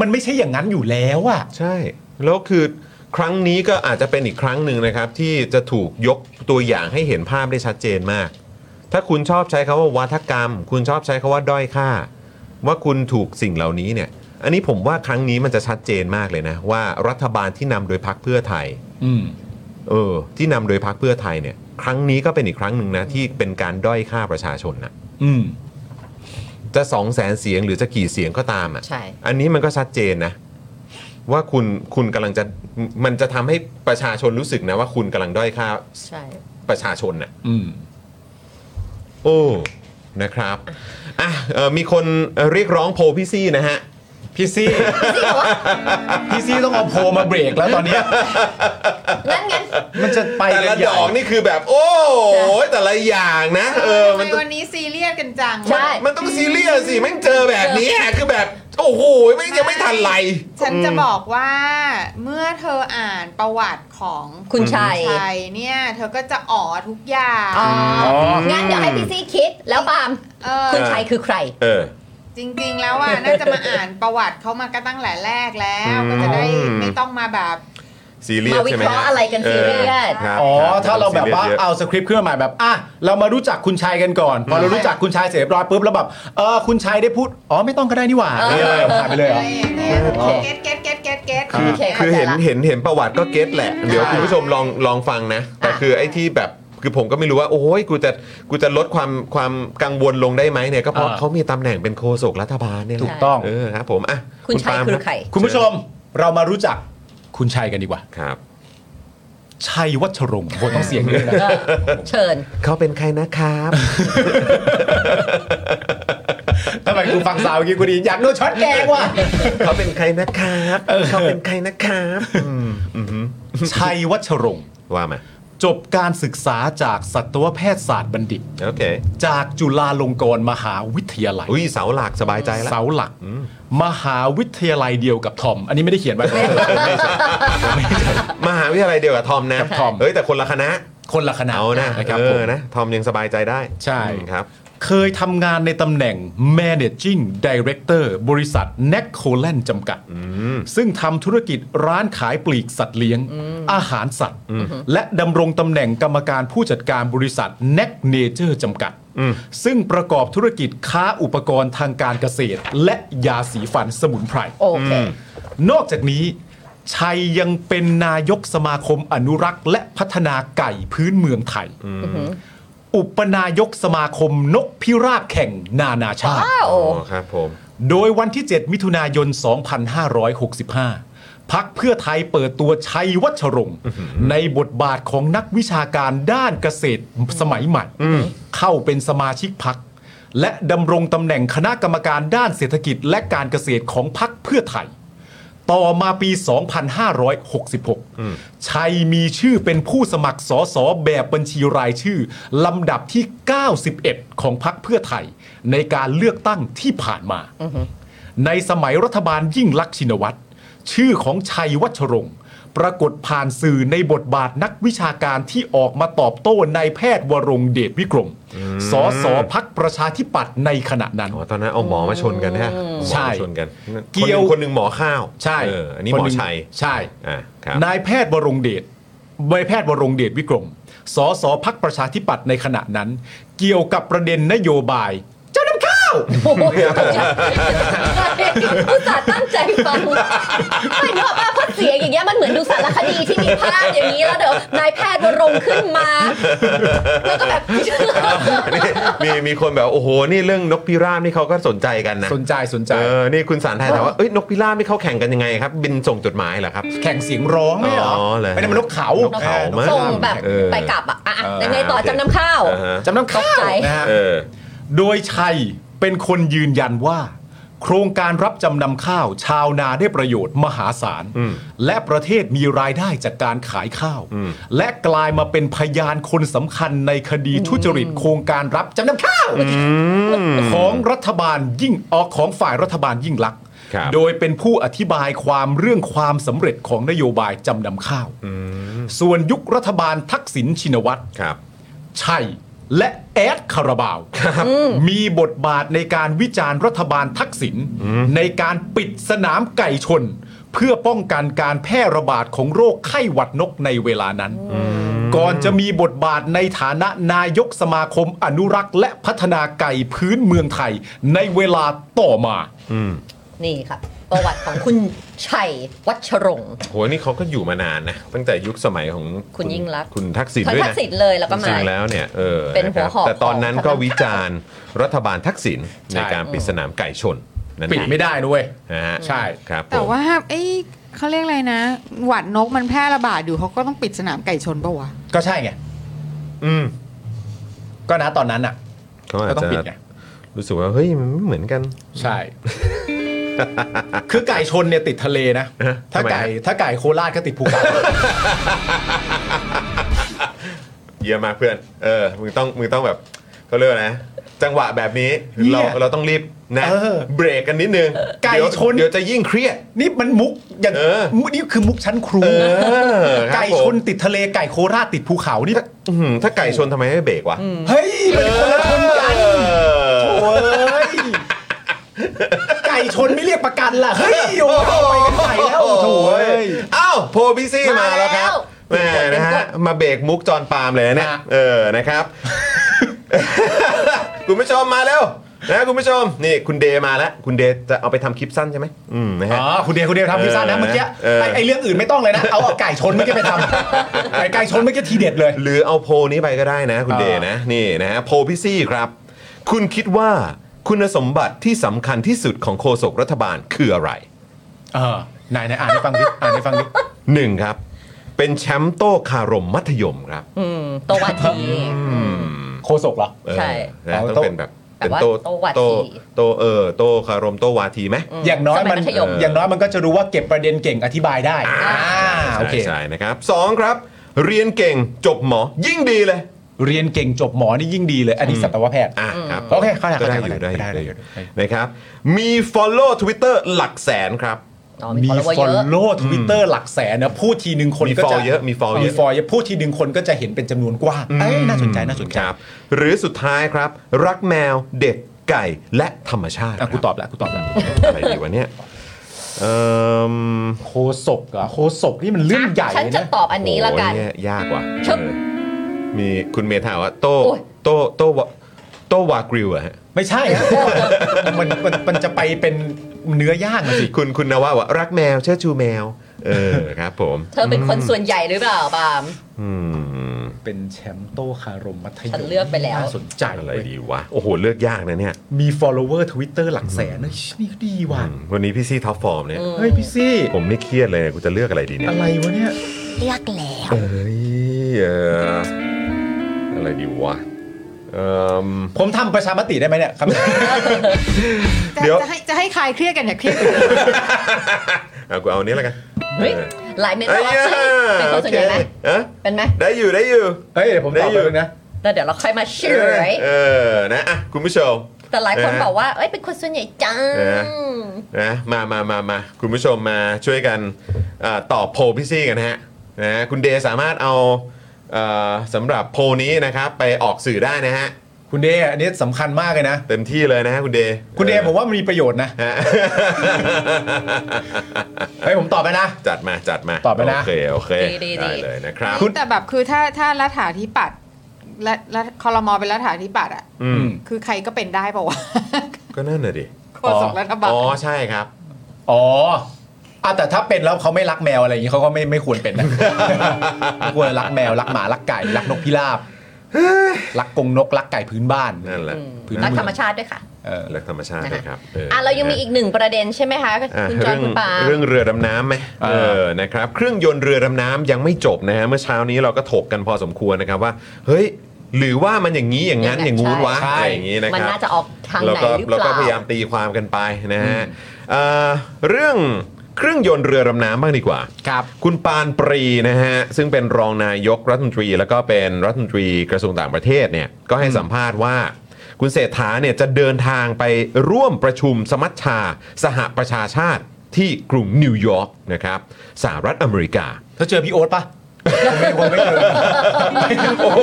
มันไม่ใช่อย่างนั้นอยู่แล้วอะ
ใช่ แล้วคือครั้งนี้ก็อาจจะเป็นอีกครั้งหนึ่งนะครับ ที่จะถูกยกตัวอย่างให้เห็นภาพได้ชัดเจนมาก ถ้าคุณชอบใช้คำว่าวัฒกรรม คุณชอบใช้คำว่าด้อยค่า ว่าคุณถูกสิ่งเหล่านี้เนี่ย อันนี้ผมว่าครั้งนี้มันจะชัดเจนมากเลยนะว่ารัฐบาลที่นำโดยพรรคเพื่อไทย
อืม
เออ ที่นำโดยพรรคเพื่อไทยเนี่ย ครั้งนี้ก็เป็นอีกครั้งหนึ่งนะที่เป็นการด้อยค่าประชาชนนะ
อืม
จะสองแสนเสียงหรือจะกี่เสียงก็ตามอ่ะ
ใช่
อันนี้มันก็ชัดเจนนะ ว่าคุณคุณกำลังจะมันจะทำให้ประชาชนรู้สึกนะ ว่าคุณกำลังด้อยค่า
ใช่
ประชาชนน่ะ
อืม
โอ้นะครับอ่ะเอ่อมีคนเรียกร้องโพลพี่ซี่นะฮะ
พี่ซี่ พี่ซี่ต้องเอาโพลมาเบรกแล้วตอนเนี้ย
งั้นงั้น
มันจะไป
แต่
กั
ละ
นให
ด
ญ่
อกนี่คือแบบ โอ้ยแต่ละอย่างนะ เออ
ทำไม
มันต้อง
วันนี้ซีเรียสกันจัง
ใช่
มันต้องซีเรียสสิแม่งเจอแบบนี้อะคือแบบ โอ้โหแม่งยังไม่ทันไร
ฉันจะบอกว่าเมื่อเธออ่านประวัติของ
คุณชัย
ชัยเนี่ย เธอก็จะอ๋อทุกอย่าง
อ๋องั้นเดี๋ยวให้พี่ซี่คิดแล้วปาล์ม
เออ
คุณชัยคือใคร
เออ
จริง ๆ แล้วอ่ะน่าจะมาอ่านประวัติเขามาก็ตั้งแต่แรกแล้ว ก็จะได้ไม่ต้องมาแบบ
ซีเรียสใช่ไหม
มาวิเคราะห์อะไรกันซีเรียส
ออครับ
อ๋อ
คบ
ถ้าเราแบบว่า
ซียสยอะ
เอาสคริปต์ขึ้นมาใหม่แบบอ่ะเรามารู้จักคุณชัยกันก่อน พอเรารู้จักคุณชัยเสร็จเรียบร้อยปุ๊บแล้วแบบเออคุณชัยได้พูด อ๋อไม่ต้องก็ได้นี่หว่า
เออ
เออผ่านไปเลยเหร
อะ
อ
ไรอย่างเงี้ย
อ๋อ
เก็ตเก็ตเก็ตเก็ตเก็ต
โอเค
คือเห็น
ข้าใจละ
เห็นเห็นประวัติก็เก็ตแหละ เดี๋ยว
ใช่
คุณผู้ชมลองลองฟังนะ แต่
อ่ะ
คือไอ้ที่แบบคือผมก็ไม่รู้ว่า โอ้ยกูจะกูจะลดความความกังวลลงได้ไหมเนี่ย ก็เพราะ
อ่า
เขามีตำแหน่งเป็นโฆษกรัฐบาลเนี่ยแหละ
ถูกต้อง
เออครับผมอ่ะ
คุณชัย
ปาล์ม
คือใคร
คุณผู้ชมเรามารู้จักคุณชัยกันดีกว่า
ครับ
ชัยวัชรงค์โหต้องเสียงด้วยนะ
เชิญ
เขาเป็นใครนะครับ
ทำไมกูฟังสาวเมื่อกี้กูดีอยากโดนช็อตแกงว่ะ
เขาเป็นใครนะครับเขาเป็นใครนะครับอืมอือหือ
ชัยวัชรงค์
ว่ามา
จบการศึกษาจากสัตวแพทยศาสตร์บัณฑิต
โอเค
จากจุฬาลงกรณ์มหาวิทยาลัย
อุ้ยเสาหลักสบายใจแล้ว
เสาหลัก มหาวิทยาลัยเดียวกับทอม อันนี้ไม่ได้เขียนไว้
มหาวิทยาลัยเดียวกับทอมนะ
กับทอม
เฮ้ยแต่คนละคณะ
คนละคณะ
เอานะ
นะครับ
เอ
ผ
อ
ม
นะ ทอมยังสบายใจได้
ใช่
อืมครับ
เคยทำงานในตำแหน่ง Managing Director บริษัท n e c c o l a n d จำกัด ซึ่งทำธุรกิจร้านขายปลีกสัตว์เลี้ยง อาหารสัตว์ และดำรงตำแหน่งกรรมการผู้จัดการบริษัท n e c n a t u r e จำกัด ซึ่งประกอบธุรกิจค้าอุปกรณ์ทางการเกษตร และยาสีฟันสมุนไพร
โอเค
นอกจากนี้ ชัยยังเป็นนายกสมาคมอนุรักษ์ และพัฒนาไก่พื้นเมืองไทย อุปนายกสมาคมนกพิราบแข่งนานาชาติ
อ้าว
อ๋อครับผม
โดยวันที่ 7 มิถุนายน 2565 พักเพื่อไทยเปิดตัวชัยวัชรงค์ในบทบาทของนักวิชาการด้านเกษตรสมัยใหม่ เข้าเป็นสมาชิกพัก และดำรงตำแหน่งคณะกรรมการด้านเศรษฐกิจและการเกษตรของพักเพื่อไทย ต่อมาปี 2566 ชัยมีชื่อเป็นผู้สมัครสอสอแบบบัญชีรายชื่อ ลำดับที่ 91 ของพรรคเพื่อไทย ในการเลือกตั้งที่ผ่านมา ในสมัยรัฐบาลยิ่งลักษณ์ชินวัตร ชื่อของชัยวัชรงค์ ปรากฏผ่านสื่อในบทบาทนักวิชาการที่ออกมาตอบโต้นายแพทย์วรงค์เดชวิกรม สอสอพักประชาธิปัตย์ในขณะนั้น
อ๋อ ตอนนั้นเอาหมอมาชนกันนะฮะ
ใช่
หมอมาชนกัน
เกี่ยว
คนหนึ่งคนหนึ่งหมอข้าว
ใช่
เอออันนี้หมอ
คง
ชัย
ใช่
อ่าครับ
นายแพทย์วรงเดชนายแพทย์วรงเดชวิกรม สสพักประชาธิปัตย์ในขณะนั้น เกี่ยวกับประเด็นนโยบาย เจ้าน้ำข้าว
โอ้โหอุตส่าห์ตั้งใจฟังไม่เนกออกป้าเพราะเสียงอย่างเงี้ยมันเหมือนดูสารคดีที่มีภาพอย่างนี้แล้วเดี๋ยวนายแพทย์วรงค์ขึ้นมา แล้วก็แบบ
นี่มีมีคนแบบ โอ้โห นี่เรื่องนกพิราบนี่เขาก็สนใจกันนะ
สนใจสนใจ
เออ นี่คุณสารไทยถามว่า เอ้ย นกพิราบนี่เขาแข่งกันยังไงครับ บินส่งจดหมายเหรอครับ
แข่งเสียงร้องไม่เหรอ
อ๋อเหรอ
ไม่ได้มันนกเขา
นกเขามั้
ส่งแบบ
เออ
ไปกลับอะอ่ะ
เออ
ยังไงต่อ
โอเค
จำนำข้าว
อ่าฮะ
จำนำ
ตก
ข้าว
ใจ
นะฮะ
เออ
โดยชัยเป็นคนยืนยันว่า โครงการรับจำนำข้าว ชาวนาได้ประโยชน์มหาศาล
อืม
และประเทศมีรายได้จากการขายข้าว
อืม
และกลายมาเป็นพยานคนสำคัญในคดีทุจริตโครงการรับจำนำข้าว
อืม
ของรัฐบาลยิ่งออกของฝ่ายรัฐบาลยิ่งลักษณ์
ครับ
โดยเป็นผู้อธิบายความเรื่องความสำเร็จของนโยบายจำนำข้าว ส่วนยุครัฐบาลทักษิณชินวัตร
ครับ
ชัย และแอดคารา
[LAUGHS]
บาว มีบทบาทในการวิจารณ์รัฐบาลทักษิณในการปิดสนามไก่ชน เพื่อป้องกันการแพร่ระบาดของโรคไข้หวัดนกในเวลานั้น ก่อนจะมีบทบาทในฐานะนายกสมาคมอนุรักษ์ และพัฒนาไก่พื้นเมืองไทย ในเวลาต่อมา
นี่ครับ ประวัติของคุณ ชัยวัชรงค์
โหนี่เขาก็อยู่มานานนะ ตั้งแต่ยุคสมัยของ
คุณยิ่งลักษณ์
คุณทักษิณ
คุณ
ด้วยนะ
ทักษิณเลยแล้วก็มา
จริงๆแล้วเนี่ยเออ
เป็นหั
ะครั
ว
บ
หอก
แต่ตอนนั้นก็
ของ
วิจารณ์รัฐบาลทักษิณในการปิดสนามไก่ชนนั่น
ปิด
เอง
ไม่ได้นะเว้ย
นะฮะ
ใช่
ครับผม
แต่ว่าไอ้เขาเรียกอะไรนะ หวัดนกมันแพร่ระบาดอยู่เขาก็ต้องปิดสนามไก่ชนปะวะ
ก็ใช่ไง
อืม
ก็นะตอนนั้นอ่ะ
เขาอาจ
ก็ต้องปิดไง
จะรู้สึกว่าเฮ้ยมันไม่เหมือนกัน
ใช่ คือไก่ชนเนี่ยติดทะเลนะ
ฮะ
ถ้า
ทำไมฮะ
ไก่ถ้าไก่โคราชก็ติดภูเขา
เยี่ยมมากเพื่อน เออ มึงต้อง มึงต้องแบบเขาเรียกว่านะ จังหวะแบบนี้
เนี่ย
เรา เราต้องรีบนะ
เออ
เบรกกันนิดนึง
ไก่
เดี๋ยว
ชน
เดี๋ยวจะยิ่งเครียด
นี่มันมุกอย่าง
เออ
มุกนี่คือมุกชั้นครู
เออครับ
ไก่
ผม
ชนติดทะเลไก่โคราชติดภูเขานี่
อื้อหือถ้าไก่ชนทำไมไม่เบรกวะ
เฮ้ยมันคนละชนกัน
เออ
โอ้ยไก่ชนไม่เรียกประกันล่ะ เฮ้ยโอ้โหไปกันใหญ่แล้วโถ่เอ้ย
เอ้าโพพี่ซี่มาแล้วครับแหม่นะฮะ มาเบรกมุกจอนปาล์มเลยนะเนี่ย
ฮะ
เออ [LAUGHS] นะครับ คุณผู้ชมมาเร็ว นะคุณผู้ชม นี่คุณเดมาแล้ว คุณเดจะเอาไปทำคลิปสั้นใช่ไหมอืมนะฮะ
อ๋อคุณเดียคุณเดียทำพิซซ่านะเมื่อกี้
เออ
ไอ้ไอ้เรื่องอื่นไม่ต้องเลยนะ เอาเอาไก่ชนเมื่อกี้ไปทำไอ้ไก่ชนเมื่อกี้ทีเด็ดเลย
หรือเอาโพลนี้ไปก็ได้นะ คุณ
อ่า
เดนะนี่นะฮะโพลพี่ซี่ครับ คุณคิดว่าคุณสมบัติที่สำคัญที่สุดของโฆษกรัฐบาลคืออะไร
เออไหนไหนอ่านให้ฟังดิอ่านให้ฟังดิ
1. ครับ เป็นแชมป์โต้คารมมัธยมครับ
อืมโตวาที
โคศกเหรอ
เออ
ใช่
นะต้องเป็นแบบ
แปล
เป็น
ว่า
โต
โต้วาที
โตโตเออโตคารมโตวาทีไหม
อย่างน้อยมัน
สมัยมัธยม
อย่างน้อยมันก็จะรู้ว่าเก็บประเด็นเก่งอธิบายได้อ่าโอเค
ใช่ใช่นะครับ 2 ครับ เรียนเก่งจบหมอยิ่งดีเลย
เรียนเก่งจบหมอนี่ยิ่งดีเลย อันนี้สัตวแพทย์
อ่ะครับ
โอเคเข้าใจ
ก็ได้อ
เข้าใจ
ยู่ได้อยู่
ได้
ได้อยู่
ได้
นะครับ มี follow Twitter หลักแสนครับ
อ๋อ
มี
มี follower เยอะ
follow Twitter หลักแสนนะพูดทีหนึ่งคน
มี
ก็จะ
follow เยอะมี follow เยอะ
มี follow เยอะพูดทีหนึ่งคนก็จะเห็นเป็นจำนวนกว้างเอ้ยน่าสนใจน่าสนใจ
ครับหรือสุดท้ายครับ รักแมวเด็กไก่และธรรมชาติ
อ่ะกู
ค
ต
รับ
อบแล้วกูตอบแล้ว
อะไรดีวะเนี่ยเอ่ม
โคศกเหรอ่ะโคศกนี่มันเรื่องใหญ่
ฉันจะ
นะ
ตอบอันนี้ละกัน
โอ้ยเยยากว่ะ
ชึบ
เออมีคุณเมธาว่าโต
โอ้ย
โตโตวะโตวากริวอะฮะ
ไม่ใช่นะมันมันมันจะไปเป็นเนื้อย่างอะสิ
คุณคุณนว่าว่ารักแมวเชื่อชูแมว เออ [LAUGHS] ครับผม
เธอเป็นคนส่วนใหญ่หรือเปล่าบาม
อืม
เป็นแชมป์โตคารมมัธยม
ฉันเลือกไปแล้ว
น่าสนใจ
อะไร
เว้ย
ดีวะ โอ้โห เลือกยากนะเนี่ย
มี follower Twitter หลักแสนนะนี่ก็ดีว่ะ
อืมวันนี้พี่ซี่ท็อปฟอร์มเนี่ย
เฮ้ยพี่ซี่
ผมนี่เครียดเลยกูจะเลือกอะไรดีเนี่ย
อะไรวะเนี่ย
เลือกแล้ว
เอ้ยเอ่ออะไรดีวะเอิ่ม [LAUGHS]
ผมทำประชามติได้ไหมเนี่ยคำถาม
จะ
เดี๋ยว
จะให้จะให้คลายเครียดกันอย่าเครียดกัน
เอากูเอาอันนี้แล้วกัน
เฮ้ยหลายเมตร
เอ้ย
แล้ว
อ่ะ
เป็นคน
โอ
ส่วน
เค
ใหญ่ไหม
เอ๊ะ
เป็นไหม
ได้อยู่ได้อยู่
เฮ้ยเดี๋ยวผมตอบ
ได้อยู่
ไปบนึงนะ
แล้วเดี๋ยวเราค่อยมาเฉลย
เออนะอ่ะคุณผู้ชม
แต่หลายคน
เออ
บอกว่าเอ้ยเป็นคนส่วนใหญ่จัง
เออ นะมามามามาคุณผู้ชมมาช่วยกันเออตอบโพลพี่ซี่กันนะฮะนะคุณเดสามารถเอาเอ่อสำหรับโพลนี้นะครับไปออกสื่อได้นะฮะ
คุณเดย์อันนี้สำคัญมากเลยนะ
เต็มที่เลยนะฮะคุณเด
คุณเดย์
ออ
ผมว่ามันมีประโยชน์นะ
ฮะ [LAUGHS]
เฮ้ยผมตอบไปนะ
จัดมาจัดมา
ตอบไปนะ
โอเคโอเค
ดีดีดี
ได้เลยนะครับ
แต่แบบคือถ้าถ้ารัฐาธิปัตย์และและคอรมอเป็นรัฐาธิปัตย์อ่ะ
อืม
คือใครก็เป็นได้ปะวะ
ก็นั่นน่ะดิ
โฆษกรัฐบาล
อ๋อใช่ครับ
อ๋ออ่ะแต่ถ้าเป็นแล้วเขาไม่รักแมวอะไรอย่างนี้เขาก็ไม่ไม่ควรเป็น [LAUGHS] นะ ไม่ควรรักแมวรักหมารักไก่รักนกพิราบรักกงนกรักไก่พื้นบ้าน
นั่นแหละ
พื้น
รัก
เอง
ธรรมชาติด้วยค่ะ
เออ
รักธรรมชาติ
นะคะ
นะครับ
อ่ะเรายังมีอีกหนึ่งประเด็นใช่ไหมคะคุณจอ
เรื่
นคุณปาล์ม
เรื่องเรือดำน้ำไหม
เอ
เอ
อ
อนะครับเครื่องยนต์เรือดำน้ำยังไม่จบนะฮะเมื่อเช้านี้เราก็ถกกันพอสมควรนะครับว่า เฮ้ย หรือว่ามันอย่างนี้อย่างนั้นอย่
อา
ย่าง ง
นั้น
งู้นวะอะ
ใช่
ไรอย่างนี้นะ
มัน
ครับ
น่าจะออกทาง
เรา
ไหน
ก็
หรือเป
เราก็
ล่า
พยายามตีความกันไปนะฮะเอ่อเรื่องเครื่องยนต์เรือดำน้ำบ้างดีกว่า
ครับ
คุณปานปรีนะฮะซึ่งเป็นรองนายกรัฐมนตรี แล้วก็เป็นรัฐมนตรีกระทรวงต่างประเทศเนี่ยก็ให้สัมภาษณ์ว่า คุณเศรษฐาเนี่ยจะเดินทางไปร่วมประชุมสมัชชา สหประชาชาติที่กรุงนิวยอร์กนะครับสหรัฐอเมริกา
เธอเจอพี่โอ๊ตปะ ผมไม่เจอ
โอ้โห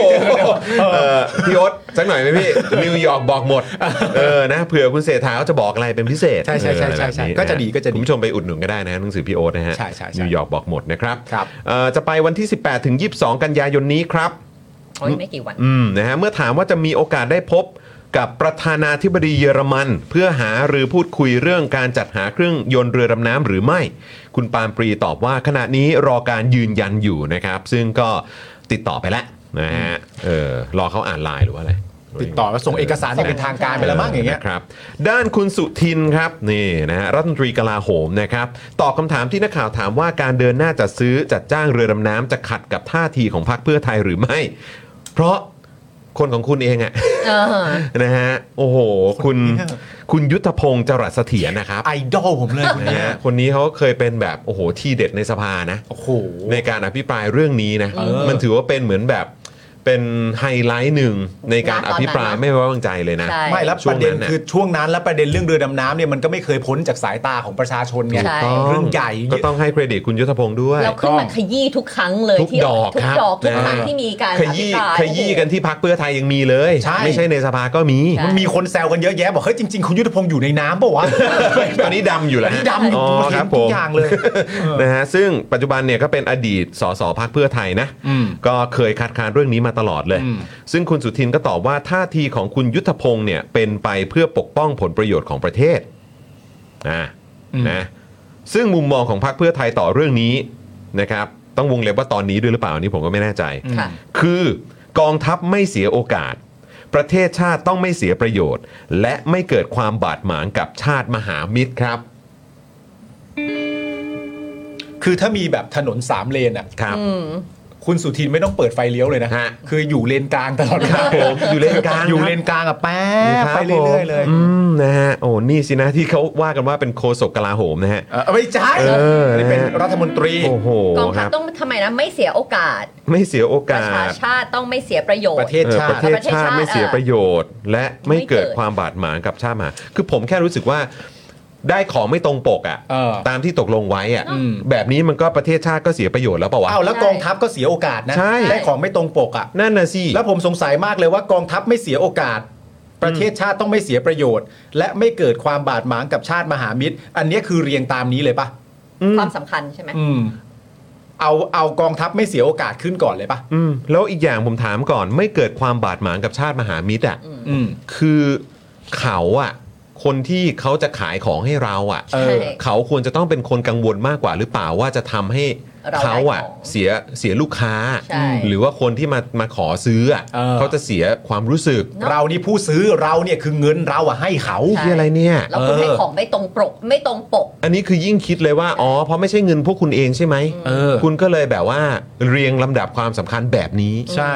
เอ่อพี่อ๊ตสักหน่อยไหมพี่ นิวยอร์กบอกหมด เออนะเผื่อคุณเศรษฐาเขาจะบอกอะไรเป็นพิเศษ
ใช่ใช่ใช่ใช่ใช่
เอออไรแบบนี้น
ก็จะดีก็จะดี
คุณผู้ชมไปอุดหนุนก็ได้นะหนังสือพี่โอ๊ตนะฮะ
ใช่ใช่ใช่
นิวยอร์กบอกหมดนะครับ
ครับ
เอ่อจะไปวันที่ 18ถึง22 กันยายนนี้ครับ
โอ้ยไม่กี่วัน
อืมนะฮะเมื่อถามว่าจะมีโอกาสได้พบกับประธานาธิบดีเยอรมัน เพื่อหาหรือพูดคุยเรื่องการจัดหาเครื่องยนต์เรือดำน้ำหรือไม่ คุณปาล์มปรีตอบว่าขณะนี้รอการยืนยันอยู่นะครับ ซึ่งก็ติดต่อไปแล้วนะฮะเออรอเขาอ่านไลน์หรือว่าอะไร
ติดต่อแล้วส่งเอกสารที่เป็นทางการไปแล้วมั้งอย่างเงี้ย
ครับด้านคุณสุทินครับนี่นะฮะรัฐมนตรีกลาโหมนะครับตอบคำถามที่นักข่าวถามว่าการเดินหน้าจัดซื้อจัดจ้างเรือดำน้ำจะขัดกับท่าทีของพรรคเพื่อไทยหรือไม่ เพราะคนของคุณเองอะ
เออ
นะฮะโอ้โห คุณคุณยุทธพงศ์จรัสเสถียรนะครับ
ไอดอลผมเลยคน
นะ
เนี้ย
ฮะคนนี้เขาเคยเป็นแบบโอ้โหที่เด็ดในสภานะ
โอ้โห
ในการอภิปรายเรื่องนี้นะ
เออ
มันถือว่าเป็นเหมือนแบบเป็นไฮไลท์หนึ่งในการ
ณ
อ
ตอนนั้น
ภิปราย
นะ
ไม่ไว้วางใจเลยนะ
ใช่
ไม่แล้ว
ช่
ป
วง
ระเด็น
นั้นน่ะ
คือช่วงนั้นแล้วประเด็นเรื่องเรือดำน้ำเนี่ยมันก็ไม่เคยพ้นจากสายตาของประชาชนไง
ใช่
เรื่องใหญ่
ก็ต้องให้เครดิตคุณยุทธพงศ์ด้วย
เราขึ้นมาขยี้ทุกครั้งเลย
ทุก
ที่
ดอก
ทุ
ค
ก
รับ
ดอกทุกครั้ง
นะ
ที่มีการ
ข
อภิ
ยี้
ปรา
ขยี้กันที่พักเพื่อไทยยังมีเลย
ใช่
ไม่ใช่ในสภาก็มี
ใช่
มันมีคนแซวกันเยอะแยะบอกเฮ้ยจริงๆคุณยุทธพงศ์อยู่ในน้ำปะวะ
ตอนนี้ดำอยู่แล้ว
ตอนนี้ดำอยู่
อ๋อ
เห็น
ครับ
ทุ
ผ
ก
ม
อย่างเลยเออ
นะฮะซึ่งปัจจุบันเนี่ยก็เป็นอดีตสสพักเพื่อไทยนะ
อืม
ก็เคยคัดค้านเรื่องนี้มาตลอดเลย
อืม
ซึ่งคุณสุทินก็ตอบว่าท่าทีของคุณยุทธพงศ์เนี่ยเป็นไปเพื่อปกป้องผลประโยชน์ของประเทศนะนะซึ่งมุมมองของพรรคเพื่อไทยต่อเรื่องนี้นะครับต้องวงเล็บว่าตอนนี้ด้วยหรือเปล่าอันนี้ผมก็ไม่แน่ใจ
ค่ะ
คือกองทัพไม่เสียโอกาส ประเทศชาติต้องไม่เสียประโยชน์ และไม่เกิดความบาดหมางกับชาติมหามิตรครับ
คือถ้ามีแบบถนนสามเลนอ่ะ
ครับ
อืม
คุณสุทินไม่ต้องเปิดไฟเลี้ยวเลยนะ
ฮะ
คืออยู่เลนกลางตลอดเวลา
อยู่เลนกลาง
อยู่เลน
ครับ
กลางอะแป๊บ
ครับ
ไปเรื่อยๆเลย
ผมอืมนะฮะโอ้นี่สินะที่เขาว่ากันว่าเป็นโคศกกลาโหมนะฮะ
เออไม่ใช่
เออนะฮะ
นี่เป็นรัฐมนตรี
โอ้โห
กอง
ค
ทั
รั
พ
บ
ต้องทำไมนะ ไม่เสียโอกาส
ไม่เสียโอ
ป
การ
ะชา
ส
ชาติต้องไม่เสียประโยชน์
ประเทศ
เออ
ชา
ประ
ติ
เทศชาติ
ประเทศชาติ
ไม่เสียประโยชน์ และไม่เกิด
ไม่เกิด
ความบาดหมางกับชาติมหาคือผมแค่รู้สึกว่าได้ของไม่ตรงปกอ่ะ
เออ
ตามที่ตกลงไว้อ่ะ
อืม
แบบนี้มันก็ประเทศชาติก็เสียประโยชน์แล้วเปล่าวะ
อ้าวแล้วกองทัพก็เสียโอกาสนะ
ใช่
ได้ของไม่ตรงปกอ่ะ
นั่นน่ะสิ
แล้วผมสงสัยมากเลยว่ากองทัพไม่เสียโอกาส ประเทศชาติต้องไม่เสียประโยชน์ และไม่เกิดความบาดหมางกับชาติมหามิตร อันเนี้ยคือเรียงตามนี้เลยปะ
อืม
ความสำคัญใช่ไหม
อืม เอาเอากองทัพไม่เสียโอกาสขึ้นก่อนเลยปะ
อืมแล้วอีกอย่างผมถามก่อน ไม่เกิดความบาดหมางกับชาติมหามิตรอ่ะ
อืม
คือเขาอ่ะ คนที่เขาจะขายของให้เราอ่ะ
เอ
ใช่
อ
เขาควรจะต้องเป็นคนกังวลมากกว่าหรือเปล่าว่าจะทำให้
เราได้
เขาอ่ะ
ของ
เสียเสียลูกค้า
ใช่
หรือว่าคนที่มามาขอซื้ออ่ะ
เออ
เขาจะเสียความรู้สึก
เนอะ
เรานี่ผู้ซื้อเราเนี่ยคือเงินเราอะให้เขา
ใช่
ที่อะไรเนี่ย
เราคุณ
เออ
ให้ของไม่ตรงปก ไม่ตรงปก
อันนี้คือยิ่งคิดเลยว่าอ๋อเพราะไม่ใช่เงินพวกคุณเองใช่ไหม
เออ
คุณก็เลยแบบว่าเรียงลำดับความสำคัญแบบนี้
ใช่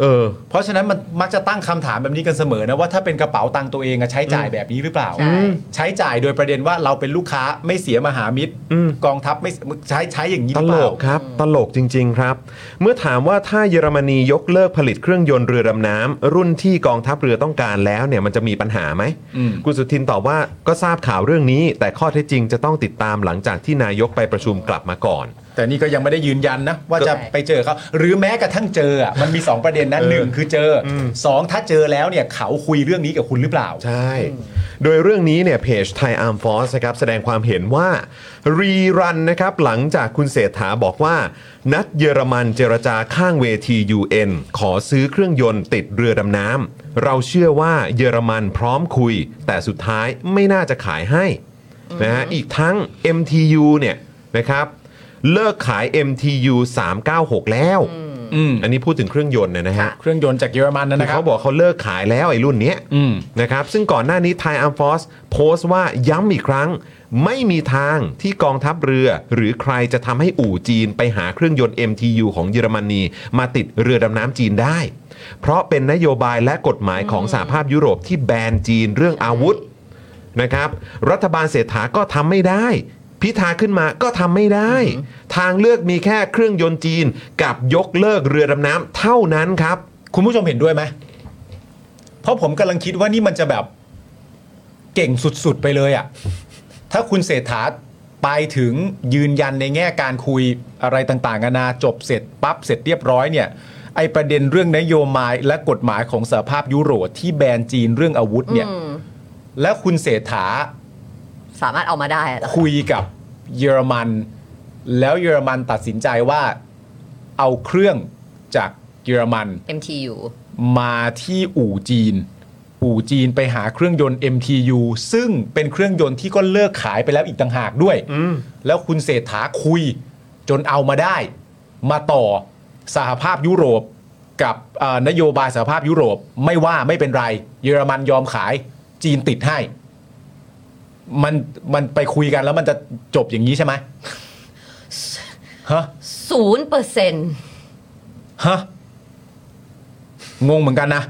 เออ
เพราะฉะนั้นมันมักจะตั้งคำถามแบบนี้กันเสมอนะว่าถ้าเป็นกระเป๋าตังค์ตัวเองอะใช้จ่ายแบบนี้หรือเปล่า
ใช่
ใช้จ่ายโดยประเด็นว่าเราเป็นลูกค้าไม่เสียมหามิตร
อืม
กองทัพไม่ใช้ใช้อย่างนี้ห
ต
รือเป
ล
ล่า
กครับ ตลกจริง ๆ ครับ เมื่อถามว่าถ้าเยอรมนียกเลิกผลิตเครื่องยนต์เรือดำน้ำรุ่นที่กองทัพเรือต้องการแล้วเนี่ยมันจะมีปัญหาไหม
อืม
คุณสุทินตอบว่าก็ทราบข่าวเรื่องนี้ แต่ข้อเท็จจริงจะต้องติดตามหลังจากที่นายกไปประชุมกลับมาก่อน
แต่นี่ก็ยังไม่ได้ยืนยันนะ ว่าจะ
ใช่
ไปเจอเขาหรือแม้กระทั่งเจออะมันมี 2 ประเด็นนะหนึ่งคือเจออสองถ้าเจอแล้วเนี่ยเขาคุยเรื่องนี้กับคุณหรือเปล่า
ใช่ โดยเรื่องนี้เนี่ยเพจไทยอาร์มฟอสนะครับแสดงความเห็นว่า รีรันนะครับหลังจากคุณเศรษฐาบอกว่า นัดเยอรมันเจรจาข้างเวที UN ขอซื้อเครื่องยนต์ติดเรือดำน้ำเราเชื่อว่าเยอรมันพร้อมคุย แต่สุดท้ายไม่น่าจะขายให้นะฮะอีกทั้ง MTU เนี่ยนะครับเลิกขาย MTU 396 แล้ว
อืม
อันนี้พูดถึงเครื่องยนต์นะฮะ
เครื่องยนต์จากเยอรมัน
คื
นะ
อ
นะครับ
เขาบอกเขาเลิกขายแล้วไอ้รุ่นเนี้ย
อืม
นะครับ ซึ่งก่อนหน้านี้ไทยอัมฟอสโพสต์ว่าย้ำอีกครั้ง ไม่มีทางที่กองทัพเรือ หรือใครจะทำให้อู่จีนไปหาเครื่องยนต์ MTU ของเยอรมนีมาติดเรือดำน้ำจีนได้ เพราะเป็นนโยบายและกฎหมายของสหภาพยุโรปที่แบนจีนเรื่องอาวุธนะครับ รัฐบาลเศรษฐาก็ทำไม่ได้ พิธาขึ้นมาก็ทำไม่ได้ ทางเลือกมีแค่เครื่องยนต์จีนกับยกเลิกเรือดำน้ำเท่านั้นครับ
คุณผู้ชมเห็นด้วยไหมเพราะผมกำลังคิดว่านี่มันจะแบบ เก่งสุดๆไปเลยอะถ้าคุณเศรษฐาไป ไปถึงยืนยันในแง่การคุยอะไรต่างๆนานาจบเสร็จปั๊บเสร็จเรียบร้อยเนี่ยไอประเด็นเรื่องนโยบายและกฎหมายของสหภาพยุโรปที่แบนจีนเรื่องอาวุธเนี่ย
อืม
และคุณเศรษฐา
สามารถเอามาได้เหรอ
คุยกับเยอรมัน แล้วเยอรมันตัดสินใจว่าเอาเครื่องจากเยอรมัน
เอ็มทีอยู่
มาที่อู่จีน อู่จีนไปหาเครื่องยนต์ MTU ซึ่งเป็นเครื่องยนต์ที่ก็เลิกขายไปแล้วอีกต่างหากด้วย แล้วคุณเศรษฐาคุยจนเอามาได้ มาต่อสหภาพยุโรปกับเอ่อนโยบายสหภาพยุโรปไม่ว่าไม่เป็นไร เยอรมันยอมขายจีนติดให้ มันมันไปคุยกันแล้วมันจะจบอย่างนี้ใช่ไหมฮะ
ศูนย์เปอร์เซ็นต์
ฮะ งงเหมือนกันนะ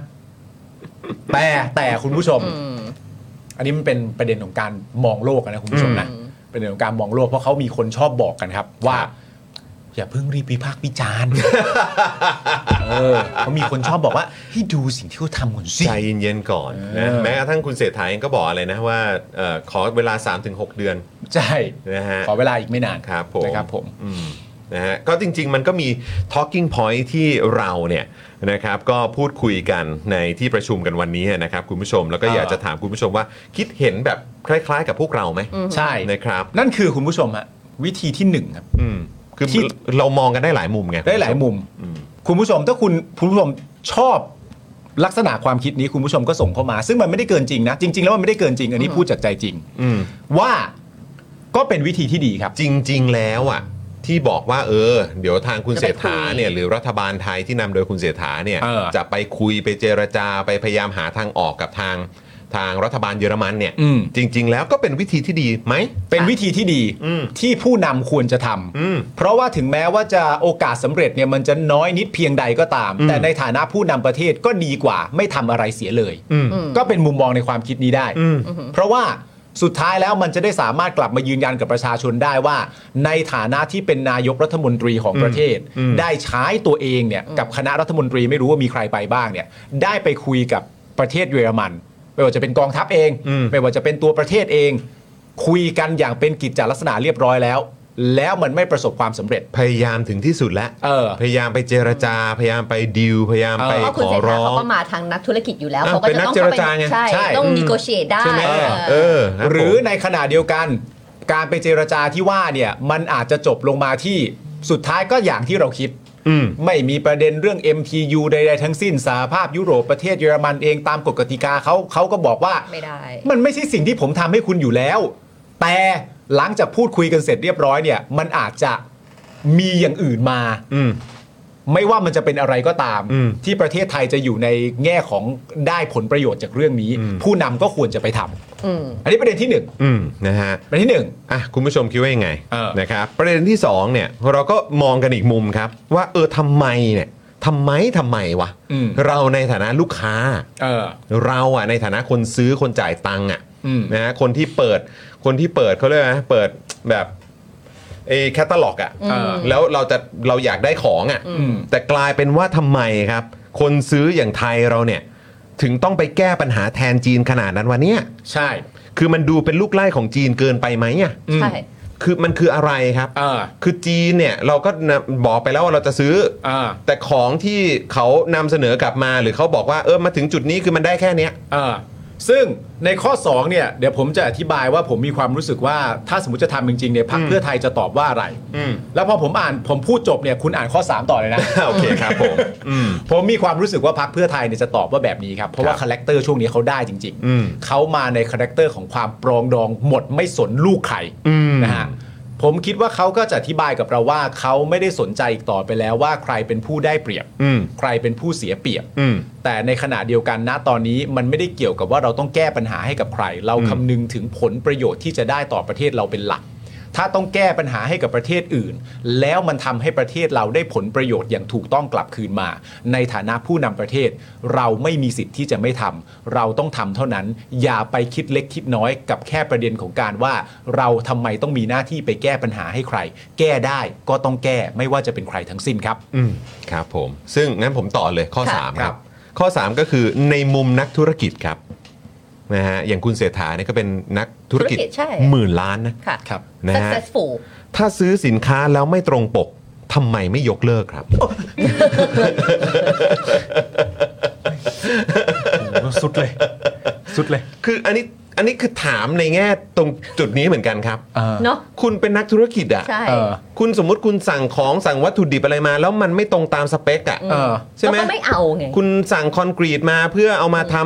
แต่แต่คุณผู้ชม อันนี้มันเป็นประเด็นของการมองโลกนะคุณผู้ชมนะประเด็นของการมองโลกเพราะเขามีคนชอบบอกกันครับ ว่า อย่าเพิ่งรีบวิพากษ์วิจารณ์ เออเขามีคนชอบบอกว่า ให้ดูสิ่งที่เขาทำก่อนสิ
ใจเย็นๆก่อนนะ
เออ
แม้กระทั่งคุณเศรษฐาเองก็บอกอะไรนะว่าเอ่อขอเวลา 3-6 เดือน
ใช่
นะฮะ
ขอเวลาอีกไม่นาน
ครับผม
นะครับผม
อืมนะฮะก็จริง ๆ มันก็มี talking point ที่เราเนี่ยนะครับก็พูดคุยกันในที่ประชุมกันวันนี้นะครับคุณผู้ชมแล้วก็
เออ
อ
อ
ยากจะถามคุณผู้ชมว่าคิดเห็นแบบคล้าย ๆ กับพวกเราไหม
ใช่
นะครับ
นั่นคือคุณผู้ชมฮะวิธีที่หนึ่งครับ
อืมคือ
ที่
เรามองกันได้หลายมุมไง
ได้หลายมุม
อืม
คุณผู้ชมถ้าคุณคุณผู้ชมชอบลักษณะความคิดนี้คุณผู้ชมก็ส่งเข้ามา ซึ่งมันไม่ได้เกินจริงนะ จริง ๆ แล้วมันไม่ได้เกินจริง อันนี้พูดจากใจจริง
อืม
ว่าก็เป็นวิธีที่ดีครับ
จริง ๆ แล้วอ่ะที่บอกว่าเออ เดี๋ยวทางคุณเศรษฐาเนี่ยหรือรัฐบาลไทยที่นำโดยคุณเศรษฐาเนี่ย
เออ
จะไปคุยไปเจรจาไปพยายามหาทางออกกับทางทางรัฐบาลเยอรมันเนี่ย
อืม
จริง ๆ แล้วก็เป็นวิธีที่ดีไหม
เป็นวิธีที่ดี
อืม
ที่ผู้นำควรจะทำ
อืม
เพราะว่าถึงแม้ว่าจะโอกาสสำเร็จเนี่ยมันจะน้อยนิดเพียงใดก็ตาม
อืม
แต่ในฐานะผู้นำประเทศก็ดีกว่า ไม่ทำอะไรเสียเลย
อืม
ก็เป็นมุมมองในความคิดนี้ได้
อืม
เพราะว่าสุดท้ายแล้วมันจะได้สามารถกลับมายืนยันกับประชาชนได้ว่า ในฐานะที่เป็นนายกรัฐมนตรีของประเทศ
อืม
ได้ใช้ตัวเองเนี่ยกับคณะรัฐมนตรีไม่รู้ว่ามีใครไปบ้างเนี่ย ได้ไปคุยกับประเทศเยอรมัน ไม่ว่าจะเป็นกองทัพเอง
อืม
ไม่ว่าจะเป็นตัวประเทศเอง คุยกันอย่างเป็นกิจจลักษณะเรียบร้อยแล้ว แล้วมันไม่ประสบความสำเร็จ
พยายามถึงที่สุดแล้ว
เออ
พยายามไปเจรจา พยายามไปดิว พยายามไป
เอ
เพ
อ
ราะ
ข
คุณ
อ
เศรษฐา
ร้อ
เขา
ง
ก็มาทางนักธุรกิจอยู่แล้ว
อ่ะ
เขาก็
เป็น
จะ
นัก
ต้อง
เจร
ข้
จาไง
ใช่
ใช่
ต้องนิโกเชตได้
ใช่ไหม
เออ
เออคบ
หรือ
ผม
ในขณะเดียวกันการไปเจรจาที่ว่าเนี่ยมันอาจจะจบลงมาที่สุดท้ายก็อย่างที่เราคิด
อืม
ไม่มีประเด็นเรื่อง MTU ใด ๆ ทั้งสิ้นสหภาพยุโรปประเทศเยอรมันเองตามกฎกติกาเขาเขาก็บอกว่า
ไม่ได้
มันไม่ใช่สิ่งที่ผมทำให้คุณอยู่แล้ว แต่หลังจากพูดคุยกันเสร็จเรียบร้อยเนี่ย มันอาจจะมีอย่างอื่นมา
อืม
ไม่ว่ามันจะเป็นอะไรก็ตาม
อืม
ที่ประเทศไทยจะอยู่ในแง่ของได้ผลประโยชน์จากเรื่องนี้
อืม
ผู้นำก็ควรจะไปทำ
อืม
อันนี้ประเด็นที่หนึ่ง
อืมนะฮะ
ประเด็นที่หนึ่ง
อ่ะคุณผู้ชมคิดว่ายังไง
เออ
นะครับประเด็นที่สองเนี่ยเราก็มองกันอีกมุมครับ ว่าเออทำไมเนี่ยทำไมทำไมวะ
อืม
เราในฐานะลูกค้า
เออ
เราอ่ะในฐานะคนซื้อคนจ่ายตังค์อ่ะ
อืม
นะฮะคนที่เปิดคนที่เปิดเขาเรียกว่าเปิดแบบไอ้แคตตาล็อกอ่ะ
เออ
แล้วเราจะเราอยากได้ของอ่ะ
อืม
แต่กลายเป็นว่าทำไมครับ คนซื้ออย่างไทยเราเนี่ย ถึงต้องไปแก้ปัญหาแทนจีนขนาดนั้นวันนี้
ใช่
คือมันดูเป็นลูกไล่ของจีนเกินไปไหมอ่ะ
อืม
ใช่
คือมันคืออะไรครับ
เออ
คือจีนเนี่ยเราก็นำบอกไปแล้วว่าเราจะซื้อ
เออ
แต่ของที่เขานำเสนอกลับมาหรือเขาบอกว่าเออมาถึงจุดนี้คือมันได้แค่เนี้ย
เออซึ่งในข้อ 2 เนี่ย เดี๋ยวผมจะอธิบายว่าผมมีความรู้สึกว่าถ้าสมมติจะทำจริงๆเนี่ยพัก
อืม
เพื่อไทยจะตอบว่าอะไร
อืม
แล้วพอผมอ่านผมพูดจบเนี่ยคุณอ่านข้อ 3 ต่อเลยนะ
โอเคครับผม
[LAUGHS]
อืม
ผมมีความรู้สึกว่าพักเพื่อไทยเนี่ยจะตอบว่าแบบนี้ครับ เพราะ
ค
ว่า
รับ
คาแรคเตอร์ช่วงนี้เขาได้จริง
อืม
เขามาในคาแรคเตอร์ของความปรองดองหมดไม่สนลูกใคร
อืม
นะฮะผมคิดว่าเขาก็จะอธิบายกับเราว่าเขาไม่ได้สนใจอีกต่อไปแล้วว่าใครเป็นผู้ได้เปรียบ
อืม
ใครเป็นผู้เสียเปรียบ
อืม
แต่ในขณะเดียวกันนะตอนนี้มันไม่ได้เกี่ยวกับว่าเราต้องแก้ปัญหาให้กับใคร เรา
อืม
คำนึงถึงผลประโยชน์ที่จะได้ต่อประเทศเราเป็นหลัก ถ้าต้องแก้ปัญหาให้กับประเทศอื่น แล้วมันทำให้ประเทศเราได้ผลประโยชน์อย่างถูกต้องกลับคืนมา ในฐานะผู้นำประเทศ เราไม่มีสิทธิ์ที่จะไม่ทำเราต้องทำเท่านั้น อย่าไปคิดเล็กคิดน้อยกับแค่ประเด็นของการว่า เราทำไมต้องมีหน้าที่ไปแก้ปัญหาให้ใคร แก้ได้ก็ต้องแก้ไม่ว่าจะเป็นใครทั้งสิ้นครับ
อืมครับผม ซึ่งงั้นผมต่อเลยข้อ
ค่ะ
3 ค
ครั
รับ
บ
ข้อ 3 ก็คือในมุมนักธุรกิจครับ นะฮะอย่างคุณเศรษฐาเนี่ยก็เป็นนักธุรกิจ
ธุรกิจใช่
หมื่นล้านนะ
ค่ะ
ครับ [LAUGHS]
นะฮะ
successful
ถ้าซื้อสินค้าแล้วไม่ตรงปกทำไมไม่ยกเลิกครับ
โอ้สุดเลย สุดเลย
คืออันนี้อันนี้คือถามในแง่ตรงจุดนี้เหมือนกันครับ
อ่า
เนาะ
คุณเป็นนักธุรกิจอะ
ใช่
เออ
คุณสมมติคุณสั่งของสั่งวัตถุดิบอะไรมา แล้วมันไม่ตรงตามสเปคอะ
เออ
ใช่ไหม
แล้วก็ไม่เอาไง
คุณสั่งคอนกรีตมาเพื่อเอามาท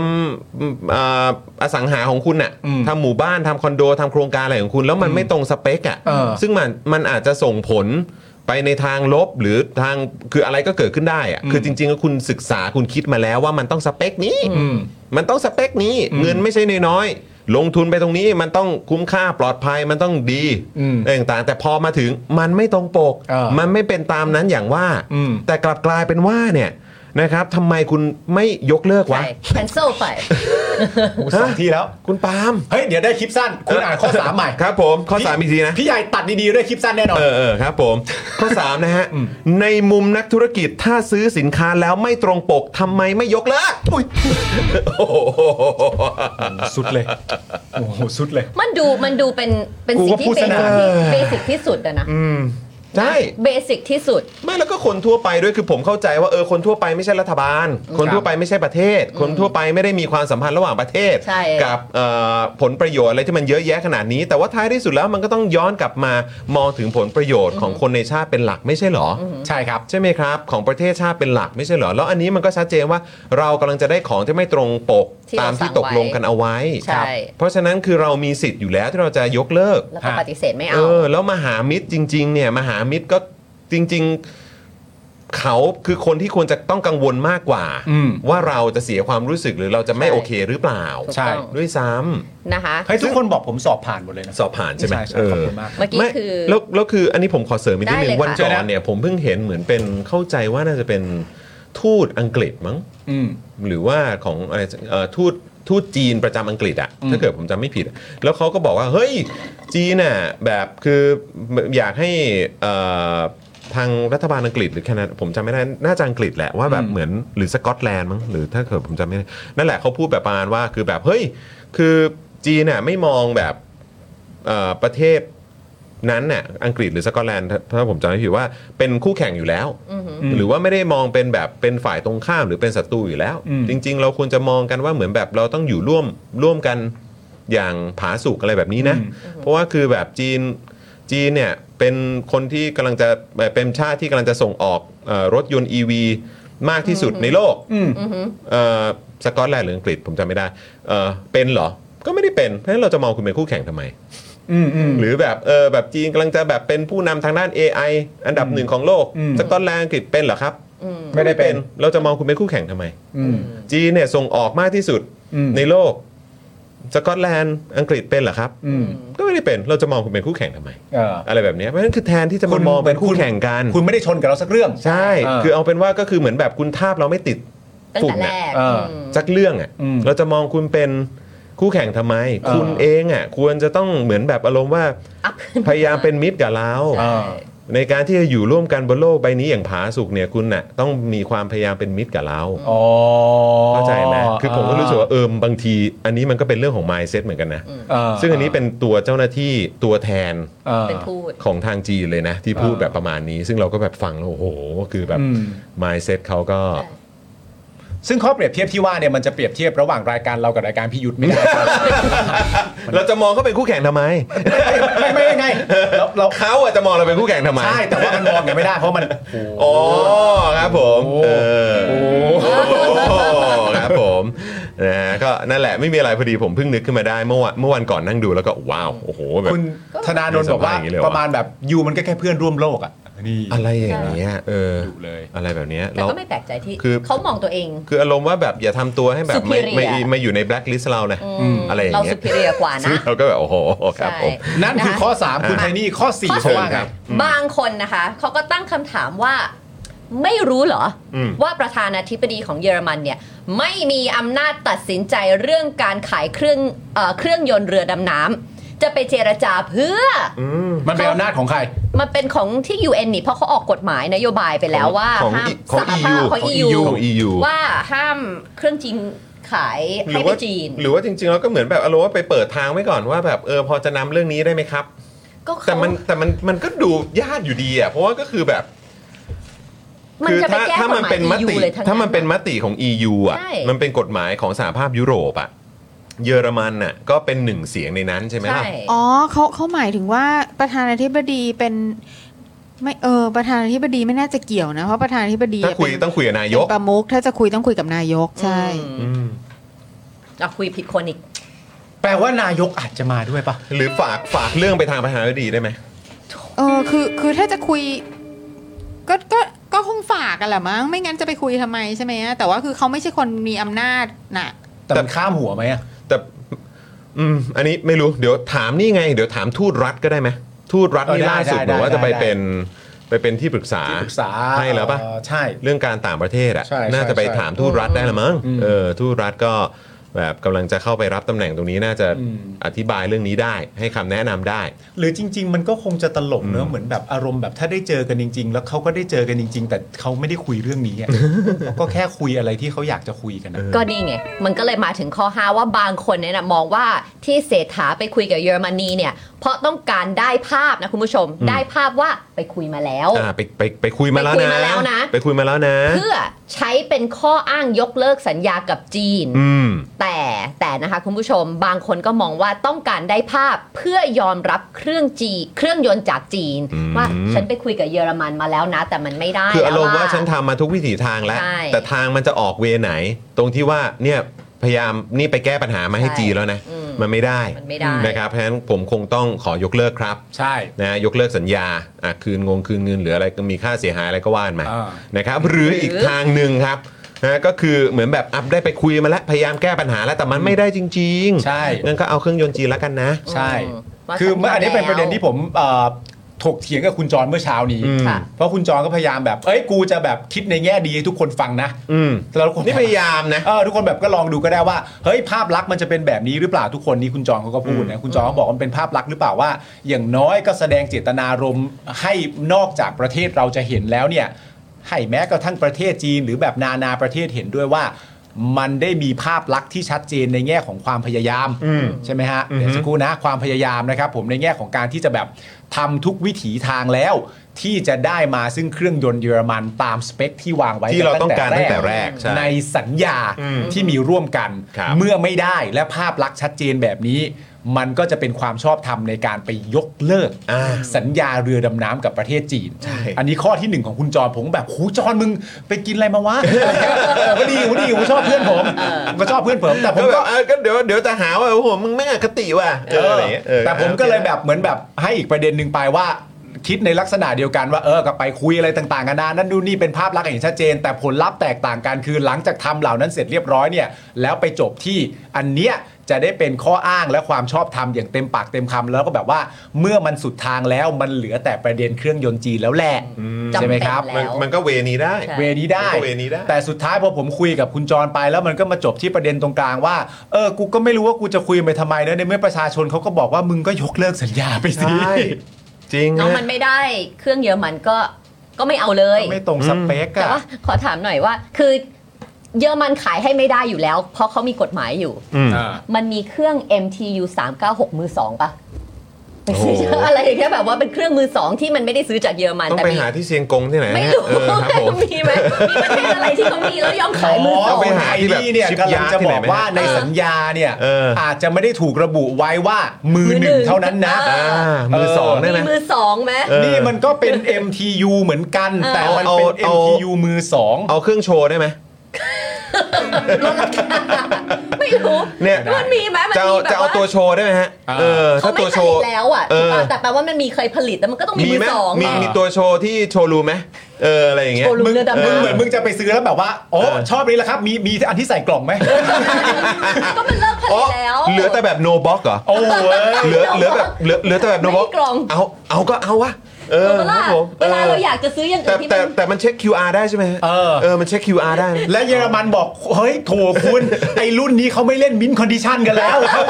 ำอ่าอสังหาของคุณอะ
อืม
ทำหมู่บ้านทำคอนโดทำโครงการอะไรของคุณ แล้วมันไม่ตรงสเปคอะ
เออ
ซึ่งมันมันอาจจะส่งผลไปในทางลบหรือทางคืออะไรก็เกิดขึ้นได้อะคือจริงๆแล้วคุณศึกษาคุณคิดมาแล้วว่ามันต้องสเปคนี้
อืม
มันต้องสเปคนี้
อืม
เงินไม่ใช่น้อยๆลงทุนไปตรงนี้มันต้องคุ้มค่าปลอดภัยมันต้องดี
อืม
อะไรต่างๆ แต่พอมาถึงมันไม่ตรงปก
เออ
มันไม่เป็นตามนั้นอย่างว่า
อืม
แต่กลับกลายเป็นว่าเนี่ยนะครับทำไมคุณไม่ยกเลิกวะ
ใช่ cancel ไป
โอ้สองที่แล้ว
คุณปาล์ม
เฮ้ย เดี๋ยวได้คลิปสั้น คุณอ่านข้อสามใหม่
ครับผมข้อสามอีกทีนะ
พี่ใหญ่ตัดดีๆด้วยคลิปสั้นแน่นอน
เออเออครับผม ข้อ 3 นะฮะ ในมุมนักธุรกิจถ้าซื้อสินค้าแล้วไม่ตรงปกทำไมไม่ยกเลิกอุ้ยโอ้โห
สุดเลย โอ้โห สุดเลย
มันดูมันดูเป็นเป็น
กู
สิ่ง
ก็
ที่
พูด
เบ
ซะ
สิ
นาก น
ที่เบสิกที่สุดอะนะ
ใช่
เบสิกที่สุด
ไม่แล้วก็คนทั่วไปด้วยคือผมเข้าใจว่าเออคนทั่วไปไม่ใช่รัฐบาล คนทั่วไปไม่ใช่ประเทศ คนทั่วไปไม่ได้มีความสัมพันธ์ระหว่างประเทศ
ใช่
กับเอ่อผลประโยชน์อะไรที่มันเยอะแยะขนาดนี้ แต่ว่าท้ายที่สุดแล้วมันก็ต้องย้อนกลับมามองถึงผลประโยชน์ของคนในชาติเป็นหลักไม่ใช่เหรออ
ใช่ครับ
ใช่ไหมครับ ของประเทศชาติเป็นหลักไม่ใช่เหรอแล้วอันนี้มันก็ชัดเจนว่าเรากำลังจะได้ของที่ไม่ตรงปก
ที่เรา
ตามที่
สั่งไว้
ตกลงกันเอาไว้
ใช่
ครับเพราะฉะนั้นคือเรามีสิทธิ์อยู่แล้วที่เราจะยกเลิก
แล้วก็
ฮะ
ปฏิเสธไม่
เอ
เอา
อแล้วมหามิตรจริง ๆ เนี่ยมหามิตรก็จริง ๆ เขาคือคนที่ควรจะต้องกังวลมากกว่า
อืม
ว่าเราจะเสียความรู้สึกหรือเราจะไม่
ใช่
โอเคหรือเปล่า
ถูก
ใช่
ต้อง
ด้วยซ้
นะคะ
เฮ้ยทุกคนบอกผมสอบผ่านหมดเลยนะ
ำสอบผ่านใช่ไหม
ใช่ขอบคุณมาก
เมื่อกี้
ไม่
คือ
แล้วแล้วคืออันนี้ผมขอเสริมอีกนิด
ได้
นึ
เล
ง
ยค่ะ
วันก่อนเนี่ยผมเพิ่งเห็นเหมือนเป็นเข้าใจว่าน่าจะเป็นทูตอังกฤษมั้ง
อืม
หรือว่าของอะไรเอ่อทูตทูตจีนประจำอังกฤษอะ
อืม
ถ้าเกิดผมจำไม่ผิดอะแล้วเขาก็บอกว่า เฮ้ย จีนน่ะแบบคืออยากให้เอ่อทางรัฐบาลอังกฤษหรือแคนาดาผมจำไม่ได้น่าจะอังกฤษแหละว่าแบบ
อืม
เหมือนหรือสกอตแลนด์มั้งหรือถ้าเกิดผมจำไม่ได้นั่นแหละเขาพูดแบบประมาณว่าคือแบบ เฮ้ย คือจีนน่ะไม่มองแบบเอ่อประเทศนั้นน่ะอังกฤษหรือสกอตแลนด์ถ้าถ้าผมจำไม่ผิดว่าเป็นคู่แข่งอยู่แล้ว
อือหือ
อืม
หรือว่าไม่ได้มองเป็นแบบเป็นฝ่ายตรงข้ามหรือเป็นศัตรูอยู่แล้ว
อืม
จริง ๆ เราควรจะมองกันว่าเหมือนแบบเราต้องอยู่ร่วมร่วมกันอย่างผาสุกอะไรแบบนี้นะ เพราะว่าคือแบบจีนจีนเนี่ยเป็นคนที่กำลังจะเป็นชาติที่กำลังจะส่งออกเออรถยนต์ EV มากที่สุดในโลก
อืม
อือหือ
เอ่อสกอตแลนด์หรืออังกฤษผมจำไม่ได้เอ่อเป็นเหรอ ก็ไม่ได้เป็นเพราะฉะนั้นเราจะมองคุณเป็นคู่แข่งทำไม
อืมอืม
หรือแบบเออแบบจีนกำลังจะแบบเป็นผู้นำทางด้าน AI อันดับหนึ่งของโลก
อืม
สกอตแลนด์อังกฤษเป็นเหรอครับ
อืม
ไม่ได้เป็น
เราจะมองคุณเป็นคู่แข่งทำไม
อืม
จีนเนี่ยส่งออกมากที่สุด
อืม
ในโลก สกอตแลนด์อังกฤษเป็นเหรอครับ
อืม
ก็ไม่ได้เป็นเราจะมองคุณเป็นคู่แข่งทำไม
เออ
อะไรแบบเนี้ยเพราะฉะนั้นคือแทนที่จะ
คุ
มา
ณ
มองเป็นคู่แข่งกัน
คุณไม่ได้ชนกับเราสักเรื่อง
ใช่
เออ
คือเอาเป็นว่าก็คือเหมือนแบบคุณทาบเราไม่ติด
ตั้ง
ฝุ่น
แต่แร
น่ะ
ก
เออ
ม
จักเรื่องอ่ะ
อืม
เราจะมองคุณเป็นคู่แข่งทำไม
เออ
คุณเองอ่ะควรจะต้องเหมือนแบบอารมณ์ว่า
up
พยายามเป็นมิตรกับเรา
เออ
ในการที่จะอยู่ร่วมกันบนโลกใบนี้อย่างผาสุกเนี่ยคุณน่ะต้องมีความพยายามเป็นมิตรกับเรา
อ๋อ
เข้าใจไหมคือผมก็รู้สึกว่าเออบางที อันนี้มันก็เป็นเรื่องของ mindset เหมือนกันนะ
เ
ซึ่งอันนี้เป็นตัวเจ้าหน้าที่ตัวแทน
เออ
เป็นทูต
ของทางจีนเลยนะ ที่พูด
เออ
แบบประมาณนี้ ซึ่งเราก็แบบฟังแล้วโอ้โห คือแบบ
อืม
mindset เขาก็
ใช่
ซึ่งข้อเปรียบเทียบที่ว่าเนี่ยมันจะเปรียบเทียบระหว่างรายการเรากับรายการพี่ยุทธไม่ได้
เราจะมองเขาเป็นคู่แข่งทำไม
ไม่ไม่ไม่ไงเราเรา
เขาอาจจะมองเราเป็นคู่แข่งทำไม
ใช่แต่ว่ามันมองกันไม่ได้เพราะมัน
อ๋อครับผมเออครับผมนะฮะก็นั่นแหละไม่มีอะไรพอดีผมเพิ่งนึกขึ้นมาได้เมื่อวันเมื่อวันก่อนนั่งดูแล้วก็ว้าวโอ้โหแบบ
คุณธนาโนนบอกว่า
ไม่สบายอย่างนี้เลยวะ
ประมาณแบบยูมันก็แค่เพื่อนร่วมโลกอ่ะนี่
อะไรอย่างเงี้ยเออ
ดุเลย
อะไรแบบเนี้ย
แต่
เรา
ก็ไม่แปลกใจที่
คือ
เขามองตัวเอง
คืออารมณ์ว่าแบบอย่าทำตัวให้แบบ
Superior
ไม่ไม่ไม่อยู่ในแบล็คลิสต์เรานะ
อืม
อะไรอย่าง
เรา
เงี้
สุ
ย
พิเรียกว่า
ซึ่ง
นะ
เราก็แบบ โอ้โหครับ
ใช่
ผม
นั่นคือข้อ 3 คุณไทนี่ข้อ
ข้อ
4เขา
สี่
ว่าไง
ค่ะบางคนนะคะเขาก็ตั้งคำถามว่า ไม่รู้เหรออ
ม
ว่าประธานาธิบดีของเยอรมันเนี่ย ไม่มีอำนาจตัดสินใจเรื่องการขายเครื่องเอ่อเครื่องยนต์เรือดำน้ำจะไปเจรจาเพื่ออ
มันเป็นอำนาจของใคร
มันเป็นของที่ UN นี่เพราะเขาออกกฎหมายนโยบายไปแล้วว่า
ของ
ห้าม
ของ
สหภาพ
EU
ของ EU
ของ EU
ว่าห้ามเครื่องจริง ขาย
หรื
ให้
อ
ไป
ว่า
จีน
หรือว่าจริงๆแล้วก็เหมือนแบบอารมณ์ว่าไปเปิดทางไว้ก่อนว่าแบบเออพอจะนำเรื่องนี้ได้ไหมครับ
ก็
แต่
เขา
มันแต่มันมันก็ดูยากอยู่ดีอ่ะเพราะว่าก็คือแบบ
มัน
คื
จะไป
ถ้า
แก้ก
ถ้า
ฎ
มัน
หมาย
เป็นม
EU
ติ
เลยทั้ง
ถ้ามันเป็นมติของ EU อ่ะ
ใช่
มันเป็นกฎหมายของสหภาพยุโรปอ่ะเยอรมันน่ะก็เป็นหนึ่งเสียงในนั้นใช่ไหมล่ะ
ใช่
อ๋อเขาเขาหมายถึงว่าประธานาธิบดีเป็นไม่เออประธานาธิบดีไม่น่าจะเกี่ยวนะ เพราะประธานาธิบดี
ถ้าคุย
เป็น
ต้องคุยกับนายก
เป็นประมุขถ้าจะคุยต้องคุยกับนายกใช่
อืม
อืม
อ่ะคุยผิดคนอีก
แปลว่านายกอาจจะมาด้วยปะ
หรือฝากฝากเรื่องไปทางประธานาธิบดีได้ไหม
เออคือคือถ้าจะคุย ก็ก็ก็คงฝากกันแหละมั้ง ไม่งั้นจะไปคุยทำไมใช่ไหมอะแต่ว่าคือเขาไม่ใช่คนมีอำนาจน่ะ
แต่มันข้ามหัวไหมอะ
แต่อืมอันนี้ไม่รู้เดี๋ยวถามนี่ไง เดี๋ยวถามทูตรัฐก็ได้ไหมทูตรัฐนี่ล่าสุดบอกว่าจะไปเป็นไปเป็นที่ปรึกษา
ที่ปรึกษา
ให้แล้วปะ
เอ่อใช่
เรื่องการต่างประเทศอ่ะ
ใช่ใช่
น่าจะไป
ใช่
ถามทูตรัฐได้ละมั้ง
อืม
เออทูตรัฐก็แบบกำลังจะเข้าไปรับตำแหน่งตรงนี้น่าจะ
อืม
อธิบายเรื่องนี้ได้ ให้คำแนะนำได้
หรือจริง ๆ มันก็คงจะตลกเน
อื
อะ
ม
เหมือนแบบอารมณ์แบบถ้าได้เจอกันจริง ๆ แล้วเขาก็ได้เจอกันจริง ๆ แต่เขาไม่ได้คุยเรื่องนี้อะ เขาก็แค่คุยอะไรที่เขาอยากจะคุยกันอะ
ก็นี่ไง มันก็เลยมาถึงข้อ 5 ว่าบางคนเนี่ยนะมองว่าที่เศรษฐาไปคุยกับเยอรมนีเนี่ย เพราะต้องการได้ภาพนะคุณผู้ชม ได้ภาพว่าไปคุยมาแล้ว
อ่าไปไปไปคุยมาแล้ว
ไปคุย
นะ
มาแล้วนะ
ไปคุยมาแล้วนะ
เพื่อใช้เป็นข้ออ้างยกเลิกสัญญากับจีน
อืม
แต่แต่นะคะคุณผู้ชมบางคนก็มองว่าต้องการได้ภาพเพื่อยอมรับเครื่องจีเครื่องยนต์จากจีน
อืม
ว่าฉันไปคุยกับเยอรมันมาแล้วนะ แต่มันไม่ได้
คืออารมณ์
แล้
ว่า
อะ
ฉันทำมาทุกวิถีทางแล้ว
ใช่
แต่ทางมันจะออกเวไหน ตรงที่ว่าเนี่ยพยายามนี่ไปแก้ปัญหามาให้
ใช่
จีนแล้วนะ
อืม
มันไม่ได้
มันไม่ได้
นะครับเพราะฉะนั้นผมคงต้องขอยกเลิกครับ
ใช่
นะยกเลิกสัญญาอ่ะคืนงงคืนเงินหรืออะไรก็มีค่าเสียหายอะไรก็ว่านมา
อ่า
นะครับหรืออีกทางหนึ่งครับนะก็คือเหมือนแบบอัพได้ไปคุยมาแล้ว พยายามแก้ปัญหาแล้วแต่มันไม่ได้จริงๆ
ใช่
งั้นก็เอาเครื่องยนต์จีนแล้วกันนะ
ใช่
อืมว่า
คือเมื่ออันนี้เป็น
สัญญาแล้ว
ประเด็นที่ผมเอ่อถกเถียงกับคุณจรเมื่อเช้านี้
อืม
ค่ะ
เพราะคุณจรก็พยายามแบบ เอ้ย กูจะแบบคิดในแง่ดีให้ทุกคนฟังนะ
อืม
แล้วทุกคน
นี่พยายามนะ
เออทุกคนแบบก็ลองดูก็ได้ว่า เฮ้ย ภาพลักษณ์มันจะเป็นแบบนี้หรือเปล่าทุกคนนี่คุณจรเขาก็พูดนะ คุณจรเขาบอกว่ามันเป็นภาพลักษณ์หรือเปล่าว่า อย่างน้อยก็แสดงเจตนารมณ์ให้นอกจากประเทศเราจะเห็นแล้วเนี่ย ให้แม้กระทั่งประเทศจีนหรือแบบนานาประเทศเห็นด้วยว่า มันได้มีภาพลักษณ์ที่ชัดเจนในแง่ของความพยายาม ใช่ไหมฮะเดี๋ยวสักครู่นะความพยายามนะครับ ผมในแง่ของการที่จะแบบทำทุกวิถีทางแล้ว ที่จะได้มาซึ่งเครื่องยนต์เยอรมันตามสเปคที่วางไว้
ที่เราต้องการตั้งแต่แรกใช่
ในสัญญา
อืม
ที่มีร่วมกัน
ครับ
เมื่อไม่ได้และภาพลักษณ์ชัดเจนแบบนี้ มันก็จะเป็นความชอบธรรมในการไปยกเลิก
อ่า
สัญญาเรือดำน้ำกับประเทศจีน
ใช่
อันนี้ข้อที่หนึ่งของคุณจอนผมแบบหูจอนมึงไปกินอะไรมาวะ [LAUGHS] วันดีวันดีผมชอบเพื่อนผมผมก็ชอบเพื่อนผมแต่ผ
ก็
ม
แบ
ก็
บเออก็เดี๋ยวเดี๋ยวจะหาว่าโอ้โหมึงไม่อคติว่ะเอออะไรเงี้ยเออ
แต่ผมก็เลยแบบเหมือนแบบให้อีกประเด็นหนึ่งไปว่า คิดในลักษณะเดียวกันว่าเออก็ไปคุยอะไรต่างๆกันนานั่นดูนี่เป็นภาพลักษณ์เห็นชัดเจน แต่ผลลัพธ์แตกต่างกันคือหลังจากทำเหล่านั้นเสร็จเรียบร้อยเนี่ย แล้วไปจบที่อันเนี้ยจะได้เป็นข้ออ้างและความชอบธรรมอย่างเต็มปากเต็มคำแล้วก็แบบว่าเมื่อมันสุดทางแล้วมันเหลือแต่ประเด็นเครื่องยนต์จีนแล้วแหละใช่ไหมครับ
จำเป็
มันมันก็เวนี้ได้
ใช่
เวนี้ได้
มันก็เวนี้ได้
แต่สุดท้ายพอผมคุยกับคุณจรไปแล้วมันก็มาจบที่ประเด็นตรงกลางว่า เออ กูก็ไม่รู้ว่ากูจะคุยไปทำไมนะในเมื่อประชาชนเขาก็บอกว่ามึงก็ยกเลิกสัญญาไปสิ
ใช่จริง
น้อง
ฮะ
มันไม่ได้เครื่องเยอรมันก็ก็ไม่เอาเลย
ไม่ตรงสเปก
แต่
อะ
ว่าขอถามหน่อยว่า คือเยอรมันขายให้ไม่ได้อยู่แล้ว เพราะเขามีกฎหมายอยู่
อ่า
มันมีเครื่อง MTU 396 มือสองปะ
โอ้โห
อะไรอย่าง [LAUGHS] เงี้ยแบบว่าเป็นเครื่องมือสองที่มันไม่ได้ซื้อจากเยอรมัน
ต้อง
แต่
ไป
มี
หาที่เซียงกงที่ไหนนะ
ไม่รู้
เออครับผม
มีไหมมีประเทศอะไรที่เขามีแล้วยอมขายมือส
อ๋
อ
อง ไปหาที่แบบเนี่ยกำลังจะบอกว่าในสัญญาเนี่ย
เออ
อาจจะไม่ได้ถูกระบุไว้ว่ามือหนึ่งเท่านั้นนะ
เอ
อ่ามือสองได้ไหม
มีมือสองไหม
เออ
นี่มันก็เป็น MTU เหมือนกัน
เออ
แต่มันเป็น
เอาเอา
MTU มือสอง
เอาเครื่องโชว์ได้ไหม
ไม่รู้
เนี่ย
มันมีไหมมัน
จะเอา
มีแบบ
จะเอาตัวโชว์ได้ไหมฮะ
อ่า
เออ
เขา
ถ้า
ไม่
ตัว
ผ
โช
ลิ
ว์
ตแล้วอ่ะ
เออ
แต่แปลว่ามันมีเคยผลิตแต่มันก็ต้องมี
มี
มือ
ไหม
สอง
มี
ไง
มีตัวโชว์ที่โชว์รูมไหมเออ อะไรอย่างเงี้ย
โชว์รู
มึง
เรือดำน้ำ
มึงเหมือนมึงจะไปซื้อแล้วแบบว่าอ๋อ
เออ
ชอบนี้แหละครับมีมีอันที่ใส่กล่องไหม
ก็มันเลิกผ
อ๋
ลิ
อ
ตแล้ว
เหลือแต่แบบโนบ็อกเหรอ
โอ้ย
เหลือเหลือแบบเหลือเหลือแต่แบบโน
ไม่
บ็อก
มีกล่อง
เอา เอาก็เอาวะ เออ
เว
ค
ลา
รับผม
เวลาเรา
ออ
อยากจะซื้ออย่าง
แต่
อื่นที่
แต่
มัน
แต่มันเช็ค QR ได้ใช่ไหมฮะ
เออ
เออ มันเช็ค QR ได้นะ
และเยอรมันบอก เฮ้ยโถคุณ ไอรุ่นนี้เขาไม่เล่นมินคอนดิชันกันแล้วเขา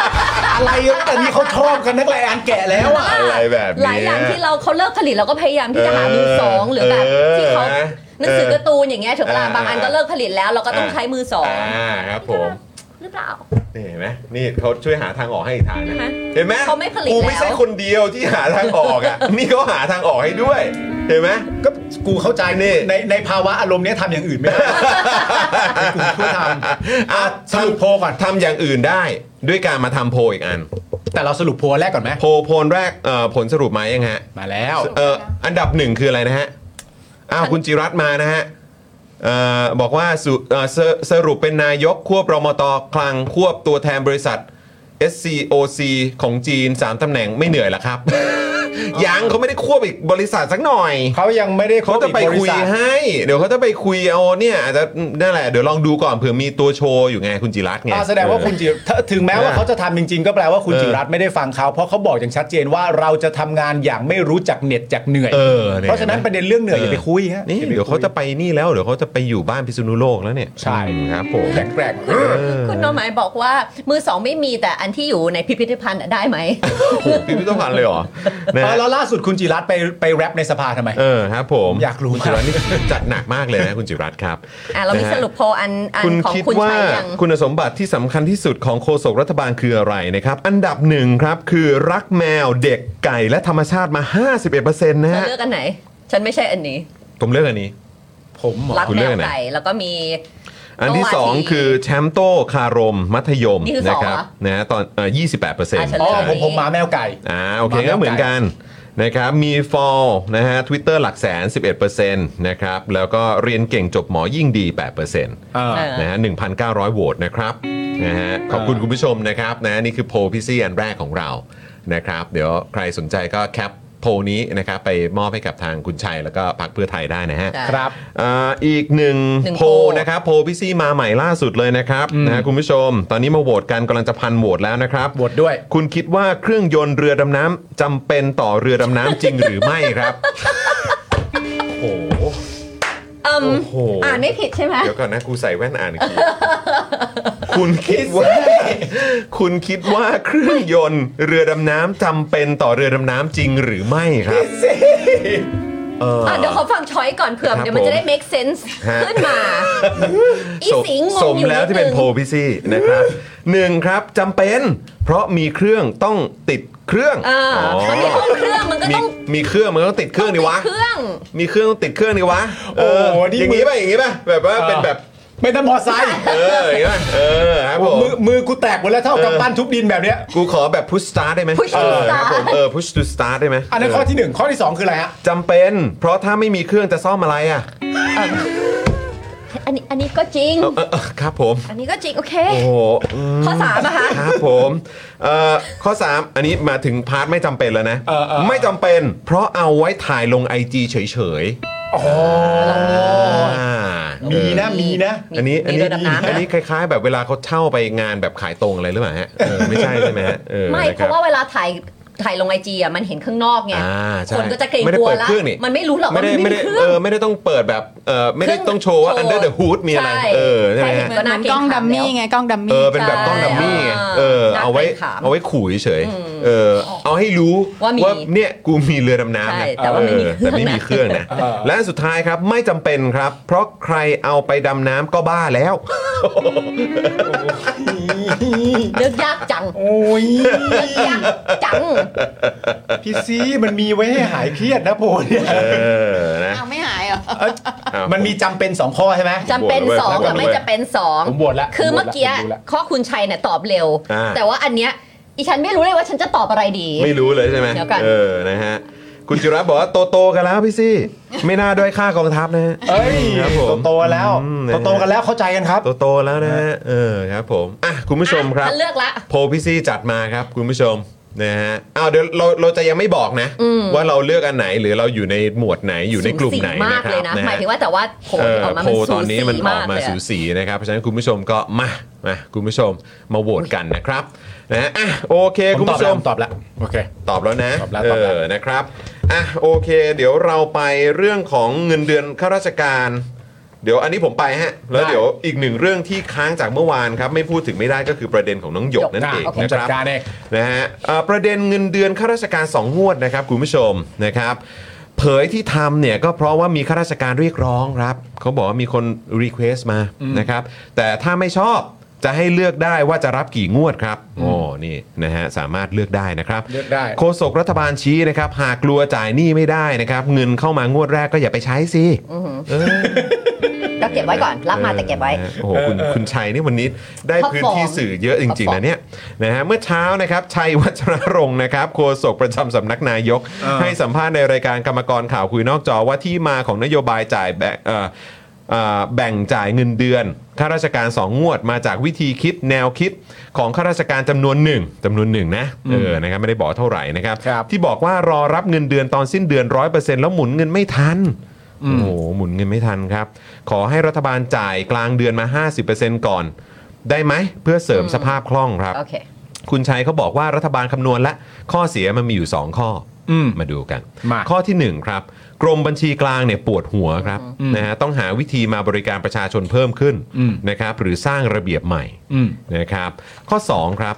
อะไรแต่นี่เขาชอบกันนักแลอันแกะแล้วอ่ะ
อะไรแบบนี้
หลายอย่างที่เราเขาเลิกผลิตเราก็พยายามที่จะหามือสองหรือแบบ
เออ
ที่เขา
นะ
หนังสือการ์ตูนอย่างเงี้ยถึงเว
เออบ
ลาางอันก็เลิกผลิตแล้วเราก็ต้อง
อ่า
ใช้มือสอง
อ่าครับผม
หรือเปล่า
นี่เห็นไหมนี่เขาช่วยหาทางออกให้อีกทางนะ
เห็นไหม
เห็นไหม
เขาไม่ผลิต
กูไม่ใช่
แล้ว
คนเดียวที่หาทางอ
[LAUGHS]
อกอ่ะ นี่เขาหาทางออกให้ด้วย เห็นไหม
ก็กูเข้าใจ
นี่
ในในภาวะอารมณ์เนี้ยทำอย่างอื่นไม่ได้ ให้กูช่วยทำอ่ะสรุปโพลก่อน
ทำอย่างอื่นได้ด้วยการมาทำโพลอีกอัน
แต่เราสรุปโพลแรกก่อนไหม
โพลโพลแรกเอ่อผลสรุปมายังฮะ
มาแล้ว
เอ่ออันดับหนึ่งคืออะไรนะฮะอ้าวคุณจิรัตน์มานะฮะเอ่อบอกว่าสุเอ่อสสรุปเป็นนายกควบรมตคลังควบตัวแทนบริษัท SCOC ของจีน 3ตำแหน่งไม่เหนื่อยเหรอ
[LAUGHS]
ครับ ยังเขาไม่ได้ควบอีกบริษัทสักหน่อย
เขายังไม่ได้
เขาจะไปคุยให้ เดี๋ยวเขาจะไปคุยเอาเนี่ยอาจจะนั่นแหละเดี๋ยวลองดูก่อนเผื่อมีตัวโชว์อยู่ไงคุณจิรัตน์ไง
อ่าแสดงว่าคุณจิถ้าถึงแม้ว่าเขาจะทำจริงๆ ก็แปลว่าคุณ
เออ
จิรัตน์ไม่ได้ฟังเขาเพราะเขาบอกอย่างชัดเจนว่าเราจะทำงานอย่างไม่รู้จักเหน็ดจากเหนื่อย
เอออย
เพราะฉะนั้นประเด็นเรื่องเหนื่อยอย่าไปคุยฮะ
นี่
อไปคุ
เดี๋ยวเขาจะไปนี่แล้วเดี๋ยวเขาจะไปอยู่บ้านพิษณุโลกแล้วเนี่ย
ใช่
ครับผม
แกร่งๆ
คุณโนหมายบอกว่ามือสองไม่มีแต่อันที่อยู่ในพิพิธภัณฑ์อะได้ไหม
โอ้โหพิพิธภัณฑ์เลยเหรอนะ
เออ
ฮะ
แล้วล่าสุดคุณจิรัตน์ไปไปแรปในสภาทำไม
เออครับผม
อยากรู้
คุณจิรัตน์นี่จัดหนักมากเลยนะคุณจิรัตน์ครับ
อ่ะเรามี
นะฮะ
สรุปโพลอันอัน
คุณ
ของ
คิด
คุณ
ว่า
ชัยยัง
คุณสมบัติที่สำคัญที่สุดของโฆษกรัฐบาลคืออะไรนะครับ อันดับหนึ่งครับ คือรักแมวเด็กไก่และธรรมชาติมา 51%นะ
เธอ
ฮะ
เลือกอันไหน ฉันไม่ใช่อันนี้
ผมเลือกอันนี้
ผมเหรอ
รัก
คุณ
แม
เลือก
ว
อันไหน
ไก่แล้วก็มี
อันที่ 2 คือแชมป์โต้คารม มัธยม
นี่คือส
นะ
อง
ครับ
เหรอ
นะฮะตอนเอ่อ28%
อ่ะฉัน
อ๋
เลื
อก ผมผมหมาแมวไก่
อ่าโอเคก็เหมือนกันนะครับมีฟอลนะฮะ Twitter หลักแสน 11%นะครับ แล้วก็เรียนเก่งจบหมอยิ่งดี 8%
เออ
เออ
นะฮะ1,900 โหวตนะครับนะฮะขอบคุณคุณผู้ชมนะครับนะนี่คือโพลพี่ซี่อันแรกของเรานะครับ เดี๋ยวใครสนใจก็แคปโพลนี้นะครับไปมอบให้กับทางคุณชัยแล้วก็พรรคเพื่อไทยได้นะฮะ
ใช่
ครับ
อ่าอีกหนึ่ง
หนึ่ง
โพล
โพล
นะครับโพลพี่ซี่มาใหม่ล่าสุดเลยนะครับนะฮะคุณผู้ชม ตอนนี้มาโหวตกันกำลังจะพันโหวตแล้วนะครับ
โหวตด้วย
คุณคิดว่าเครื่องยนต์เรือดำน้ำจำเป็นต่อเรือดำน้ำจริงหรือไม่ครับ
[LAUGHS] โอ้โห
อืม
โอ้โห
อ่านไม่ผิดใช่ไหม
เดี๋ยวก่อนนะกูใส่แว่นอ่านอีกที คุณคิดว่า
[LAUGHS]
คุณคิดว่าเครื่องยนต์เรือดำน้ำจำเป็นต่อเรือดำน้ำจริงหรือไม่ครับ เออ
อ่ะเดี๋ยวขอฟังช้อยก่อนเผื่อ
ครับ
เดี๋ยวมันจะได้
ผม
make sense
ฮะ
ขึ้นมา อี
สม
สิงง
ส
ง
ม
อยู่
แล้วที่
นิดนึง
เป็นโพลพี่ซี่
[LAUGHS]
นะครับหนึ่งครับจำเป็น เพราะมีเครื่องต้องติดเครื่อง
เออ
อ๋อ
มันมีห้องเครื่องมันก็
มี
ต้อง
มีเครื่องมันก็ต้องติดเครื่องดิวะ
เครื่อง
มีเครื่องต้องติดเครื่องดิวะ
โอ้โห
เออ
นี่
อย่าง
มือ
นี้ป่ะอย่างนี้ป่ะแบบว่าเป็นแบบ
เป็นทั้งมอไซค์
เอออย่างนี้ป่ะเออครับผม
มือมือกูแตกหมดแล้วเท่ากับปั้นทุบดินแบบเนี้ย
กูขอแบบ push start ได้ไหม
push
เอ
to
อ
start
ครับผมเออ push to start ได้ไหม
อันนั้น
เ
ข้อที่หนึ่งข้อที่สองคืออะไรฮะ
จำเป็น เพราะถ้าไม่มีเครื่องจะซ่อมอะไรอ่ะ
อันนี้อันนี้ก็จริง
เออเออเออครับผม
อันนี้ก็จริง โอเค
โอ้โหอืม
ข้อสามนะคะ
ครับผมเอ่อข้อ 3 อันนี้มาถึงพาร์ทไม่จำเป็นแล้วนะ
เออเออ
ไม่จำเป็น เพราะเอาไว้ถ่ายลง IG เฉย
อ๋อ
ๆอ่า
มีนะมีนะ
อันนี้อัน
มี
นี้
เรือดำน้ำนะ
อันนี้คล้าย ๆ แบบเวลาเขาเช่าไปงานแบบขายตรงอะไรหรือเปล่าฮะเออไม่ใช่ใช่ไหมฮะออ
ไม่
นคบ
เพราะว่าเวลาถ่ายถ่ายลงไอจีอ่ะมันเห็นข้างนอกไง
อ่าใช่
คนก็จะเกรง
ไม่ได้
กลัว
เปิด
ละ
เครื่องนี่
มันไม่รู้หรอก
ไม่
ว่า
ได้
มั
ไม่
นไม่
ได้
มีเค
เอ
รื่อง
อไม่ได้ต้องเปิดแบบเออไม่ได้ต้องโชว์ว่า
โชว์
under the hood มีอะไร เออใช่ไหมฮะ
ใช่
เหมือนเหมือนกล้องดัมมี่ไงกล้องดัม
เอ
มี่
อเป็นแบบกล้องดัมมี่ไง
ใช่
เออ
น่า
เอาไว้
เกรงขาม
เอาไว้ขู่เฉยๆเออเอาให้รู้
ว่ามี
เนี่ยกูมีเรือดำน้ำนะ
ใช่แต่ว่าไม่มี
เออแต่ไม่มีเครื่องนะ
เออ
และสุดท้ายครับไม่จำเป็นครับ เพราะใครเอาไปดำน้ำก็บ้าแล้ว
เลือกยากจัง
โอ้ย
เลือกยากจัง
พี่ซีมันมีไว้ให้หายเครียดนะโพลเนี่ย
เออนะ
เอาวไม่หายเหรอ
อ้าว
มันมีจำเป็นสองข้อใช่ไหม
จำเป็น
ผมโหวต
สอง
ผมโหวต
กับไม่
เลย
จำเป็นสอง
ผมโหวตละ
คือเมื่อกี้
ผมโหวตละ
ข้อคุณชัยเนี่ยตอบเร็ว
อ่า
แต่ว่าอันเนี้ยอีฉันไม่รู้เลยว่าฉันจะตอบอะไรดี
ไม่รู้เลยใช่ไหม
เดี๋ยวก่อน
เออนะฮะคุณจิรัตน์บอกว่าโตโตๆกันแล้วพี่ซี่ ไม่น่าด้อยค่ากองทัพนะฮะ
เอ้ย
ครับผม
โตๆแล้ว
อืมนะฮะ
โตๆกันแล้วเข้าใจกันครับ
โตโตๆแล้วนะฮะเออครับผมอ่ะคุณผู้ชมครับ
ฉันเลือกละ
โพลพี่ซี่จัดมาครับคุณผู้ชมนะฮะอ้าวเดี๋ยวเราเราจะยังไม่บอกนะ ว่าเราเลือกอันไหนหรือเราอยู่ในหมวดไหนอยู่ในกลุ่มไหน
สูสีมา
นะ
ก
ค
เล
รั
ย
บ
นะ
นะ
หมายถึงว่าแต่ว่าโผล
เออ
ที่ออกมา
โพ
มัน
ลต
สู
อน
สี
นี้มันออ
มาก ก
มา
เลย
สู
อะ
สีนะครับเพราะฉะนั้นคุณผู้ชมก็มามาคุณผู้ชมมาโหวตกันนะครับนะฮะอ่ะโอเค
ผ
คุณ
มตอบ
ผู้ช
แล้ว
ม
ผมตอบแล้ว โอเค
ตอบแล้วนะ
ตอบแล้ว
เอ
ตอบแล้ว
อนะครับอ่ะโอเค เดี๋ยวเราไปเรื่องของเงินเดือนข้าราชการ เดี๋ยวอันนี้ผมไปฮะ แล้วเดี๋ยวอีกหนึ่งเรื่องที่ค้างจากเมื่อวานครับ ไม่พูดถึงไม่ได้ก็คือประเด็นของน้องหยกนั่นเอง
ผม
นะค
จัด
รับ
การเอง
นะฮะเอ่อประเด็นเงินเดือนข้าราชการ 2 งวดนะครับคุณผู้ชมนะครับ เผยที่ทำเนี่ยก็เพราะว่ามีข้าราชการเรียกร้องครับเขาบอกว่ามีคนรีเควสต์มานะครับแต่ถ้าไม่ชอบ จะให้เลือกได้ว่าจะรับกี่งวดครับโอ้นี่นะฮะสามารถเลือกได้นะครับ
เลือกได้
โฆษกรัฐบาลชี้นะครับ หากกลัวจ่ายหนี้ไม่ได้นะครับ เงินเข้ามางวดแรกก็อย่าไปใช้สิ
อือหือ
เออ
ก็เก็บไว้ก่อน รับมาแต่เก็บไว้
ออโอ้โหคุณคุณชัยนี่วันนี้ได้
ท็อป
พื้นที่
ฟอร์ม
สื่อเยอะจริง ๆ นะเนี่ยนะฮะเมื่อเช้านะครับ ชัยวัชรรงค์นะครับโฆษกประจำสำนักนายก
เออ
ให้สัมภาษณ์ในรายการกรรมกรข่าวคุยนอกจอว่าที่มาของนโยบายจ่ายแบ่งเอ่อเอ่อแบ่งจ่ายเงินเดือนข้าราชการสองงวดมาจากวิธีคิดแนวคิดของข้าราชการจำนวนหนึ่งจำนวนหนึ่งนะเออนะครับไม่ได้บอกเท่าไหร่นะครับ
ครับ
ที่บอกว่ารอรับเงินเดือนตอนสิ้นเดือน 100%แล้วหมุนเงินไม่ทัน โอ้โหหมุนเงินไม่ทันครับ ขอให้รัฐบาลจ่ายกลางเดือนมา 50%ก่อน ได้ไหมเพื่อเสริมสภาพคล่องครับ
โอเค
คุณชัยเขาบอกว่ารัฐบาลคำนวณและข้อเสียมันมีอยู่ 2 ข้ออ
ม
มาดูกัน
มา
ข้อทีหนึ่1 ครับ กรมบัญชีกลางเนี่ยปวดหัวครับนะฮะต้องหาวิธีมาบริการประชาชนเพิ่มขึ้น
อืม
นะครับหรือสร้างระเบียบใหม่
อืม
นะครับ ข้อ 2 ครับ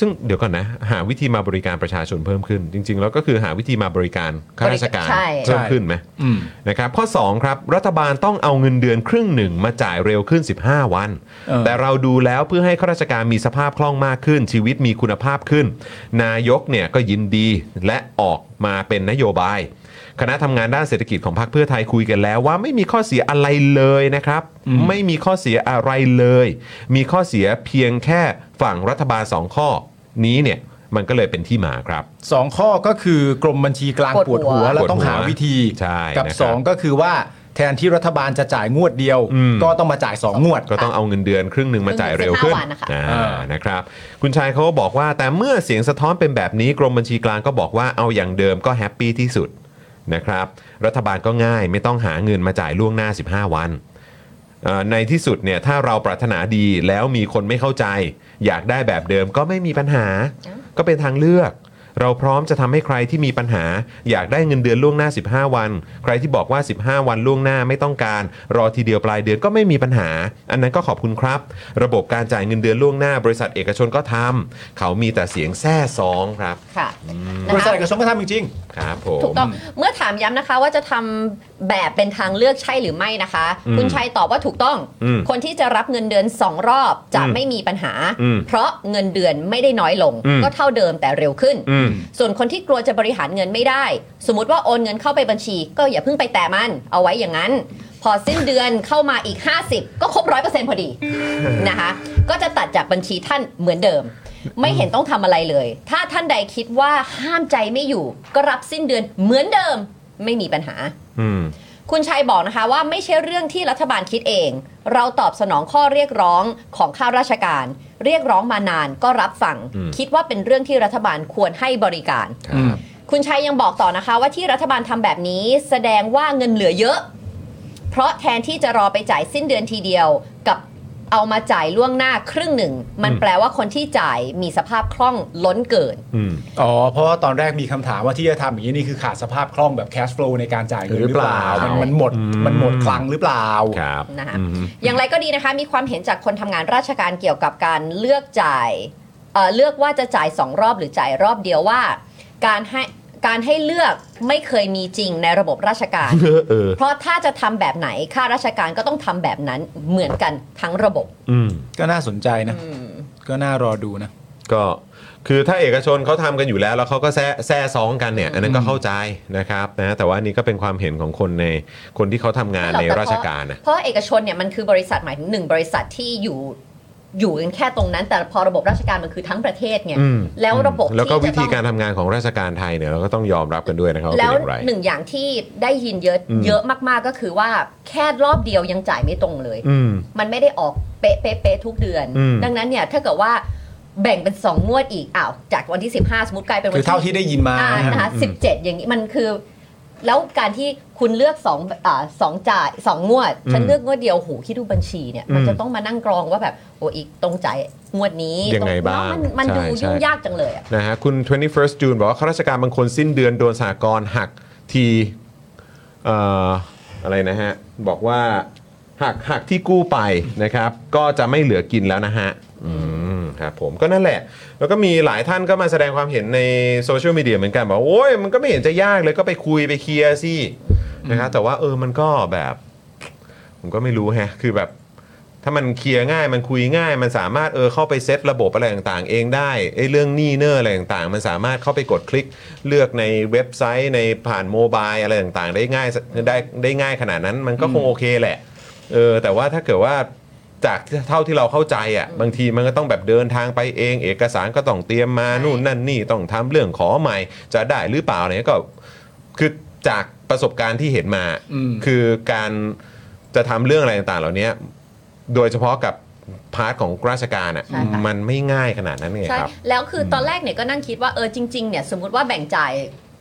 ซึ่งเดี๋ยวก่อนนะ หาวิธีมาบริการประชาชนเพิ่มขึ้น จริง ๆ แล้วก็คือหาวิธีมาบริการข้าราชการ
ใช่
เพิ่มขึ้นไหม
อืม
นะครับข้อ 2 ครับ รัฐบาลต้องเอาเงินเดือนครึ่งหนึ่งมาจ่ายเร็วขึ้น 15 วัน
เออ
แต่เราดูแล้วเพื่อให้ข้าราชการมีสภาพคล่องมากขึ้น ชีวิตมีคุณภาพขึ้น นายกเนี่ยก็ยินดีและออกมาเป็นนโยบาย คณะทำงานด้านเศรษฐกิจของพรรคเพื่อไทยคุยกันแล้วว่าไม่มีข้อเสียอะไรเลยนะครับ ไม่มีข้อเสียอะไรเลย มีข้อเสียเพียงแค่ฝั่งรัฐบาล 2 ข้อ นี้เนี่ยมันก็เลยเป็นที่มาครับ
สองข้อก็คือกรมบัญชีกลางป
ป
ว
ว
ด
ดหั
หัว
ว
แล้วต้อง
ปวดหัว
หาวิธี
ใช่
กับ
นะครับ
2 ก็คือว่าแทนที่รัฐบาลจะจ่ายงวดเดียว
อืม
ก็ต้องมาจ่าย 2 งวด
ก็ต้องเอาเงินเดือนครึ่งหนึ่งมาจ่ายเร็วขึ้น
ครึ่งหนึ่งสิบห้าวันนะคะ
อ่า
อ่า
นะครับ คุณชายเขาก็บอกว่าแต่เมื่อเสียงสะท้อนเป็นแบบนี้กรมบัญชีกลางก็บอกว่าเอาอย่างเดิมก็แฮปปี้ที่สุดนะครับ รัฐบาลก็ง่ายไม่ต้องหาเงินมาจ่ายล่วงหน้า 15 วันเอ่อในที่สุดเนี่ยถ้าเราปรารถนาดีแล้วมีคนไม่เข้าใจ อยากได้แบบเดิมก็ไม่มีปัญหา ก็เป็นทางเลือก เราพร้อมจะทำให้ใครที่มีปัญหา อยากได้เงินเดือนล่วงหน้า 15 วัน ใครที่บอกว่า 15 วันล่วงหน้าไม่ต้องการ รอทีเดียวปลายเดือนก็ไม่มีปัญหา อันนั้นก็ขอบคุณครับ ระบบการจ่ายเงินเดือนล่วงหน้า บริษัทเอกชนก็ทำเขามีแต่เสียงแซ่ซองครับ
ค่ะนะ
บริษั
คะ
ทเอกชนก็ทำจริง
ครับผม
ถูกต้องเมื่อถามย้ำนะคะว่าจะทำแบบเป็นทางเลือกใช่หรือไม่นะคะ
อืม
คุณชัยตอบว่าถูกต้อง
อืม
คนที่จะรับเงินเดือนสองรอบจะ
อืม
ไม่มีปัญหา
อืม
เพราะเงินเดือนไม่ได้น้อยลง
อืม
ก็เท่าเดิมแต่เร็วขึ้น
อืม
ส่วนคนที่กลัวจะบริหารเงินไม่ได้ สมมติว่าโอนเงินเข้าไปบัญชี ก็อย่าเพิ่งไปแตะมัน เอาไว้อย่างนั้น พอสิ้นเดือนเข้ามาอีก 50 ก็ครบร้อยเปอร์เซ็นต์พอ
[LAUGHS]
ดีนะคะ ก็จะตัดจากบัญชีท่านเหมือนเดิม ไม่เห็นต้องทำอะไรเลย ถ้าท่านใดคิดว่าห้ามใจไม่อยู่ ก็รับสิ้นเดือนเหมือนเดิมไม่มีปัญหา
อืม
คุณชัยบอกนะคะว่าไม่ใช่เรื่องที่รัฐบาลคิดเอง เราตอบสนองข้อเรียกร้องของข้าราชการ เรียกร้องมานานก็รับฟัง
อืม
คิดว่าเป็นเรื่องที่รัฐบาลควรให้บริการ
ครับ
คุณชัยยังบอกต่อนะคะว่าที่รัฐบาลทำแบบนี้แสดงว่าเงินเหลือเยอะ เพราะแทนที่จะรอไปจ่ายสิ้นเดือนทีเดียวกับเอามาจ่ายล่วงหน้าครึ่งหนึ่ง มัน
อืม
แปลว่าคนที่จ่ายมีสภาพคล่องล้นเกิน
อืม
ๆ อ๋อ เพราะว่าตอนแรกมีคำถามว่าที่จะทำอย่างนี้นี่คือขาดสภาพคล่องแบบ cash flow ในการจ่ายเงินหรือเปล่า
หรือเป
มั
ล่าน มั
มันหมดมันหมดคลังหรือเปล่า
ครับ
นะคะ
อืม [LAUGHS]
อย่างไรก็ดีนะคะ มีความเห็นจากคนทำงานราชการเกี่ยวกับการเลือกจ่ายเอ่อเลือกว่าจะจ่ายสองรอบหรือจ่ายรอบเดียวว่า การให้การให้เลือกไม่เคยมีจริงในระบบราชการ
เออเออ
เพราะถ้าจะทำแบบไหนข้าราชการก็ต้องทำแบบนั้นเหมือนกันทั้งระบบ
อืม
ก็น่าสนใจนะ
อืม
ก็น่ารอดูนะ
ก็คือถ้าเอกชนเขาทำกันอยู่แล้ว แล้วเขาก็แซ่แซ่ซองกันเนี่ย อันนั้นก็เข้าใจนะครับนะแต่ว่านี่ก็เป็นความเห็นของคนในคนที่เขาทำงานใน
ไม่หอก
ราชการนะ
แต่เพราะเพราะเอกชนเนี่ยมันคือบริษัทหมายถึงหนึ่งบริษัทที่อยู่อยู่กันแค่ตรงนั้น แต่พอระบบราชการมันคือทั้งประเทศไง
อืม
แล้วระบบ
แล้วก็
ที่
วิ
จะ
ธี
ต้อง
การทำงานของราชการไทยเนี่ยเราก็ต้องยอมรับกันด้วยนะครับว่า
แล้
เป็นอย่า
ว
งไร
หนึ่งอย่างที่ได้ยินเยอะ
อืม
เยอะมากๆก็คือว่าแค่รอบเดียวยังจ่ายไม่ตรงเลย
อืม
มันไม่ได้ออกเป๊ะเป๊ะเป๊ะทุกเดือน
อืม
ดังนั้นเนี่ยถ้าเกิดว่าแบ่งเป็น 2 งวดอีกอ้าวจากวันที่ 15 สมมติกลายเป็นวั
คื
น
อเท่าที่ได้ยินมา
อ่า
นะ
นะคะคะ17 อย่างนี้มันคือ แล้วการที่คุณเลือกสองอ่าสองจ่ายสองงวด ฉันเลือกงวดเดียวโหคิดดูบัญชีเนี่ยมันจะต้องมานั่งกรองว่าแบบโอ้อีกตรงจ่ายงวดนี้
ยังไงบ้าง
มันมันดู
ใช่ใช่
ยุ่งยากจังเลยอะ
นะฮะคุณ 21st June บอกว่าข้าราชการบางคนสิ้นเดือนโดนสหกรณ์หักทีเอ่ออะไรนะฮะ บอกว่าหักหักที่กู้ไปนะครับ ก็จะไม่เหลือกินแล้วนะฮะ อืมครับผมก็นั่นแหละ แล้วก็มีหลายท่านก็มาแสดงความเห็นในโซเชียลมีเดียเหมือนกัน บอกว่าโอ้ยมันก็ไม่เห็นจะยากเลยก็ไปคุยไปเคลียร์สินะครับแต่ว่าเออมันก็แบบ ผมก็ไม่รู้แฮะ คือแบบ ถ้ามันเคลียร์ง่ายมันคุยง่าย มันสามารถเออเข้าไปเซตระบบอะไรต่างๆ เองได้ไอ้เรื่องหนี้เนอร์อะไรต่างๆ มันสามารถเข้าไปกดคลิกเลือกในเว็บไซต์ในผ่านโมบายอะไรต่างๆ ได้ง่ายได้ได้ง่ายขนาดนั้นมันก็คงโอเคแหละเออแต่ว่าถ้าเกิดว่า จากเท่าที่เราเข้าใจอ่ะบางทีมันก็ต้องแบบเดินทางไปเอง เอกสารก็ต้องเตรียมมานู่นนั่นนี่ต้องทำเรื่องขอใหม่ จะได้หรือเปล่าเนี่ยก็คือจากประสบการณ์ที่เห็นมา
อืม
คือการจะทำเรื่องอะไรต่างๆ เหล่านี้โดยเฉพาะกับพาร์ทของราชการอ่ะ
ใช่ค่ะ
มันไม่ง่ายขนาดนั้นไง
ใช่
ครับ
แล้วคือตอนแรกเนี่ยก็นั่งคิดว่าเออจริงๆเนี่ยสมมติว่าแบ่งจ่าย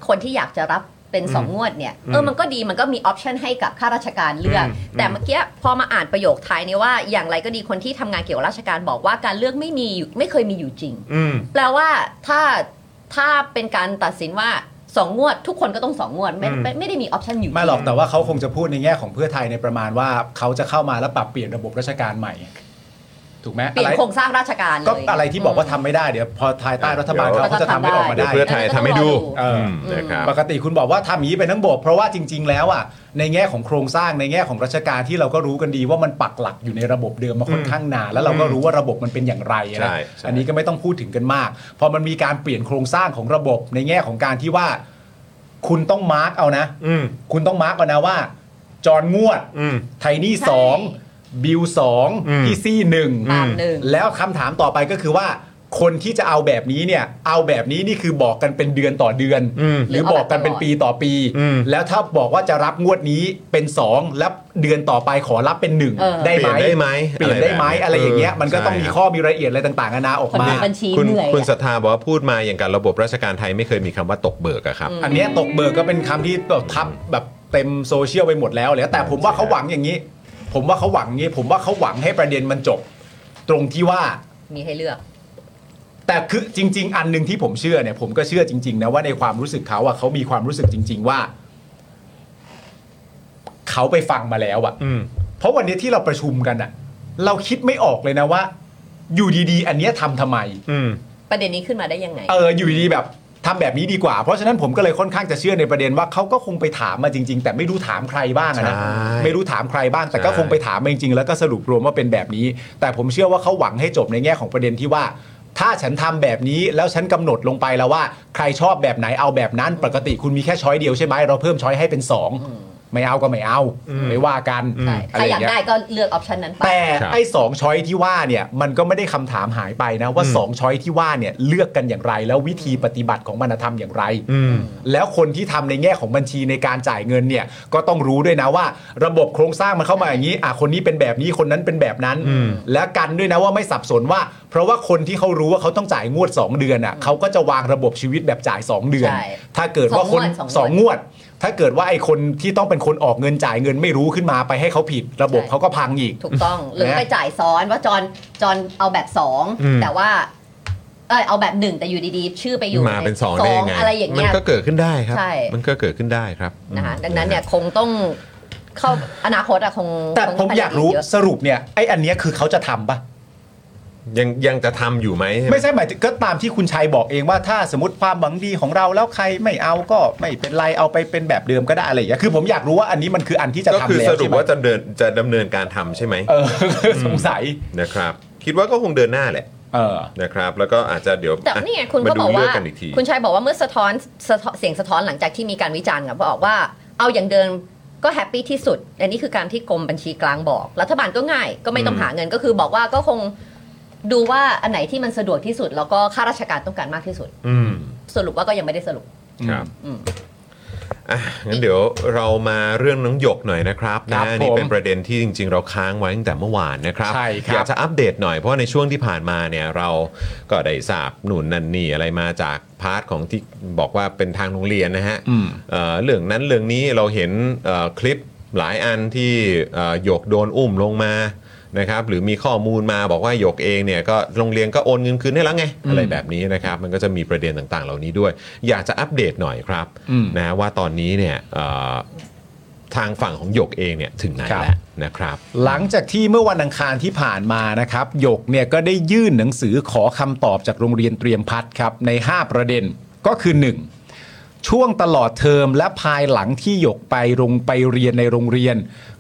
คนที่อยากจะรับเป็นสองงวดเนี่ยเออมันก็ดีมันก็มีออปชันให้กับข้าราชการเลือก
อืม
แต่เมื่อกี้พอมาอ่านประโยคท้ายเนี่ยว่าอย่างไรก็ดีคนที่ทำงานเกี่ยวกับราชการบอกว่าการเลือกไม่มีอยู่ไม่เคยมีอยู่จริง
อืม
แปลว่าถ้าถ้าเป็นการตัดสินว่าสองงวด ทุกคนก็ต้องสองงวดไม่
อืม
ไม่ไม่ได้มีออปชันอยู่จริง
ไม่หรอกแต่ว่าเขาคงจะพูดในแง่ของเพื่อไทยในประมาณว่าเขาจะเข้ามาแล้วปรับเปลี่ยนระบบราชการใหม่ ถูกไหม
เปลี่ยนโครงสร้างราชการเลย
ก็อะไรที่บอกว่าทำไม่ได้เดี๋ยวพอภายใต้รัฐบาลเขาก็จะทำให้ออกมา
เดี๋ยว
ได้
เพื่อไทยทำให้ดู
เอออื
มนะครับ
ปกติคุณบอกว่าทำอย่างนี้ไปทั้งบบเพราะว่าจริง ๆ แล้วอ่ะในแง่ของโครงสร้างในแง่ของราชการที่เราก็รู้กันดีว่ามันปักหลักอยู่ในระบบเดิมมาค่อนข้างนานแล้วเราก็รู้ว่าระบบมันเป็นอย่างไรนะ
ใช่ใช่
อันนี้ก็ไม่ต้องพูดถึงกันมาก พอมันมีการเปลี่ยนโครงสร้างของระบบในแง่ของการที่ว่า คุณต้องมาร์กเอานะ
อืม
คุณต้องมาร์กเอานะว่า จอนงวด
อืม
ไทนี่สองบิวสอง
อืม
พี่ซี่หนึ่ง
ตามหนึ่ง
แล้วคำถามต่อไปก็คือว่า คนที่จะเอาแบบนี้เนี่ย เอาแบบนี้นี่คือบอกกันเป็นเดือนต่อเดือน
อืม
หรือบอกกันเป็นปีต่อปี
อืม
แล้วถ้าบอกว่าจะรับงวดนี้เป็น 2 แล้วเดือนต่อไปขอรับเป็
เ
น
ออ
1 ได้
เปลี่ยนได้ไหม
เปลี่ยนได้ไหมอะไรอย่างเงี้ยมันก็ต้องมี
ใช่ครับ
ข้อมีรายละเอียดอะไรต่างๆนานาออก
คน
มา
ดูบัญชี
คุณ
เหนื่อย
คุณศ
อะ
รัทธาบอกว่าพูดมาอย่างกับระบบราชการไทยไม่เคยมีคำว่าตกเบิกอะครับ
อันเนี้ยตกเบิกก็เป็นคำที่แบบทับแบบเต็มโซเชียลไปหมดแล้วแล้วแต่ผมว่าเขาหวังอย่างนี้ ผมว่าเขาหวังอย่างนี้ ผมว่าเขาหวังให้ประเด็นมันจบ ตรงที่ว่า
มีให้เลือก
แต่คือจริง ๆ อันหนึ่งที่ผมเชื่อเนี่ยผมก็เชื่อจริง ๆ นะว่าในความรู้สึกเขาอะเขามีความรู้สึกจริง ๆ ว่า เขาไปฟังมาแล้วอะ
อืม
เพราะวันเนี้ยที่เราประชุมกันอะเราคิดไม่ออกเลยนะว่า อยู่ดีๆ อันเนี้ยทำทำไม
อืม
ประเด็นนี้ขึ้นมาได้ยังไง
เอออยู่ดีๆแบบทำแบบนี้ดีกว่า เพราะฉะนั้นผมก็เลยค่อนข้างจะเชื่อในประเด็นว่าเขาก็คงไปถามมาจริง ๆ แต่ไม่รู้ถามใครบ้างอะนะ
ใช่
ไม่รู้ถามใครบ้าง แต่ก็
ใช่
คงไปถามมาจริงๆแล้วก็สรุปรวมว่าเป็นแบบนี้ แต่ผมเชื่อว่าเขาหวังให้จบในแง่ของประเด็นที่ว่า ถ้าฉันทำแบบนี้แล้วฉันกำหนดลงไปแล้วว่า ใครชอบแบบไหนเอาแบบนั้นปกติคุณมีแค่ช้อยเดียวใช่ไหมเราเพิ่มช้อยให้เป็นสองไม่เอาก็ไม่เอาไม่ว่ากัน
ใช่
อะ
ใคร
ไรอ
อยา
ย่าก งเงี้ย
ได้ก็เลือกออปชันนั้นไป
แต่
ครับ
ไอ้สองช้อยที่ว่าเนี่ยมันก็ไม่ได้คำถามหายไปนะว่า
อืม
สองช้อยที่ว่าเนี่ยเลือกกันอย่างไร แล้ววิธีปฏิบัติของมันทำอย่างไร
อืม
แล้วคนที่ทำในแง่ของบัญชีในการจ่ายเงินเนี่ยก็ต้องรู้ด้วยนะว่า ระบบโครงสร้างมันเข้ามาอย่างนี้อ่ะคนนี้เป็นแบบนี้คนนั้นเป็นแบบนั้น
อืม
และกันด้วยนะว่าไม่สับสนว่า เพราะว่าคนที่เขารู้ว่าเขาต้องจ่ายงวด 2 เดือนอ่ะเขาก็จะวางระบบชีวิตแบบจ่าย 2 เดือน
ใช่
ถ้าเกิดว่าคน
สองงวด
ส
ส
อ
อง ง
ง
ง
วด ถ้าเกิดว่าไอ้คนที่ต้องเป็นคนออกเงินจ่ายเงินไม่รู้ขึ้นมาไปให้เขาผิด ระบบ
ใช่
เขาก็พังอีก
ถูกต้อง หรือ
นะ
ไปจ่ายซ้อนว่าจอนจอนเอาแบบสอง
อืม
แต่ว่า เออเอาแบบหนึ่งแต่อยู่ดีๆ ชื่อไปอยู่
มา
ใ
เป็นสองได้ยังไง
อะไรอย่าง
มั
เงี้ย
ก็เกิดขึ้นได้ครับ
ใช่
มันก็เกิดขึ้นได้ครับ
นะคะ
อืม
ดังนั้นเนี่ยคงต้องเข้าอนาคตอะคง
แต่
คง
ผ
ต้ง
มอยากรู้
เะ
สรุปเนี่ยไอ้อันเนี้ยคือเขาจะทำปะ
ยังยังจะทำอยู่ไหม
ไม่ใช่หมายถึงก็ตามที่คุณชัยบอกเองว่าถ้าสมมติความหวังดีของเราแล้วใครไม่เอาก็ไม่เป็นไรเอาไปเป็นแบบเดิมก็ได้อะไรอย่างเงี้ยคือผมอยากรู้ว่าอันนี้มันคืออันที่จะ
ก็
ทำ
คือ
แล้ว
สรุป
ใช่ไหม
ว่าจะเดินจะดำเนินการทำใช่ไหม
เออ [LAUGHS] สงสัย
นะครับ คิดว่าก็คงเดินหน้าแหละ
เออ
นะครับ แล้วก็อาจจะเดี๋ยว
แต่
อ่ะ
นี่ไงคุณ
ม
ก็
ดู
บอก
เลื
ว่า
กกันอีกที
คุณชัยบอกว่าเมื่อสะท้อนสะท้อนเสียงสะท้อนหลังจากที่มีการวิจารณ์กับบอกว่าเอาอย่างเดิมก็แฮปปี้ที่สุด อันนี้คือการที่กรมบัญชีกลางบอก รัฐบาลก็ง่ายก็ไม่ต้อง
อืม
หาเงินก็คือบอกว่าก็คงดูว่าอันไหนที่มันสะดวกที่สุด แล้วก็ข้าราชการต้องการมากที่สุด
อืม
สรุปว่าก็ยังไม่ได้สรุป
ครับ
อืม
อ่ะงั้นเดี๋ยวเรามาเรื่องน้องหยกหน่อยนะครับ
ครั
นะ
บ
นี่เป็น
ผม
ประเด็นที่จริง ๆ เราค้างไว้ตั้งแต่เมื่อวานนะครับ
ใช่ครับ
อยากจะอัปเดตหน่อยเพราะในช่วงที่ผ่านมาเนี่ยเราก็ได้ทราบหนุนนันนี่อะไรมาจากพาร์ทของที่บอกว่าเป็นทางโรงเรียนนะฮะ
อืม
เอ่อเรื่องนั้นเรื่องนี้เราเห็นเอ่อคลิปหลายอันที่เอ่อหยกโดนอุ้มลงมานะครับหรือมีข้อมูลมาบอกว่าหยกเองเนี่ยก็โรงเรียนก็โอนเงินคืนให้แล้วไง
อืม
อะไรแบบนี้นะครับมันก็จะมีประเด็นต่างๆ เหล่านี้ด้วย อยากจะอัปเดตหน่อยครับ
อืม
นะว่าตอนนี้เนี่ยเอ่อทางฝั่งของหยกเองเนี่ยถึงไหน
ครับ
แล้วนะครับ
หลังจากที่เมื่อวันอังคารที่ผ่านมานะครับหยกเนี่ยก็ได้ยื่นหนังสือขอคำตอบจากโรงเรียนเตรียมพัฒน์ครับใน 5 ประเด็นก็คือ 1. ช่วงตลอดเทอมและภายหลังที่หยกไปโรงไปเรียนในโรงเรียน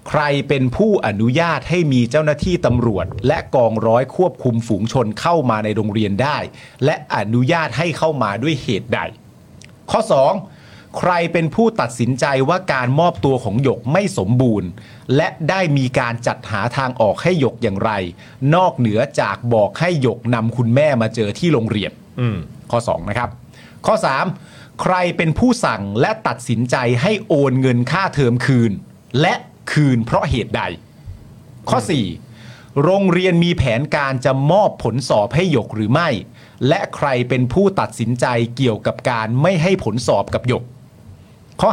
ใครเป็นผู้อนุญาตให้มีเจ้าหน้าที่ตำรวจ และกองร้อยควบคุมฝูงชนเข้ามาในโรงเรียนได้ และอนุญาตให้เข้ามาด้วยเหตุใด ข้อ 2 ใครเป็นผู้ตัดสินใจว่าการมอบตัวของหยกไม่สมบูรณ์ และได้มีการจัดหาทางออกให้หยกอย่างไร นอกเหนือจากบอกให้หยกนำคุณแม่มาเจอที่โรงเรียน
อืม
ข้อ 2 นะครับ ข้อ 3 ใครเป็นผู้สั่งและตัดสินใจให้โอนเงินค่าเทอมคืน และคืนเพราะเหตุใด ข้อ 4 โรงเรียนมีแผนการจะมอบผลสอบให้หยกหรือไม่ และใครเป็นผู้ตัดสินใจเกี่ยวกับการไม่ให้ผลสอบกับหยก ข้อ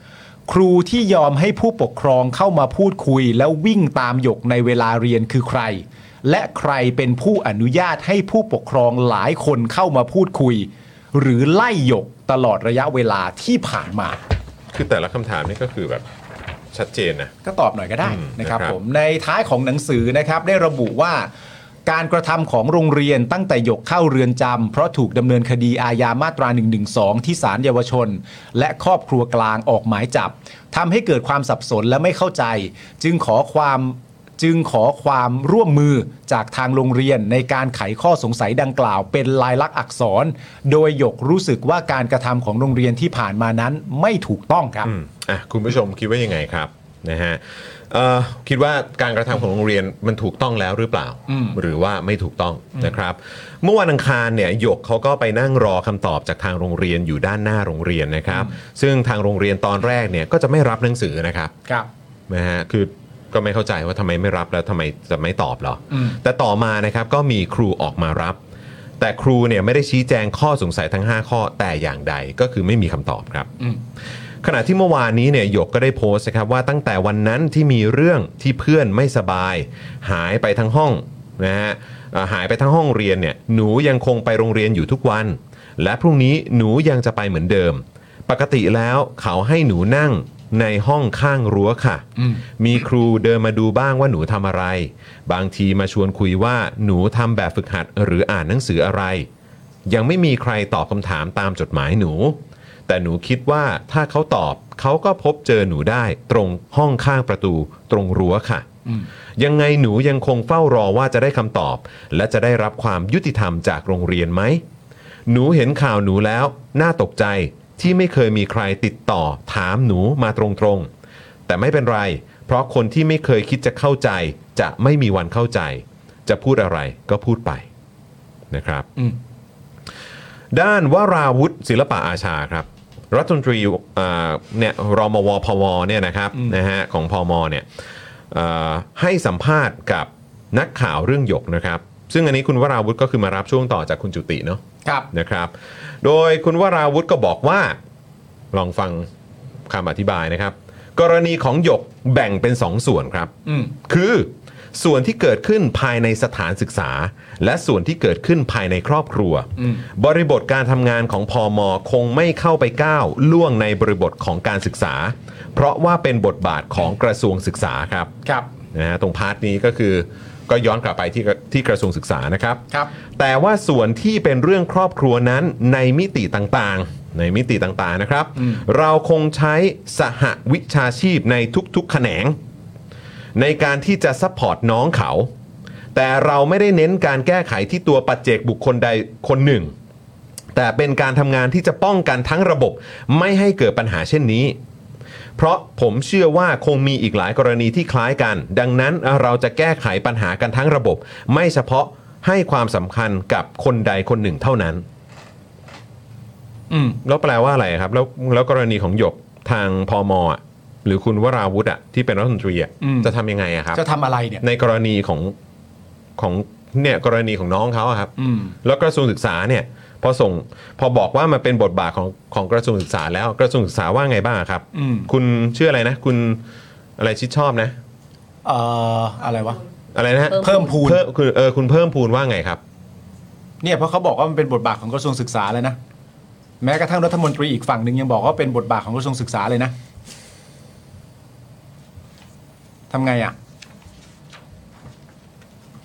5 ครูที่ยอมให้ผู้ปกครองเข้ามาพูดคุย แล้ววิ่งตามหยกในเวลาเรียนคือใคร และใครเป็นผู้อนุญาตให้ผู้ปกครองหลายคนเข้ามาพูดคุย หรือไล่หยกตลอดระยะเวลาที่ผ่านมา
คือแต่ละคำถามนี่ก็คือแบบชัดเจนนะ
ก็ตอบหน่อยก็ได้
อืม
นะครับ
นะครับ
ผมในท้ายของหนังสือนะครับได้ระบุว่า การกระทำของโรงเรียนตั้งแต่หยกเข้าเรือนจำเพราะถูกดำเนินคดีอาญามาตรา 112 ที่ศาลเยาวชน และครอบครัวกลางออกหมายจับทำให้เกิดความสับสนและไม่เข้าใจ จึงขอความจึงขอความร่วมมือจากทางโรงเรียนในการไขข้อสงสัยดังกล่าว เป็นลายลักษณ์อักษร โดยหยกรู้สึกว่าการกระทำของโรงเรียนที่ผ่านมานั้นไม่ถูกต้องครับ
อืมอ่ะคุณผู้ชมคิดว่ายังไงครับนะฮะเอ่อคิดว่าการกระทำของโรงเรียนมันถูกต้องแล้วหรือเปล่า
อืม
หรือว่าไม่ถูกต้องนะครับ เมื่อวันอังคารเนี่ยหยกเขาก็ไปนั่งรอคำตอบจากทางโรงเรียนอยู่ด้านหน้าโรงเรียนนะครับ ซึ่งทางโรงเรียนตอนแรกเนี่ยก็จะไม่รับหนังสือนะครับ
ครับ
นะฮะคือก็ไม่เข้าใจว่าทำไมไม่รับแล้วทำไมจะไม่ตอบเหรออ
ม
แต่ต่อมานะครับก็มีครูออกมารับ แต่ครูเนี่ยไม่ได้ชี้แจงข้อสงสัยทั้ง 5 ข้อแต่อย่างใดก็คือไม่มีคำตอบครับ ขณะที่เมื่อวานนี้เนี่ยหยกก็ได้โพสต์นะครับว่าตั้งแต่วันนั้นที่มีเรื่องที่เพื่อนไม่สบาย หายไปทั้งห้องนะฮะเอ่อหายไปทั้งห้องเรียนเนี่ยหนูยังคงไปโรงเรียนอยู่ทุกวัน และพรุ่งนี้หนูยังจะไปเหมือนเดิม ปกติแล้วเขาให้หนูนั่งในห้องข้างรั้วค่ะ มีครูเดินมาดูบ้างว่าหนูทำอะไร บางทีมาชวนคุยว่าหนูทำแบบฝึกหัดหรืออ่านหนังสืออะไร ยังไม่มีใครตอบคำถามตามจดหมายหนู แต่หนูคิดว่าถ้าเขาตอบเขาก็พบเจอหนูได้ตรงห้องข้างประตูตรงรั้วค่ะ ยังไงหนูยังคงเฝ้ารอว่าจะได้คำตอบ และจะได้รับความยุติธรรมจากโรงเรียนไหม หนูเห็นข่าวหนูแล้ว น่าตกใจที่ไม่เคยมีใครติดต่อถามหนูมาตรงๆ แต่ไม่เป็นไร เพราะคนที่ไม่เคยคิดจะเข้าใจ จะไม่มีวันเข้าใจ จะพูดอะไรก็พูดไปนะครับ ด้านวราวุธศิลปะอาชาครับ รัฐมนตรีอ่าเนี่ยรมวพวเนี่ยนะครับนะฮะของพมเนี่ยเอ่อให้สัมภาษณ์กับนักข่าวเรื่องหยกนะครับ ซึ่งอันนี้คุณวราวุธก็คือมารับช่วงต่อจากคุณจุติเนาะ
ครับ
นะครับ โดยคุณวราวุธก็บอกว่า ลองฟังคำอธิบายนะครับ กรณีของหยกแบ่งเป็น 2 ส่วนครับ
อืม
คือ ส่วนที่เกิดขึ้นภายในสถานศึกษา และส่วนที่เกิดขึ้นภายในครอบครัว
อืม
บริบทการทำงานของพอมคงไม่เข้าไปก้าวล่วงในบริบทของการศึกษา เพราะว่าเป็นบทบาทของกระทรวงศึกษาครับ
ครับ
นะฮะตรงพาร์ทนี้ก็คือก็ย้อนกลับไปที่กระที่กระทรวงศึกษานะครับ
ครับ
แต่ว่าส่วนที่เป็นเรื่องครอบครัวนั้นในมิติต่างๆ ในมิติต่างๆนะครับ เราคงใช้สหวิชาชีพในทุกๆแขนง ในการที่จะซัพพอร์ตน้องเขา แต่เราไม่ได้เน้นการแก้ไขที่ตัวปัจเจกบุคคลใดคนหนึ่ง แต่เป็นการทำงานที่จะป้องกันทั้งระบบไม่ให้เกิดปัญหาเช่นนี้ เพราะผมเชื่อว่าคงมีอีกหลายกรณีที่คล้ายกัน ดังนั้นเราจะแก้ไขปัญหากันทั้งระบบ ไม่เฉพาะให้ความสำคัญกับคนใดคนหนึ่งเท่านั้น
อืม
แล้วแปลว่าอะไรครับ แล้วแล้วกรณีของหยกทางพอมอะหรือคุณวราวุธอะที่เป็นรัฐมนตรีอะ
อืม
จะทำยังไงอะครับ
จะทำอะไรเนี่ย
ในกรณีของของเนี่ยกรณีของน้องเขาอะครับ
อืม
แล้วกระทรวงศึกษาเนี่ยพอส่งพอบอกว่ามันเป็นบทบาทของของกระทรวงศึกษาแล้วกระทรวงศึกษาว่าไงบ้างครับ
อืม
คุณชื่ออะไรนะ คุณอะไรชิดชอบนะ
เอ่อ อะไรวะ
อะไรนะฮะ
เพิ่มพูน
เพิ่มคุณเออคุณเพิ่มพูนว่าไงครับ
เนี่ยเพราะเขาบอกว่ามันเป็นบทบาทของกระทรวงศึกษาเลยนะ แม้กระทั่งรัฐมนตรีอีกฝั่งหนึ่งยังบอกว่าเป็นบทบาทของกระทรวงศึกษาเลยนะทำไงอ่ะ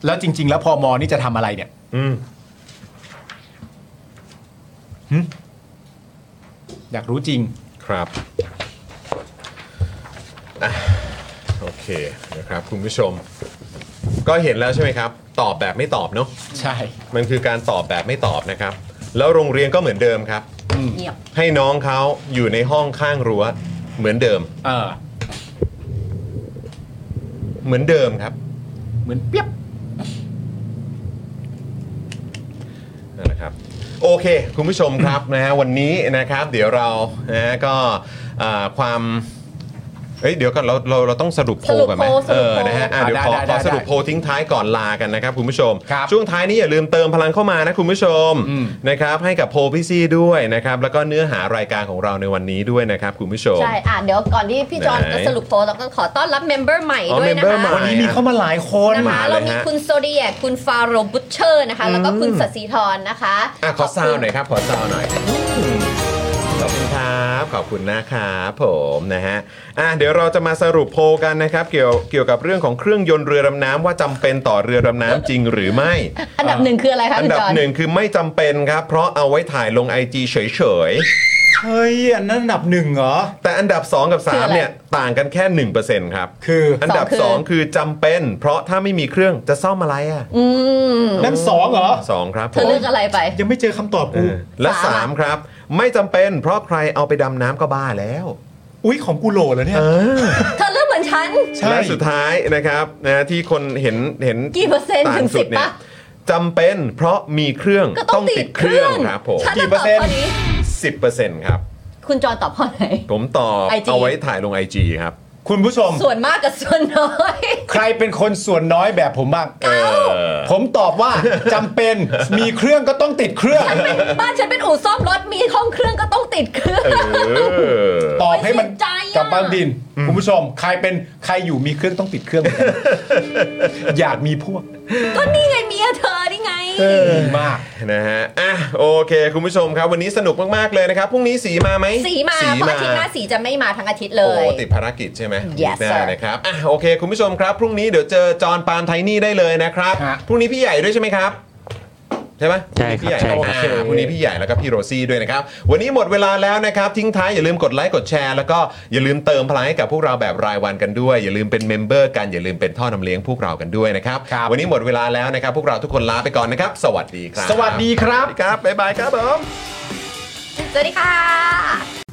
แล้วจริง ๆ แล้วพอมอนี่จะทำอะไรเนี่ย
อืม
อยากรู้จริง
ครับอ่ะโอเค เคนะครับคุณผู้ชม ก็เห็นแล้วใช่ไหมครับ ตอบแบบไม่ตอบเนาะ
ใช่
มันคือการตอบแบบไม่ตอบนะครับ แล้วโรงเรียนก็เหมือนเดิมครับ
เงียบ
ให้น้องเขาอยู่ในห้องข้างรั้วเหมือนเดิม
เออ
เหมือนเดิมครับ
เหมือนเปียบ
นั่นแหละครับ โอเค คุณผู้ชมครับ [LAUGHS] นะฮะวันนี้นะครับ เดี๋ยวเรานะฮะก็อ่าความเอ้ยเดี๋ยวก่อนเราเราเราต้องสรุปโพล
สรุป
กันไหม
โพลส
เอ
รุ
อ
ปโพล
นะฮะอ่ะเดี๋ยวขอข
ได้ได้
อ
ได้
สรุปโพลทิ้งท้ายก่อนลากันนะครับคุณผู้ชม
ครับ
ช่วงท้ายนี้อย่าลืมเติมพลังเข้ามานะคุณผู้ชม
อืม
นะครับให้กับโพลพี่ซี่ด้วยนะครับแล้วก็เนื้อหารายการของเราในวันนี้ด้วยนะครับคุณผู้ชม
ใช่ อ่ะ เดี๋ยวก่อนที่พี่จอน
ไหน
จะสรุปโพลเราก็ขอต้อนรับเมมเบอร์ใหม่
อ๋อ
ด้วยนะ
member
คะ
ใหม่
วันนี้มีเข้ามาหลายคน
นะคะ
มาเลยฮะ
เรามีคุณโซเดียคุณฟาโรบุชเชอร์นะคะ แล้วก็คุณสัตย์สีทรนะคะ
อ่ะขอซาวหน่อยครับ ขอซาวหน่อยขอบคุณครับ ขอบคุณนะครับผมนะฮะอ่ะเดี๋ยวเราจะมาสรุปโพลกันนะครับ เกี่ยวเกี่ยวกับเรื่องของเครื่องยนต์เรือดำน้ำว่าจำเป็นต่อเรือดำน้ำจริงหรือไม่
[LAUGHS] อันดับหนึ่งคืออะไรคะ
อัน
พี่
ดับ
จอน
หนึ่งคือไม่จำเป็นครับ เพราะเอาไว้ถ่ายลง IG เฉย
เฮ้ยอันนั้นอันดับหนึ่งเหรอ
ๆ แต่อันดับ 2 กับ
คืออะไร
3 เนี่ย ต่างกันแค่ 1%ครับ
คือ
อันดับ
สองคือ
2 คือจำเป็น เพราะถ้าไม่มีเครื่องจะซ่อมอะไรอ่ะ
อืม
นั่นสองเหรอ
สองครับ
เธ
ผ
อ
ม
เลือกอะไรไป
ยังไม่เจอคำตอบ
เอ
กู
อและ
สามอะ
สามครับ ไม่จำเป็นเพราะใครเอาไปดำน้ำก็บ้าแล้ว
อุ้ยของกูโหลแล้วเนี่ย
เธอเลือกเหมือนฉัน
ใช่
และสุดท้ายนะครับนะที่คนเห็นเห็น
กี่เปอร์เซ็นต์
ต่า
ถึง
สุ
สิ
ด
บ
เนี่ย
ปะ
จำเป็นเพราะมีเครื่อง
ก็ต้องติดเครื่อง
ครับผม
ฉัน
กี่
จะ
เป
ต
อ
อบ
ร์เซ็
ข้
นต์
อนี้
สิบเปอร์เซ็นต์ครับ
คุณจอนตอบข้อไหน
ผมตอบ
IG
เอาไว้ถ่ายลง IG ครับ
คุณผู้ชม
ส่วนมากกับส่วนน้อย
ใครเป็นคนส่วนน้อยแบบผมบ้าง
เออ
ผมตอบว่า [LAUGHS] จำเป็น มีเครื่องก็ต้องติดเครื่อง
บ้านฉันเป็นอู่ซ่อมรถมีห้องเครื่องก็ต้องติดเครื่อง
เออ
ตอบให้มัน
โอ้ยเสียใจอะ
กลับบ้านดิน คุณผู้ชม ใครเป็นใครอยู่มีเครื่องต้องติดเครื่อง [LAUGHS] อยากมีพวก
ก็นี่ไงเมียเธอนี่ไง
ดีมาก
นะฮะ อ่ะ โอเค คุณผู้ชมครับ วันนี้สนุกมาก ๆ เลยนะครับ พรุ่งนี้สีมาไหม
สีมาเพราะอาทิตย์หน้าสีจะไม่มาทั้งอาทิตย์เล
โอ้
ย
ติดภารกิจใช่ไหม
Yes,
ได้
sir
นะครับ อ่ะ โอเค คุณผู้ชมครับ พรุ่งนี้เดี๋ยวเจอจอห์นปาล์มไทนี่ได้เลยนะครับ
ฮะ
พรุ่งนี้พี่ใหญ่ด้วยใช่ไหมครับ ใช่ไหม
ใช่ครับ
พี่ใหญ่
ใช่ครับ
โอเคพรุ่งนี้พี่ใหญ่แล้วก็พี่โรซี่ด้วยนะครับ วันนี้หมดเวลาแล้วนะครับ ทิ้งท้ายอย่าลืมกดไลค์ กดแชร์ แล้วก็อย่าลืมเติมพลังให้กับพวกเราแบบรายวันกันด้วย อย่าลืมเป็นเมมเบอร์กัน อย่าลืมเป็นท่อนำเลี้ยงพวกเรากันด้วยนะครับ วันนี้หมดเวลาแล้วนะครับ พวกเราทุกคนลาไปก่อนนะครับ สวัสดีครับ
สวัสดีครับ
สวัสดีครับ บ๊ายบายครับผม
สวัสดีค่ะ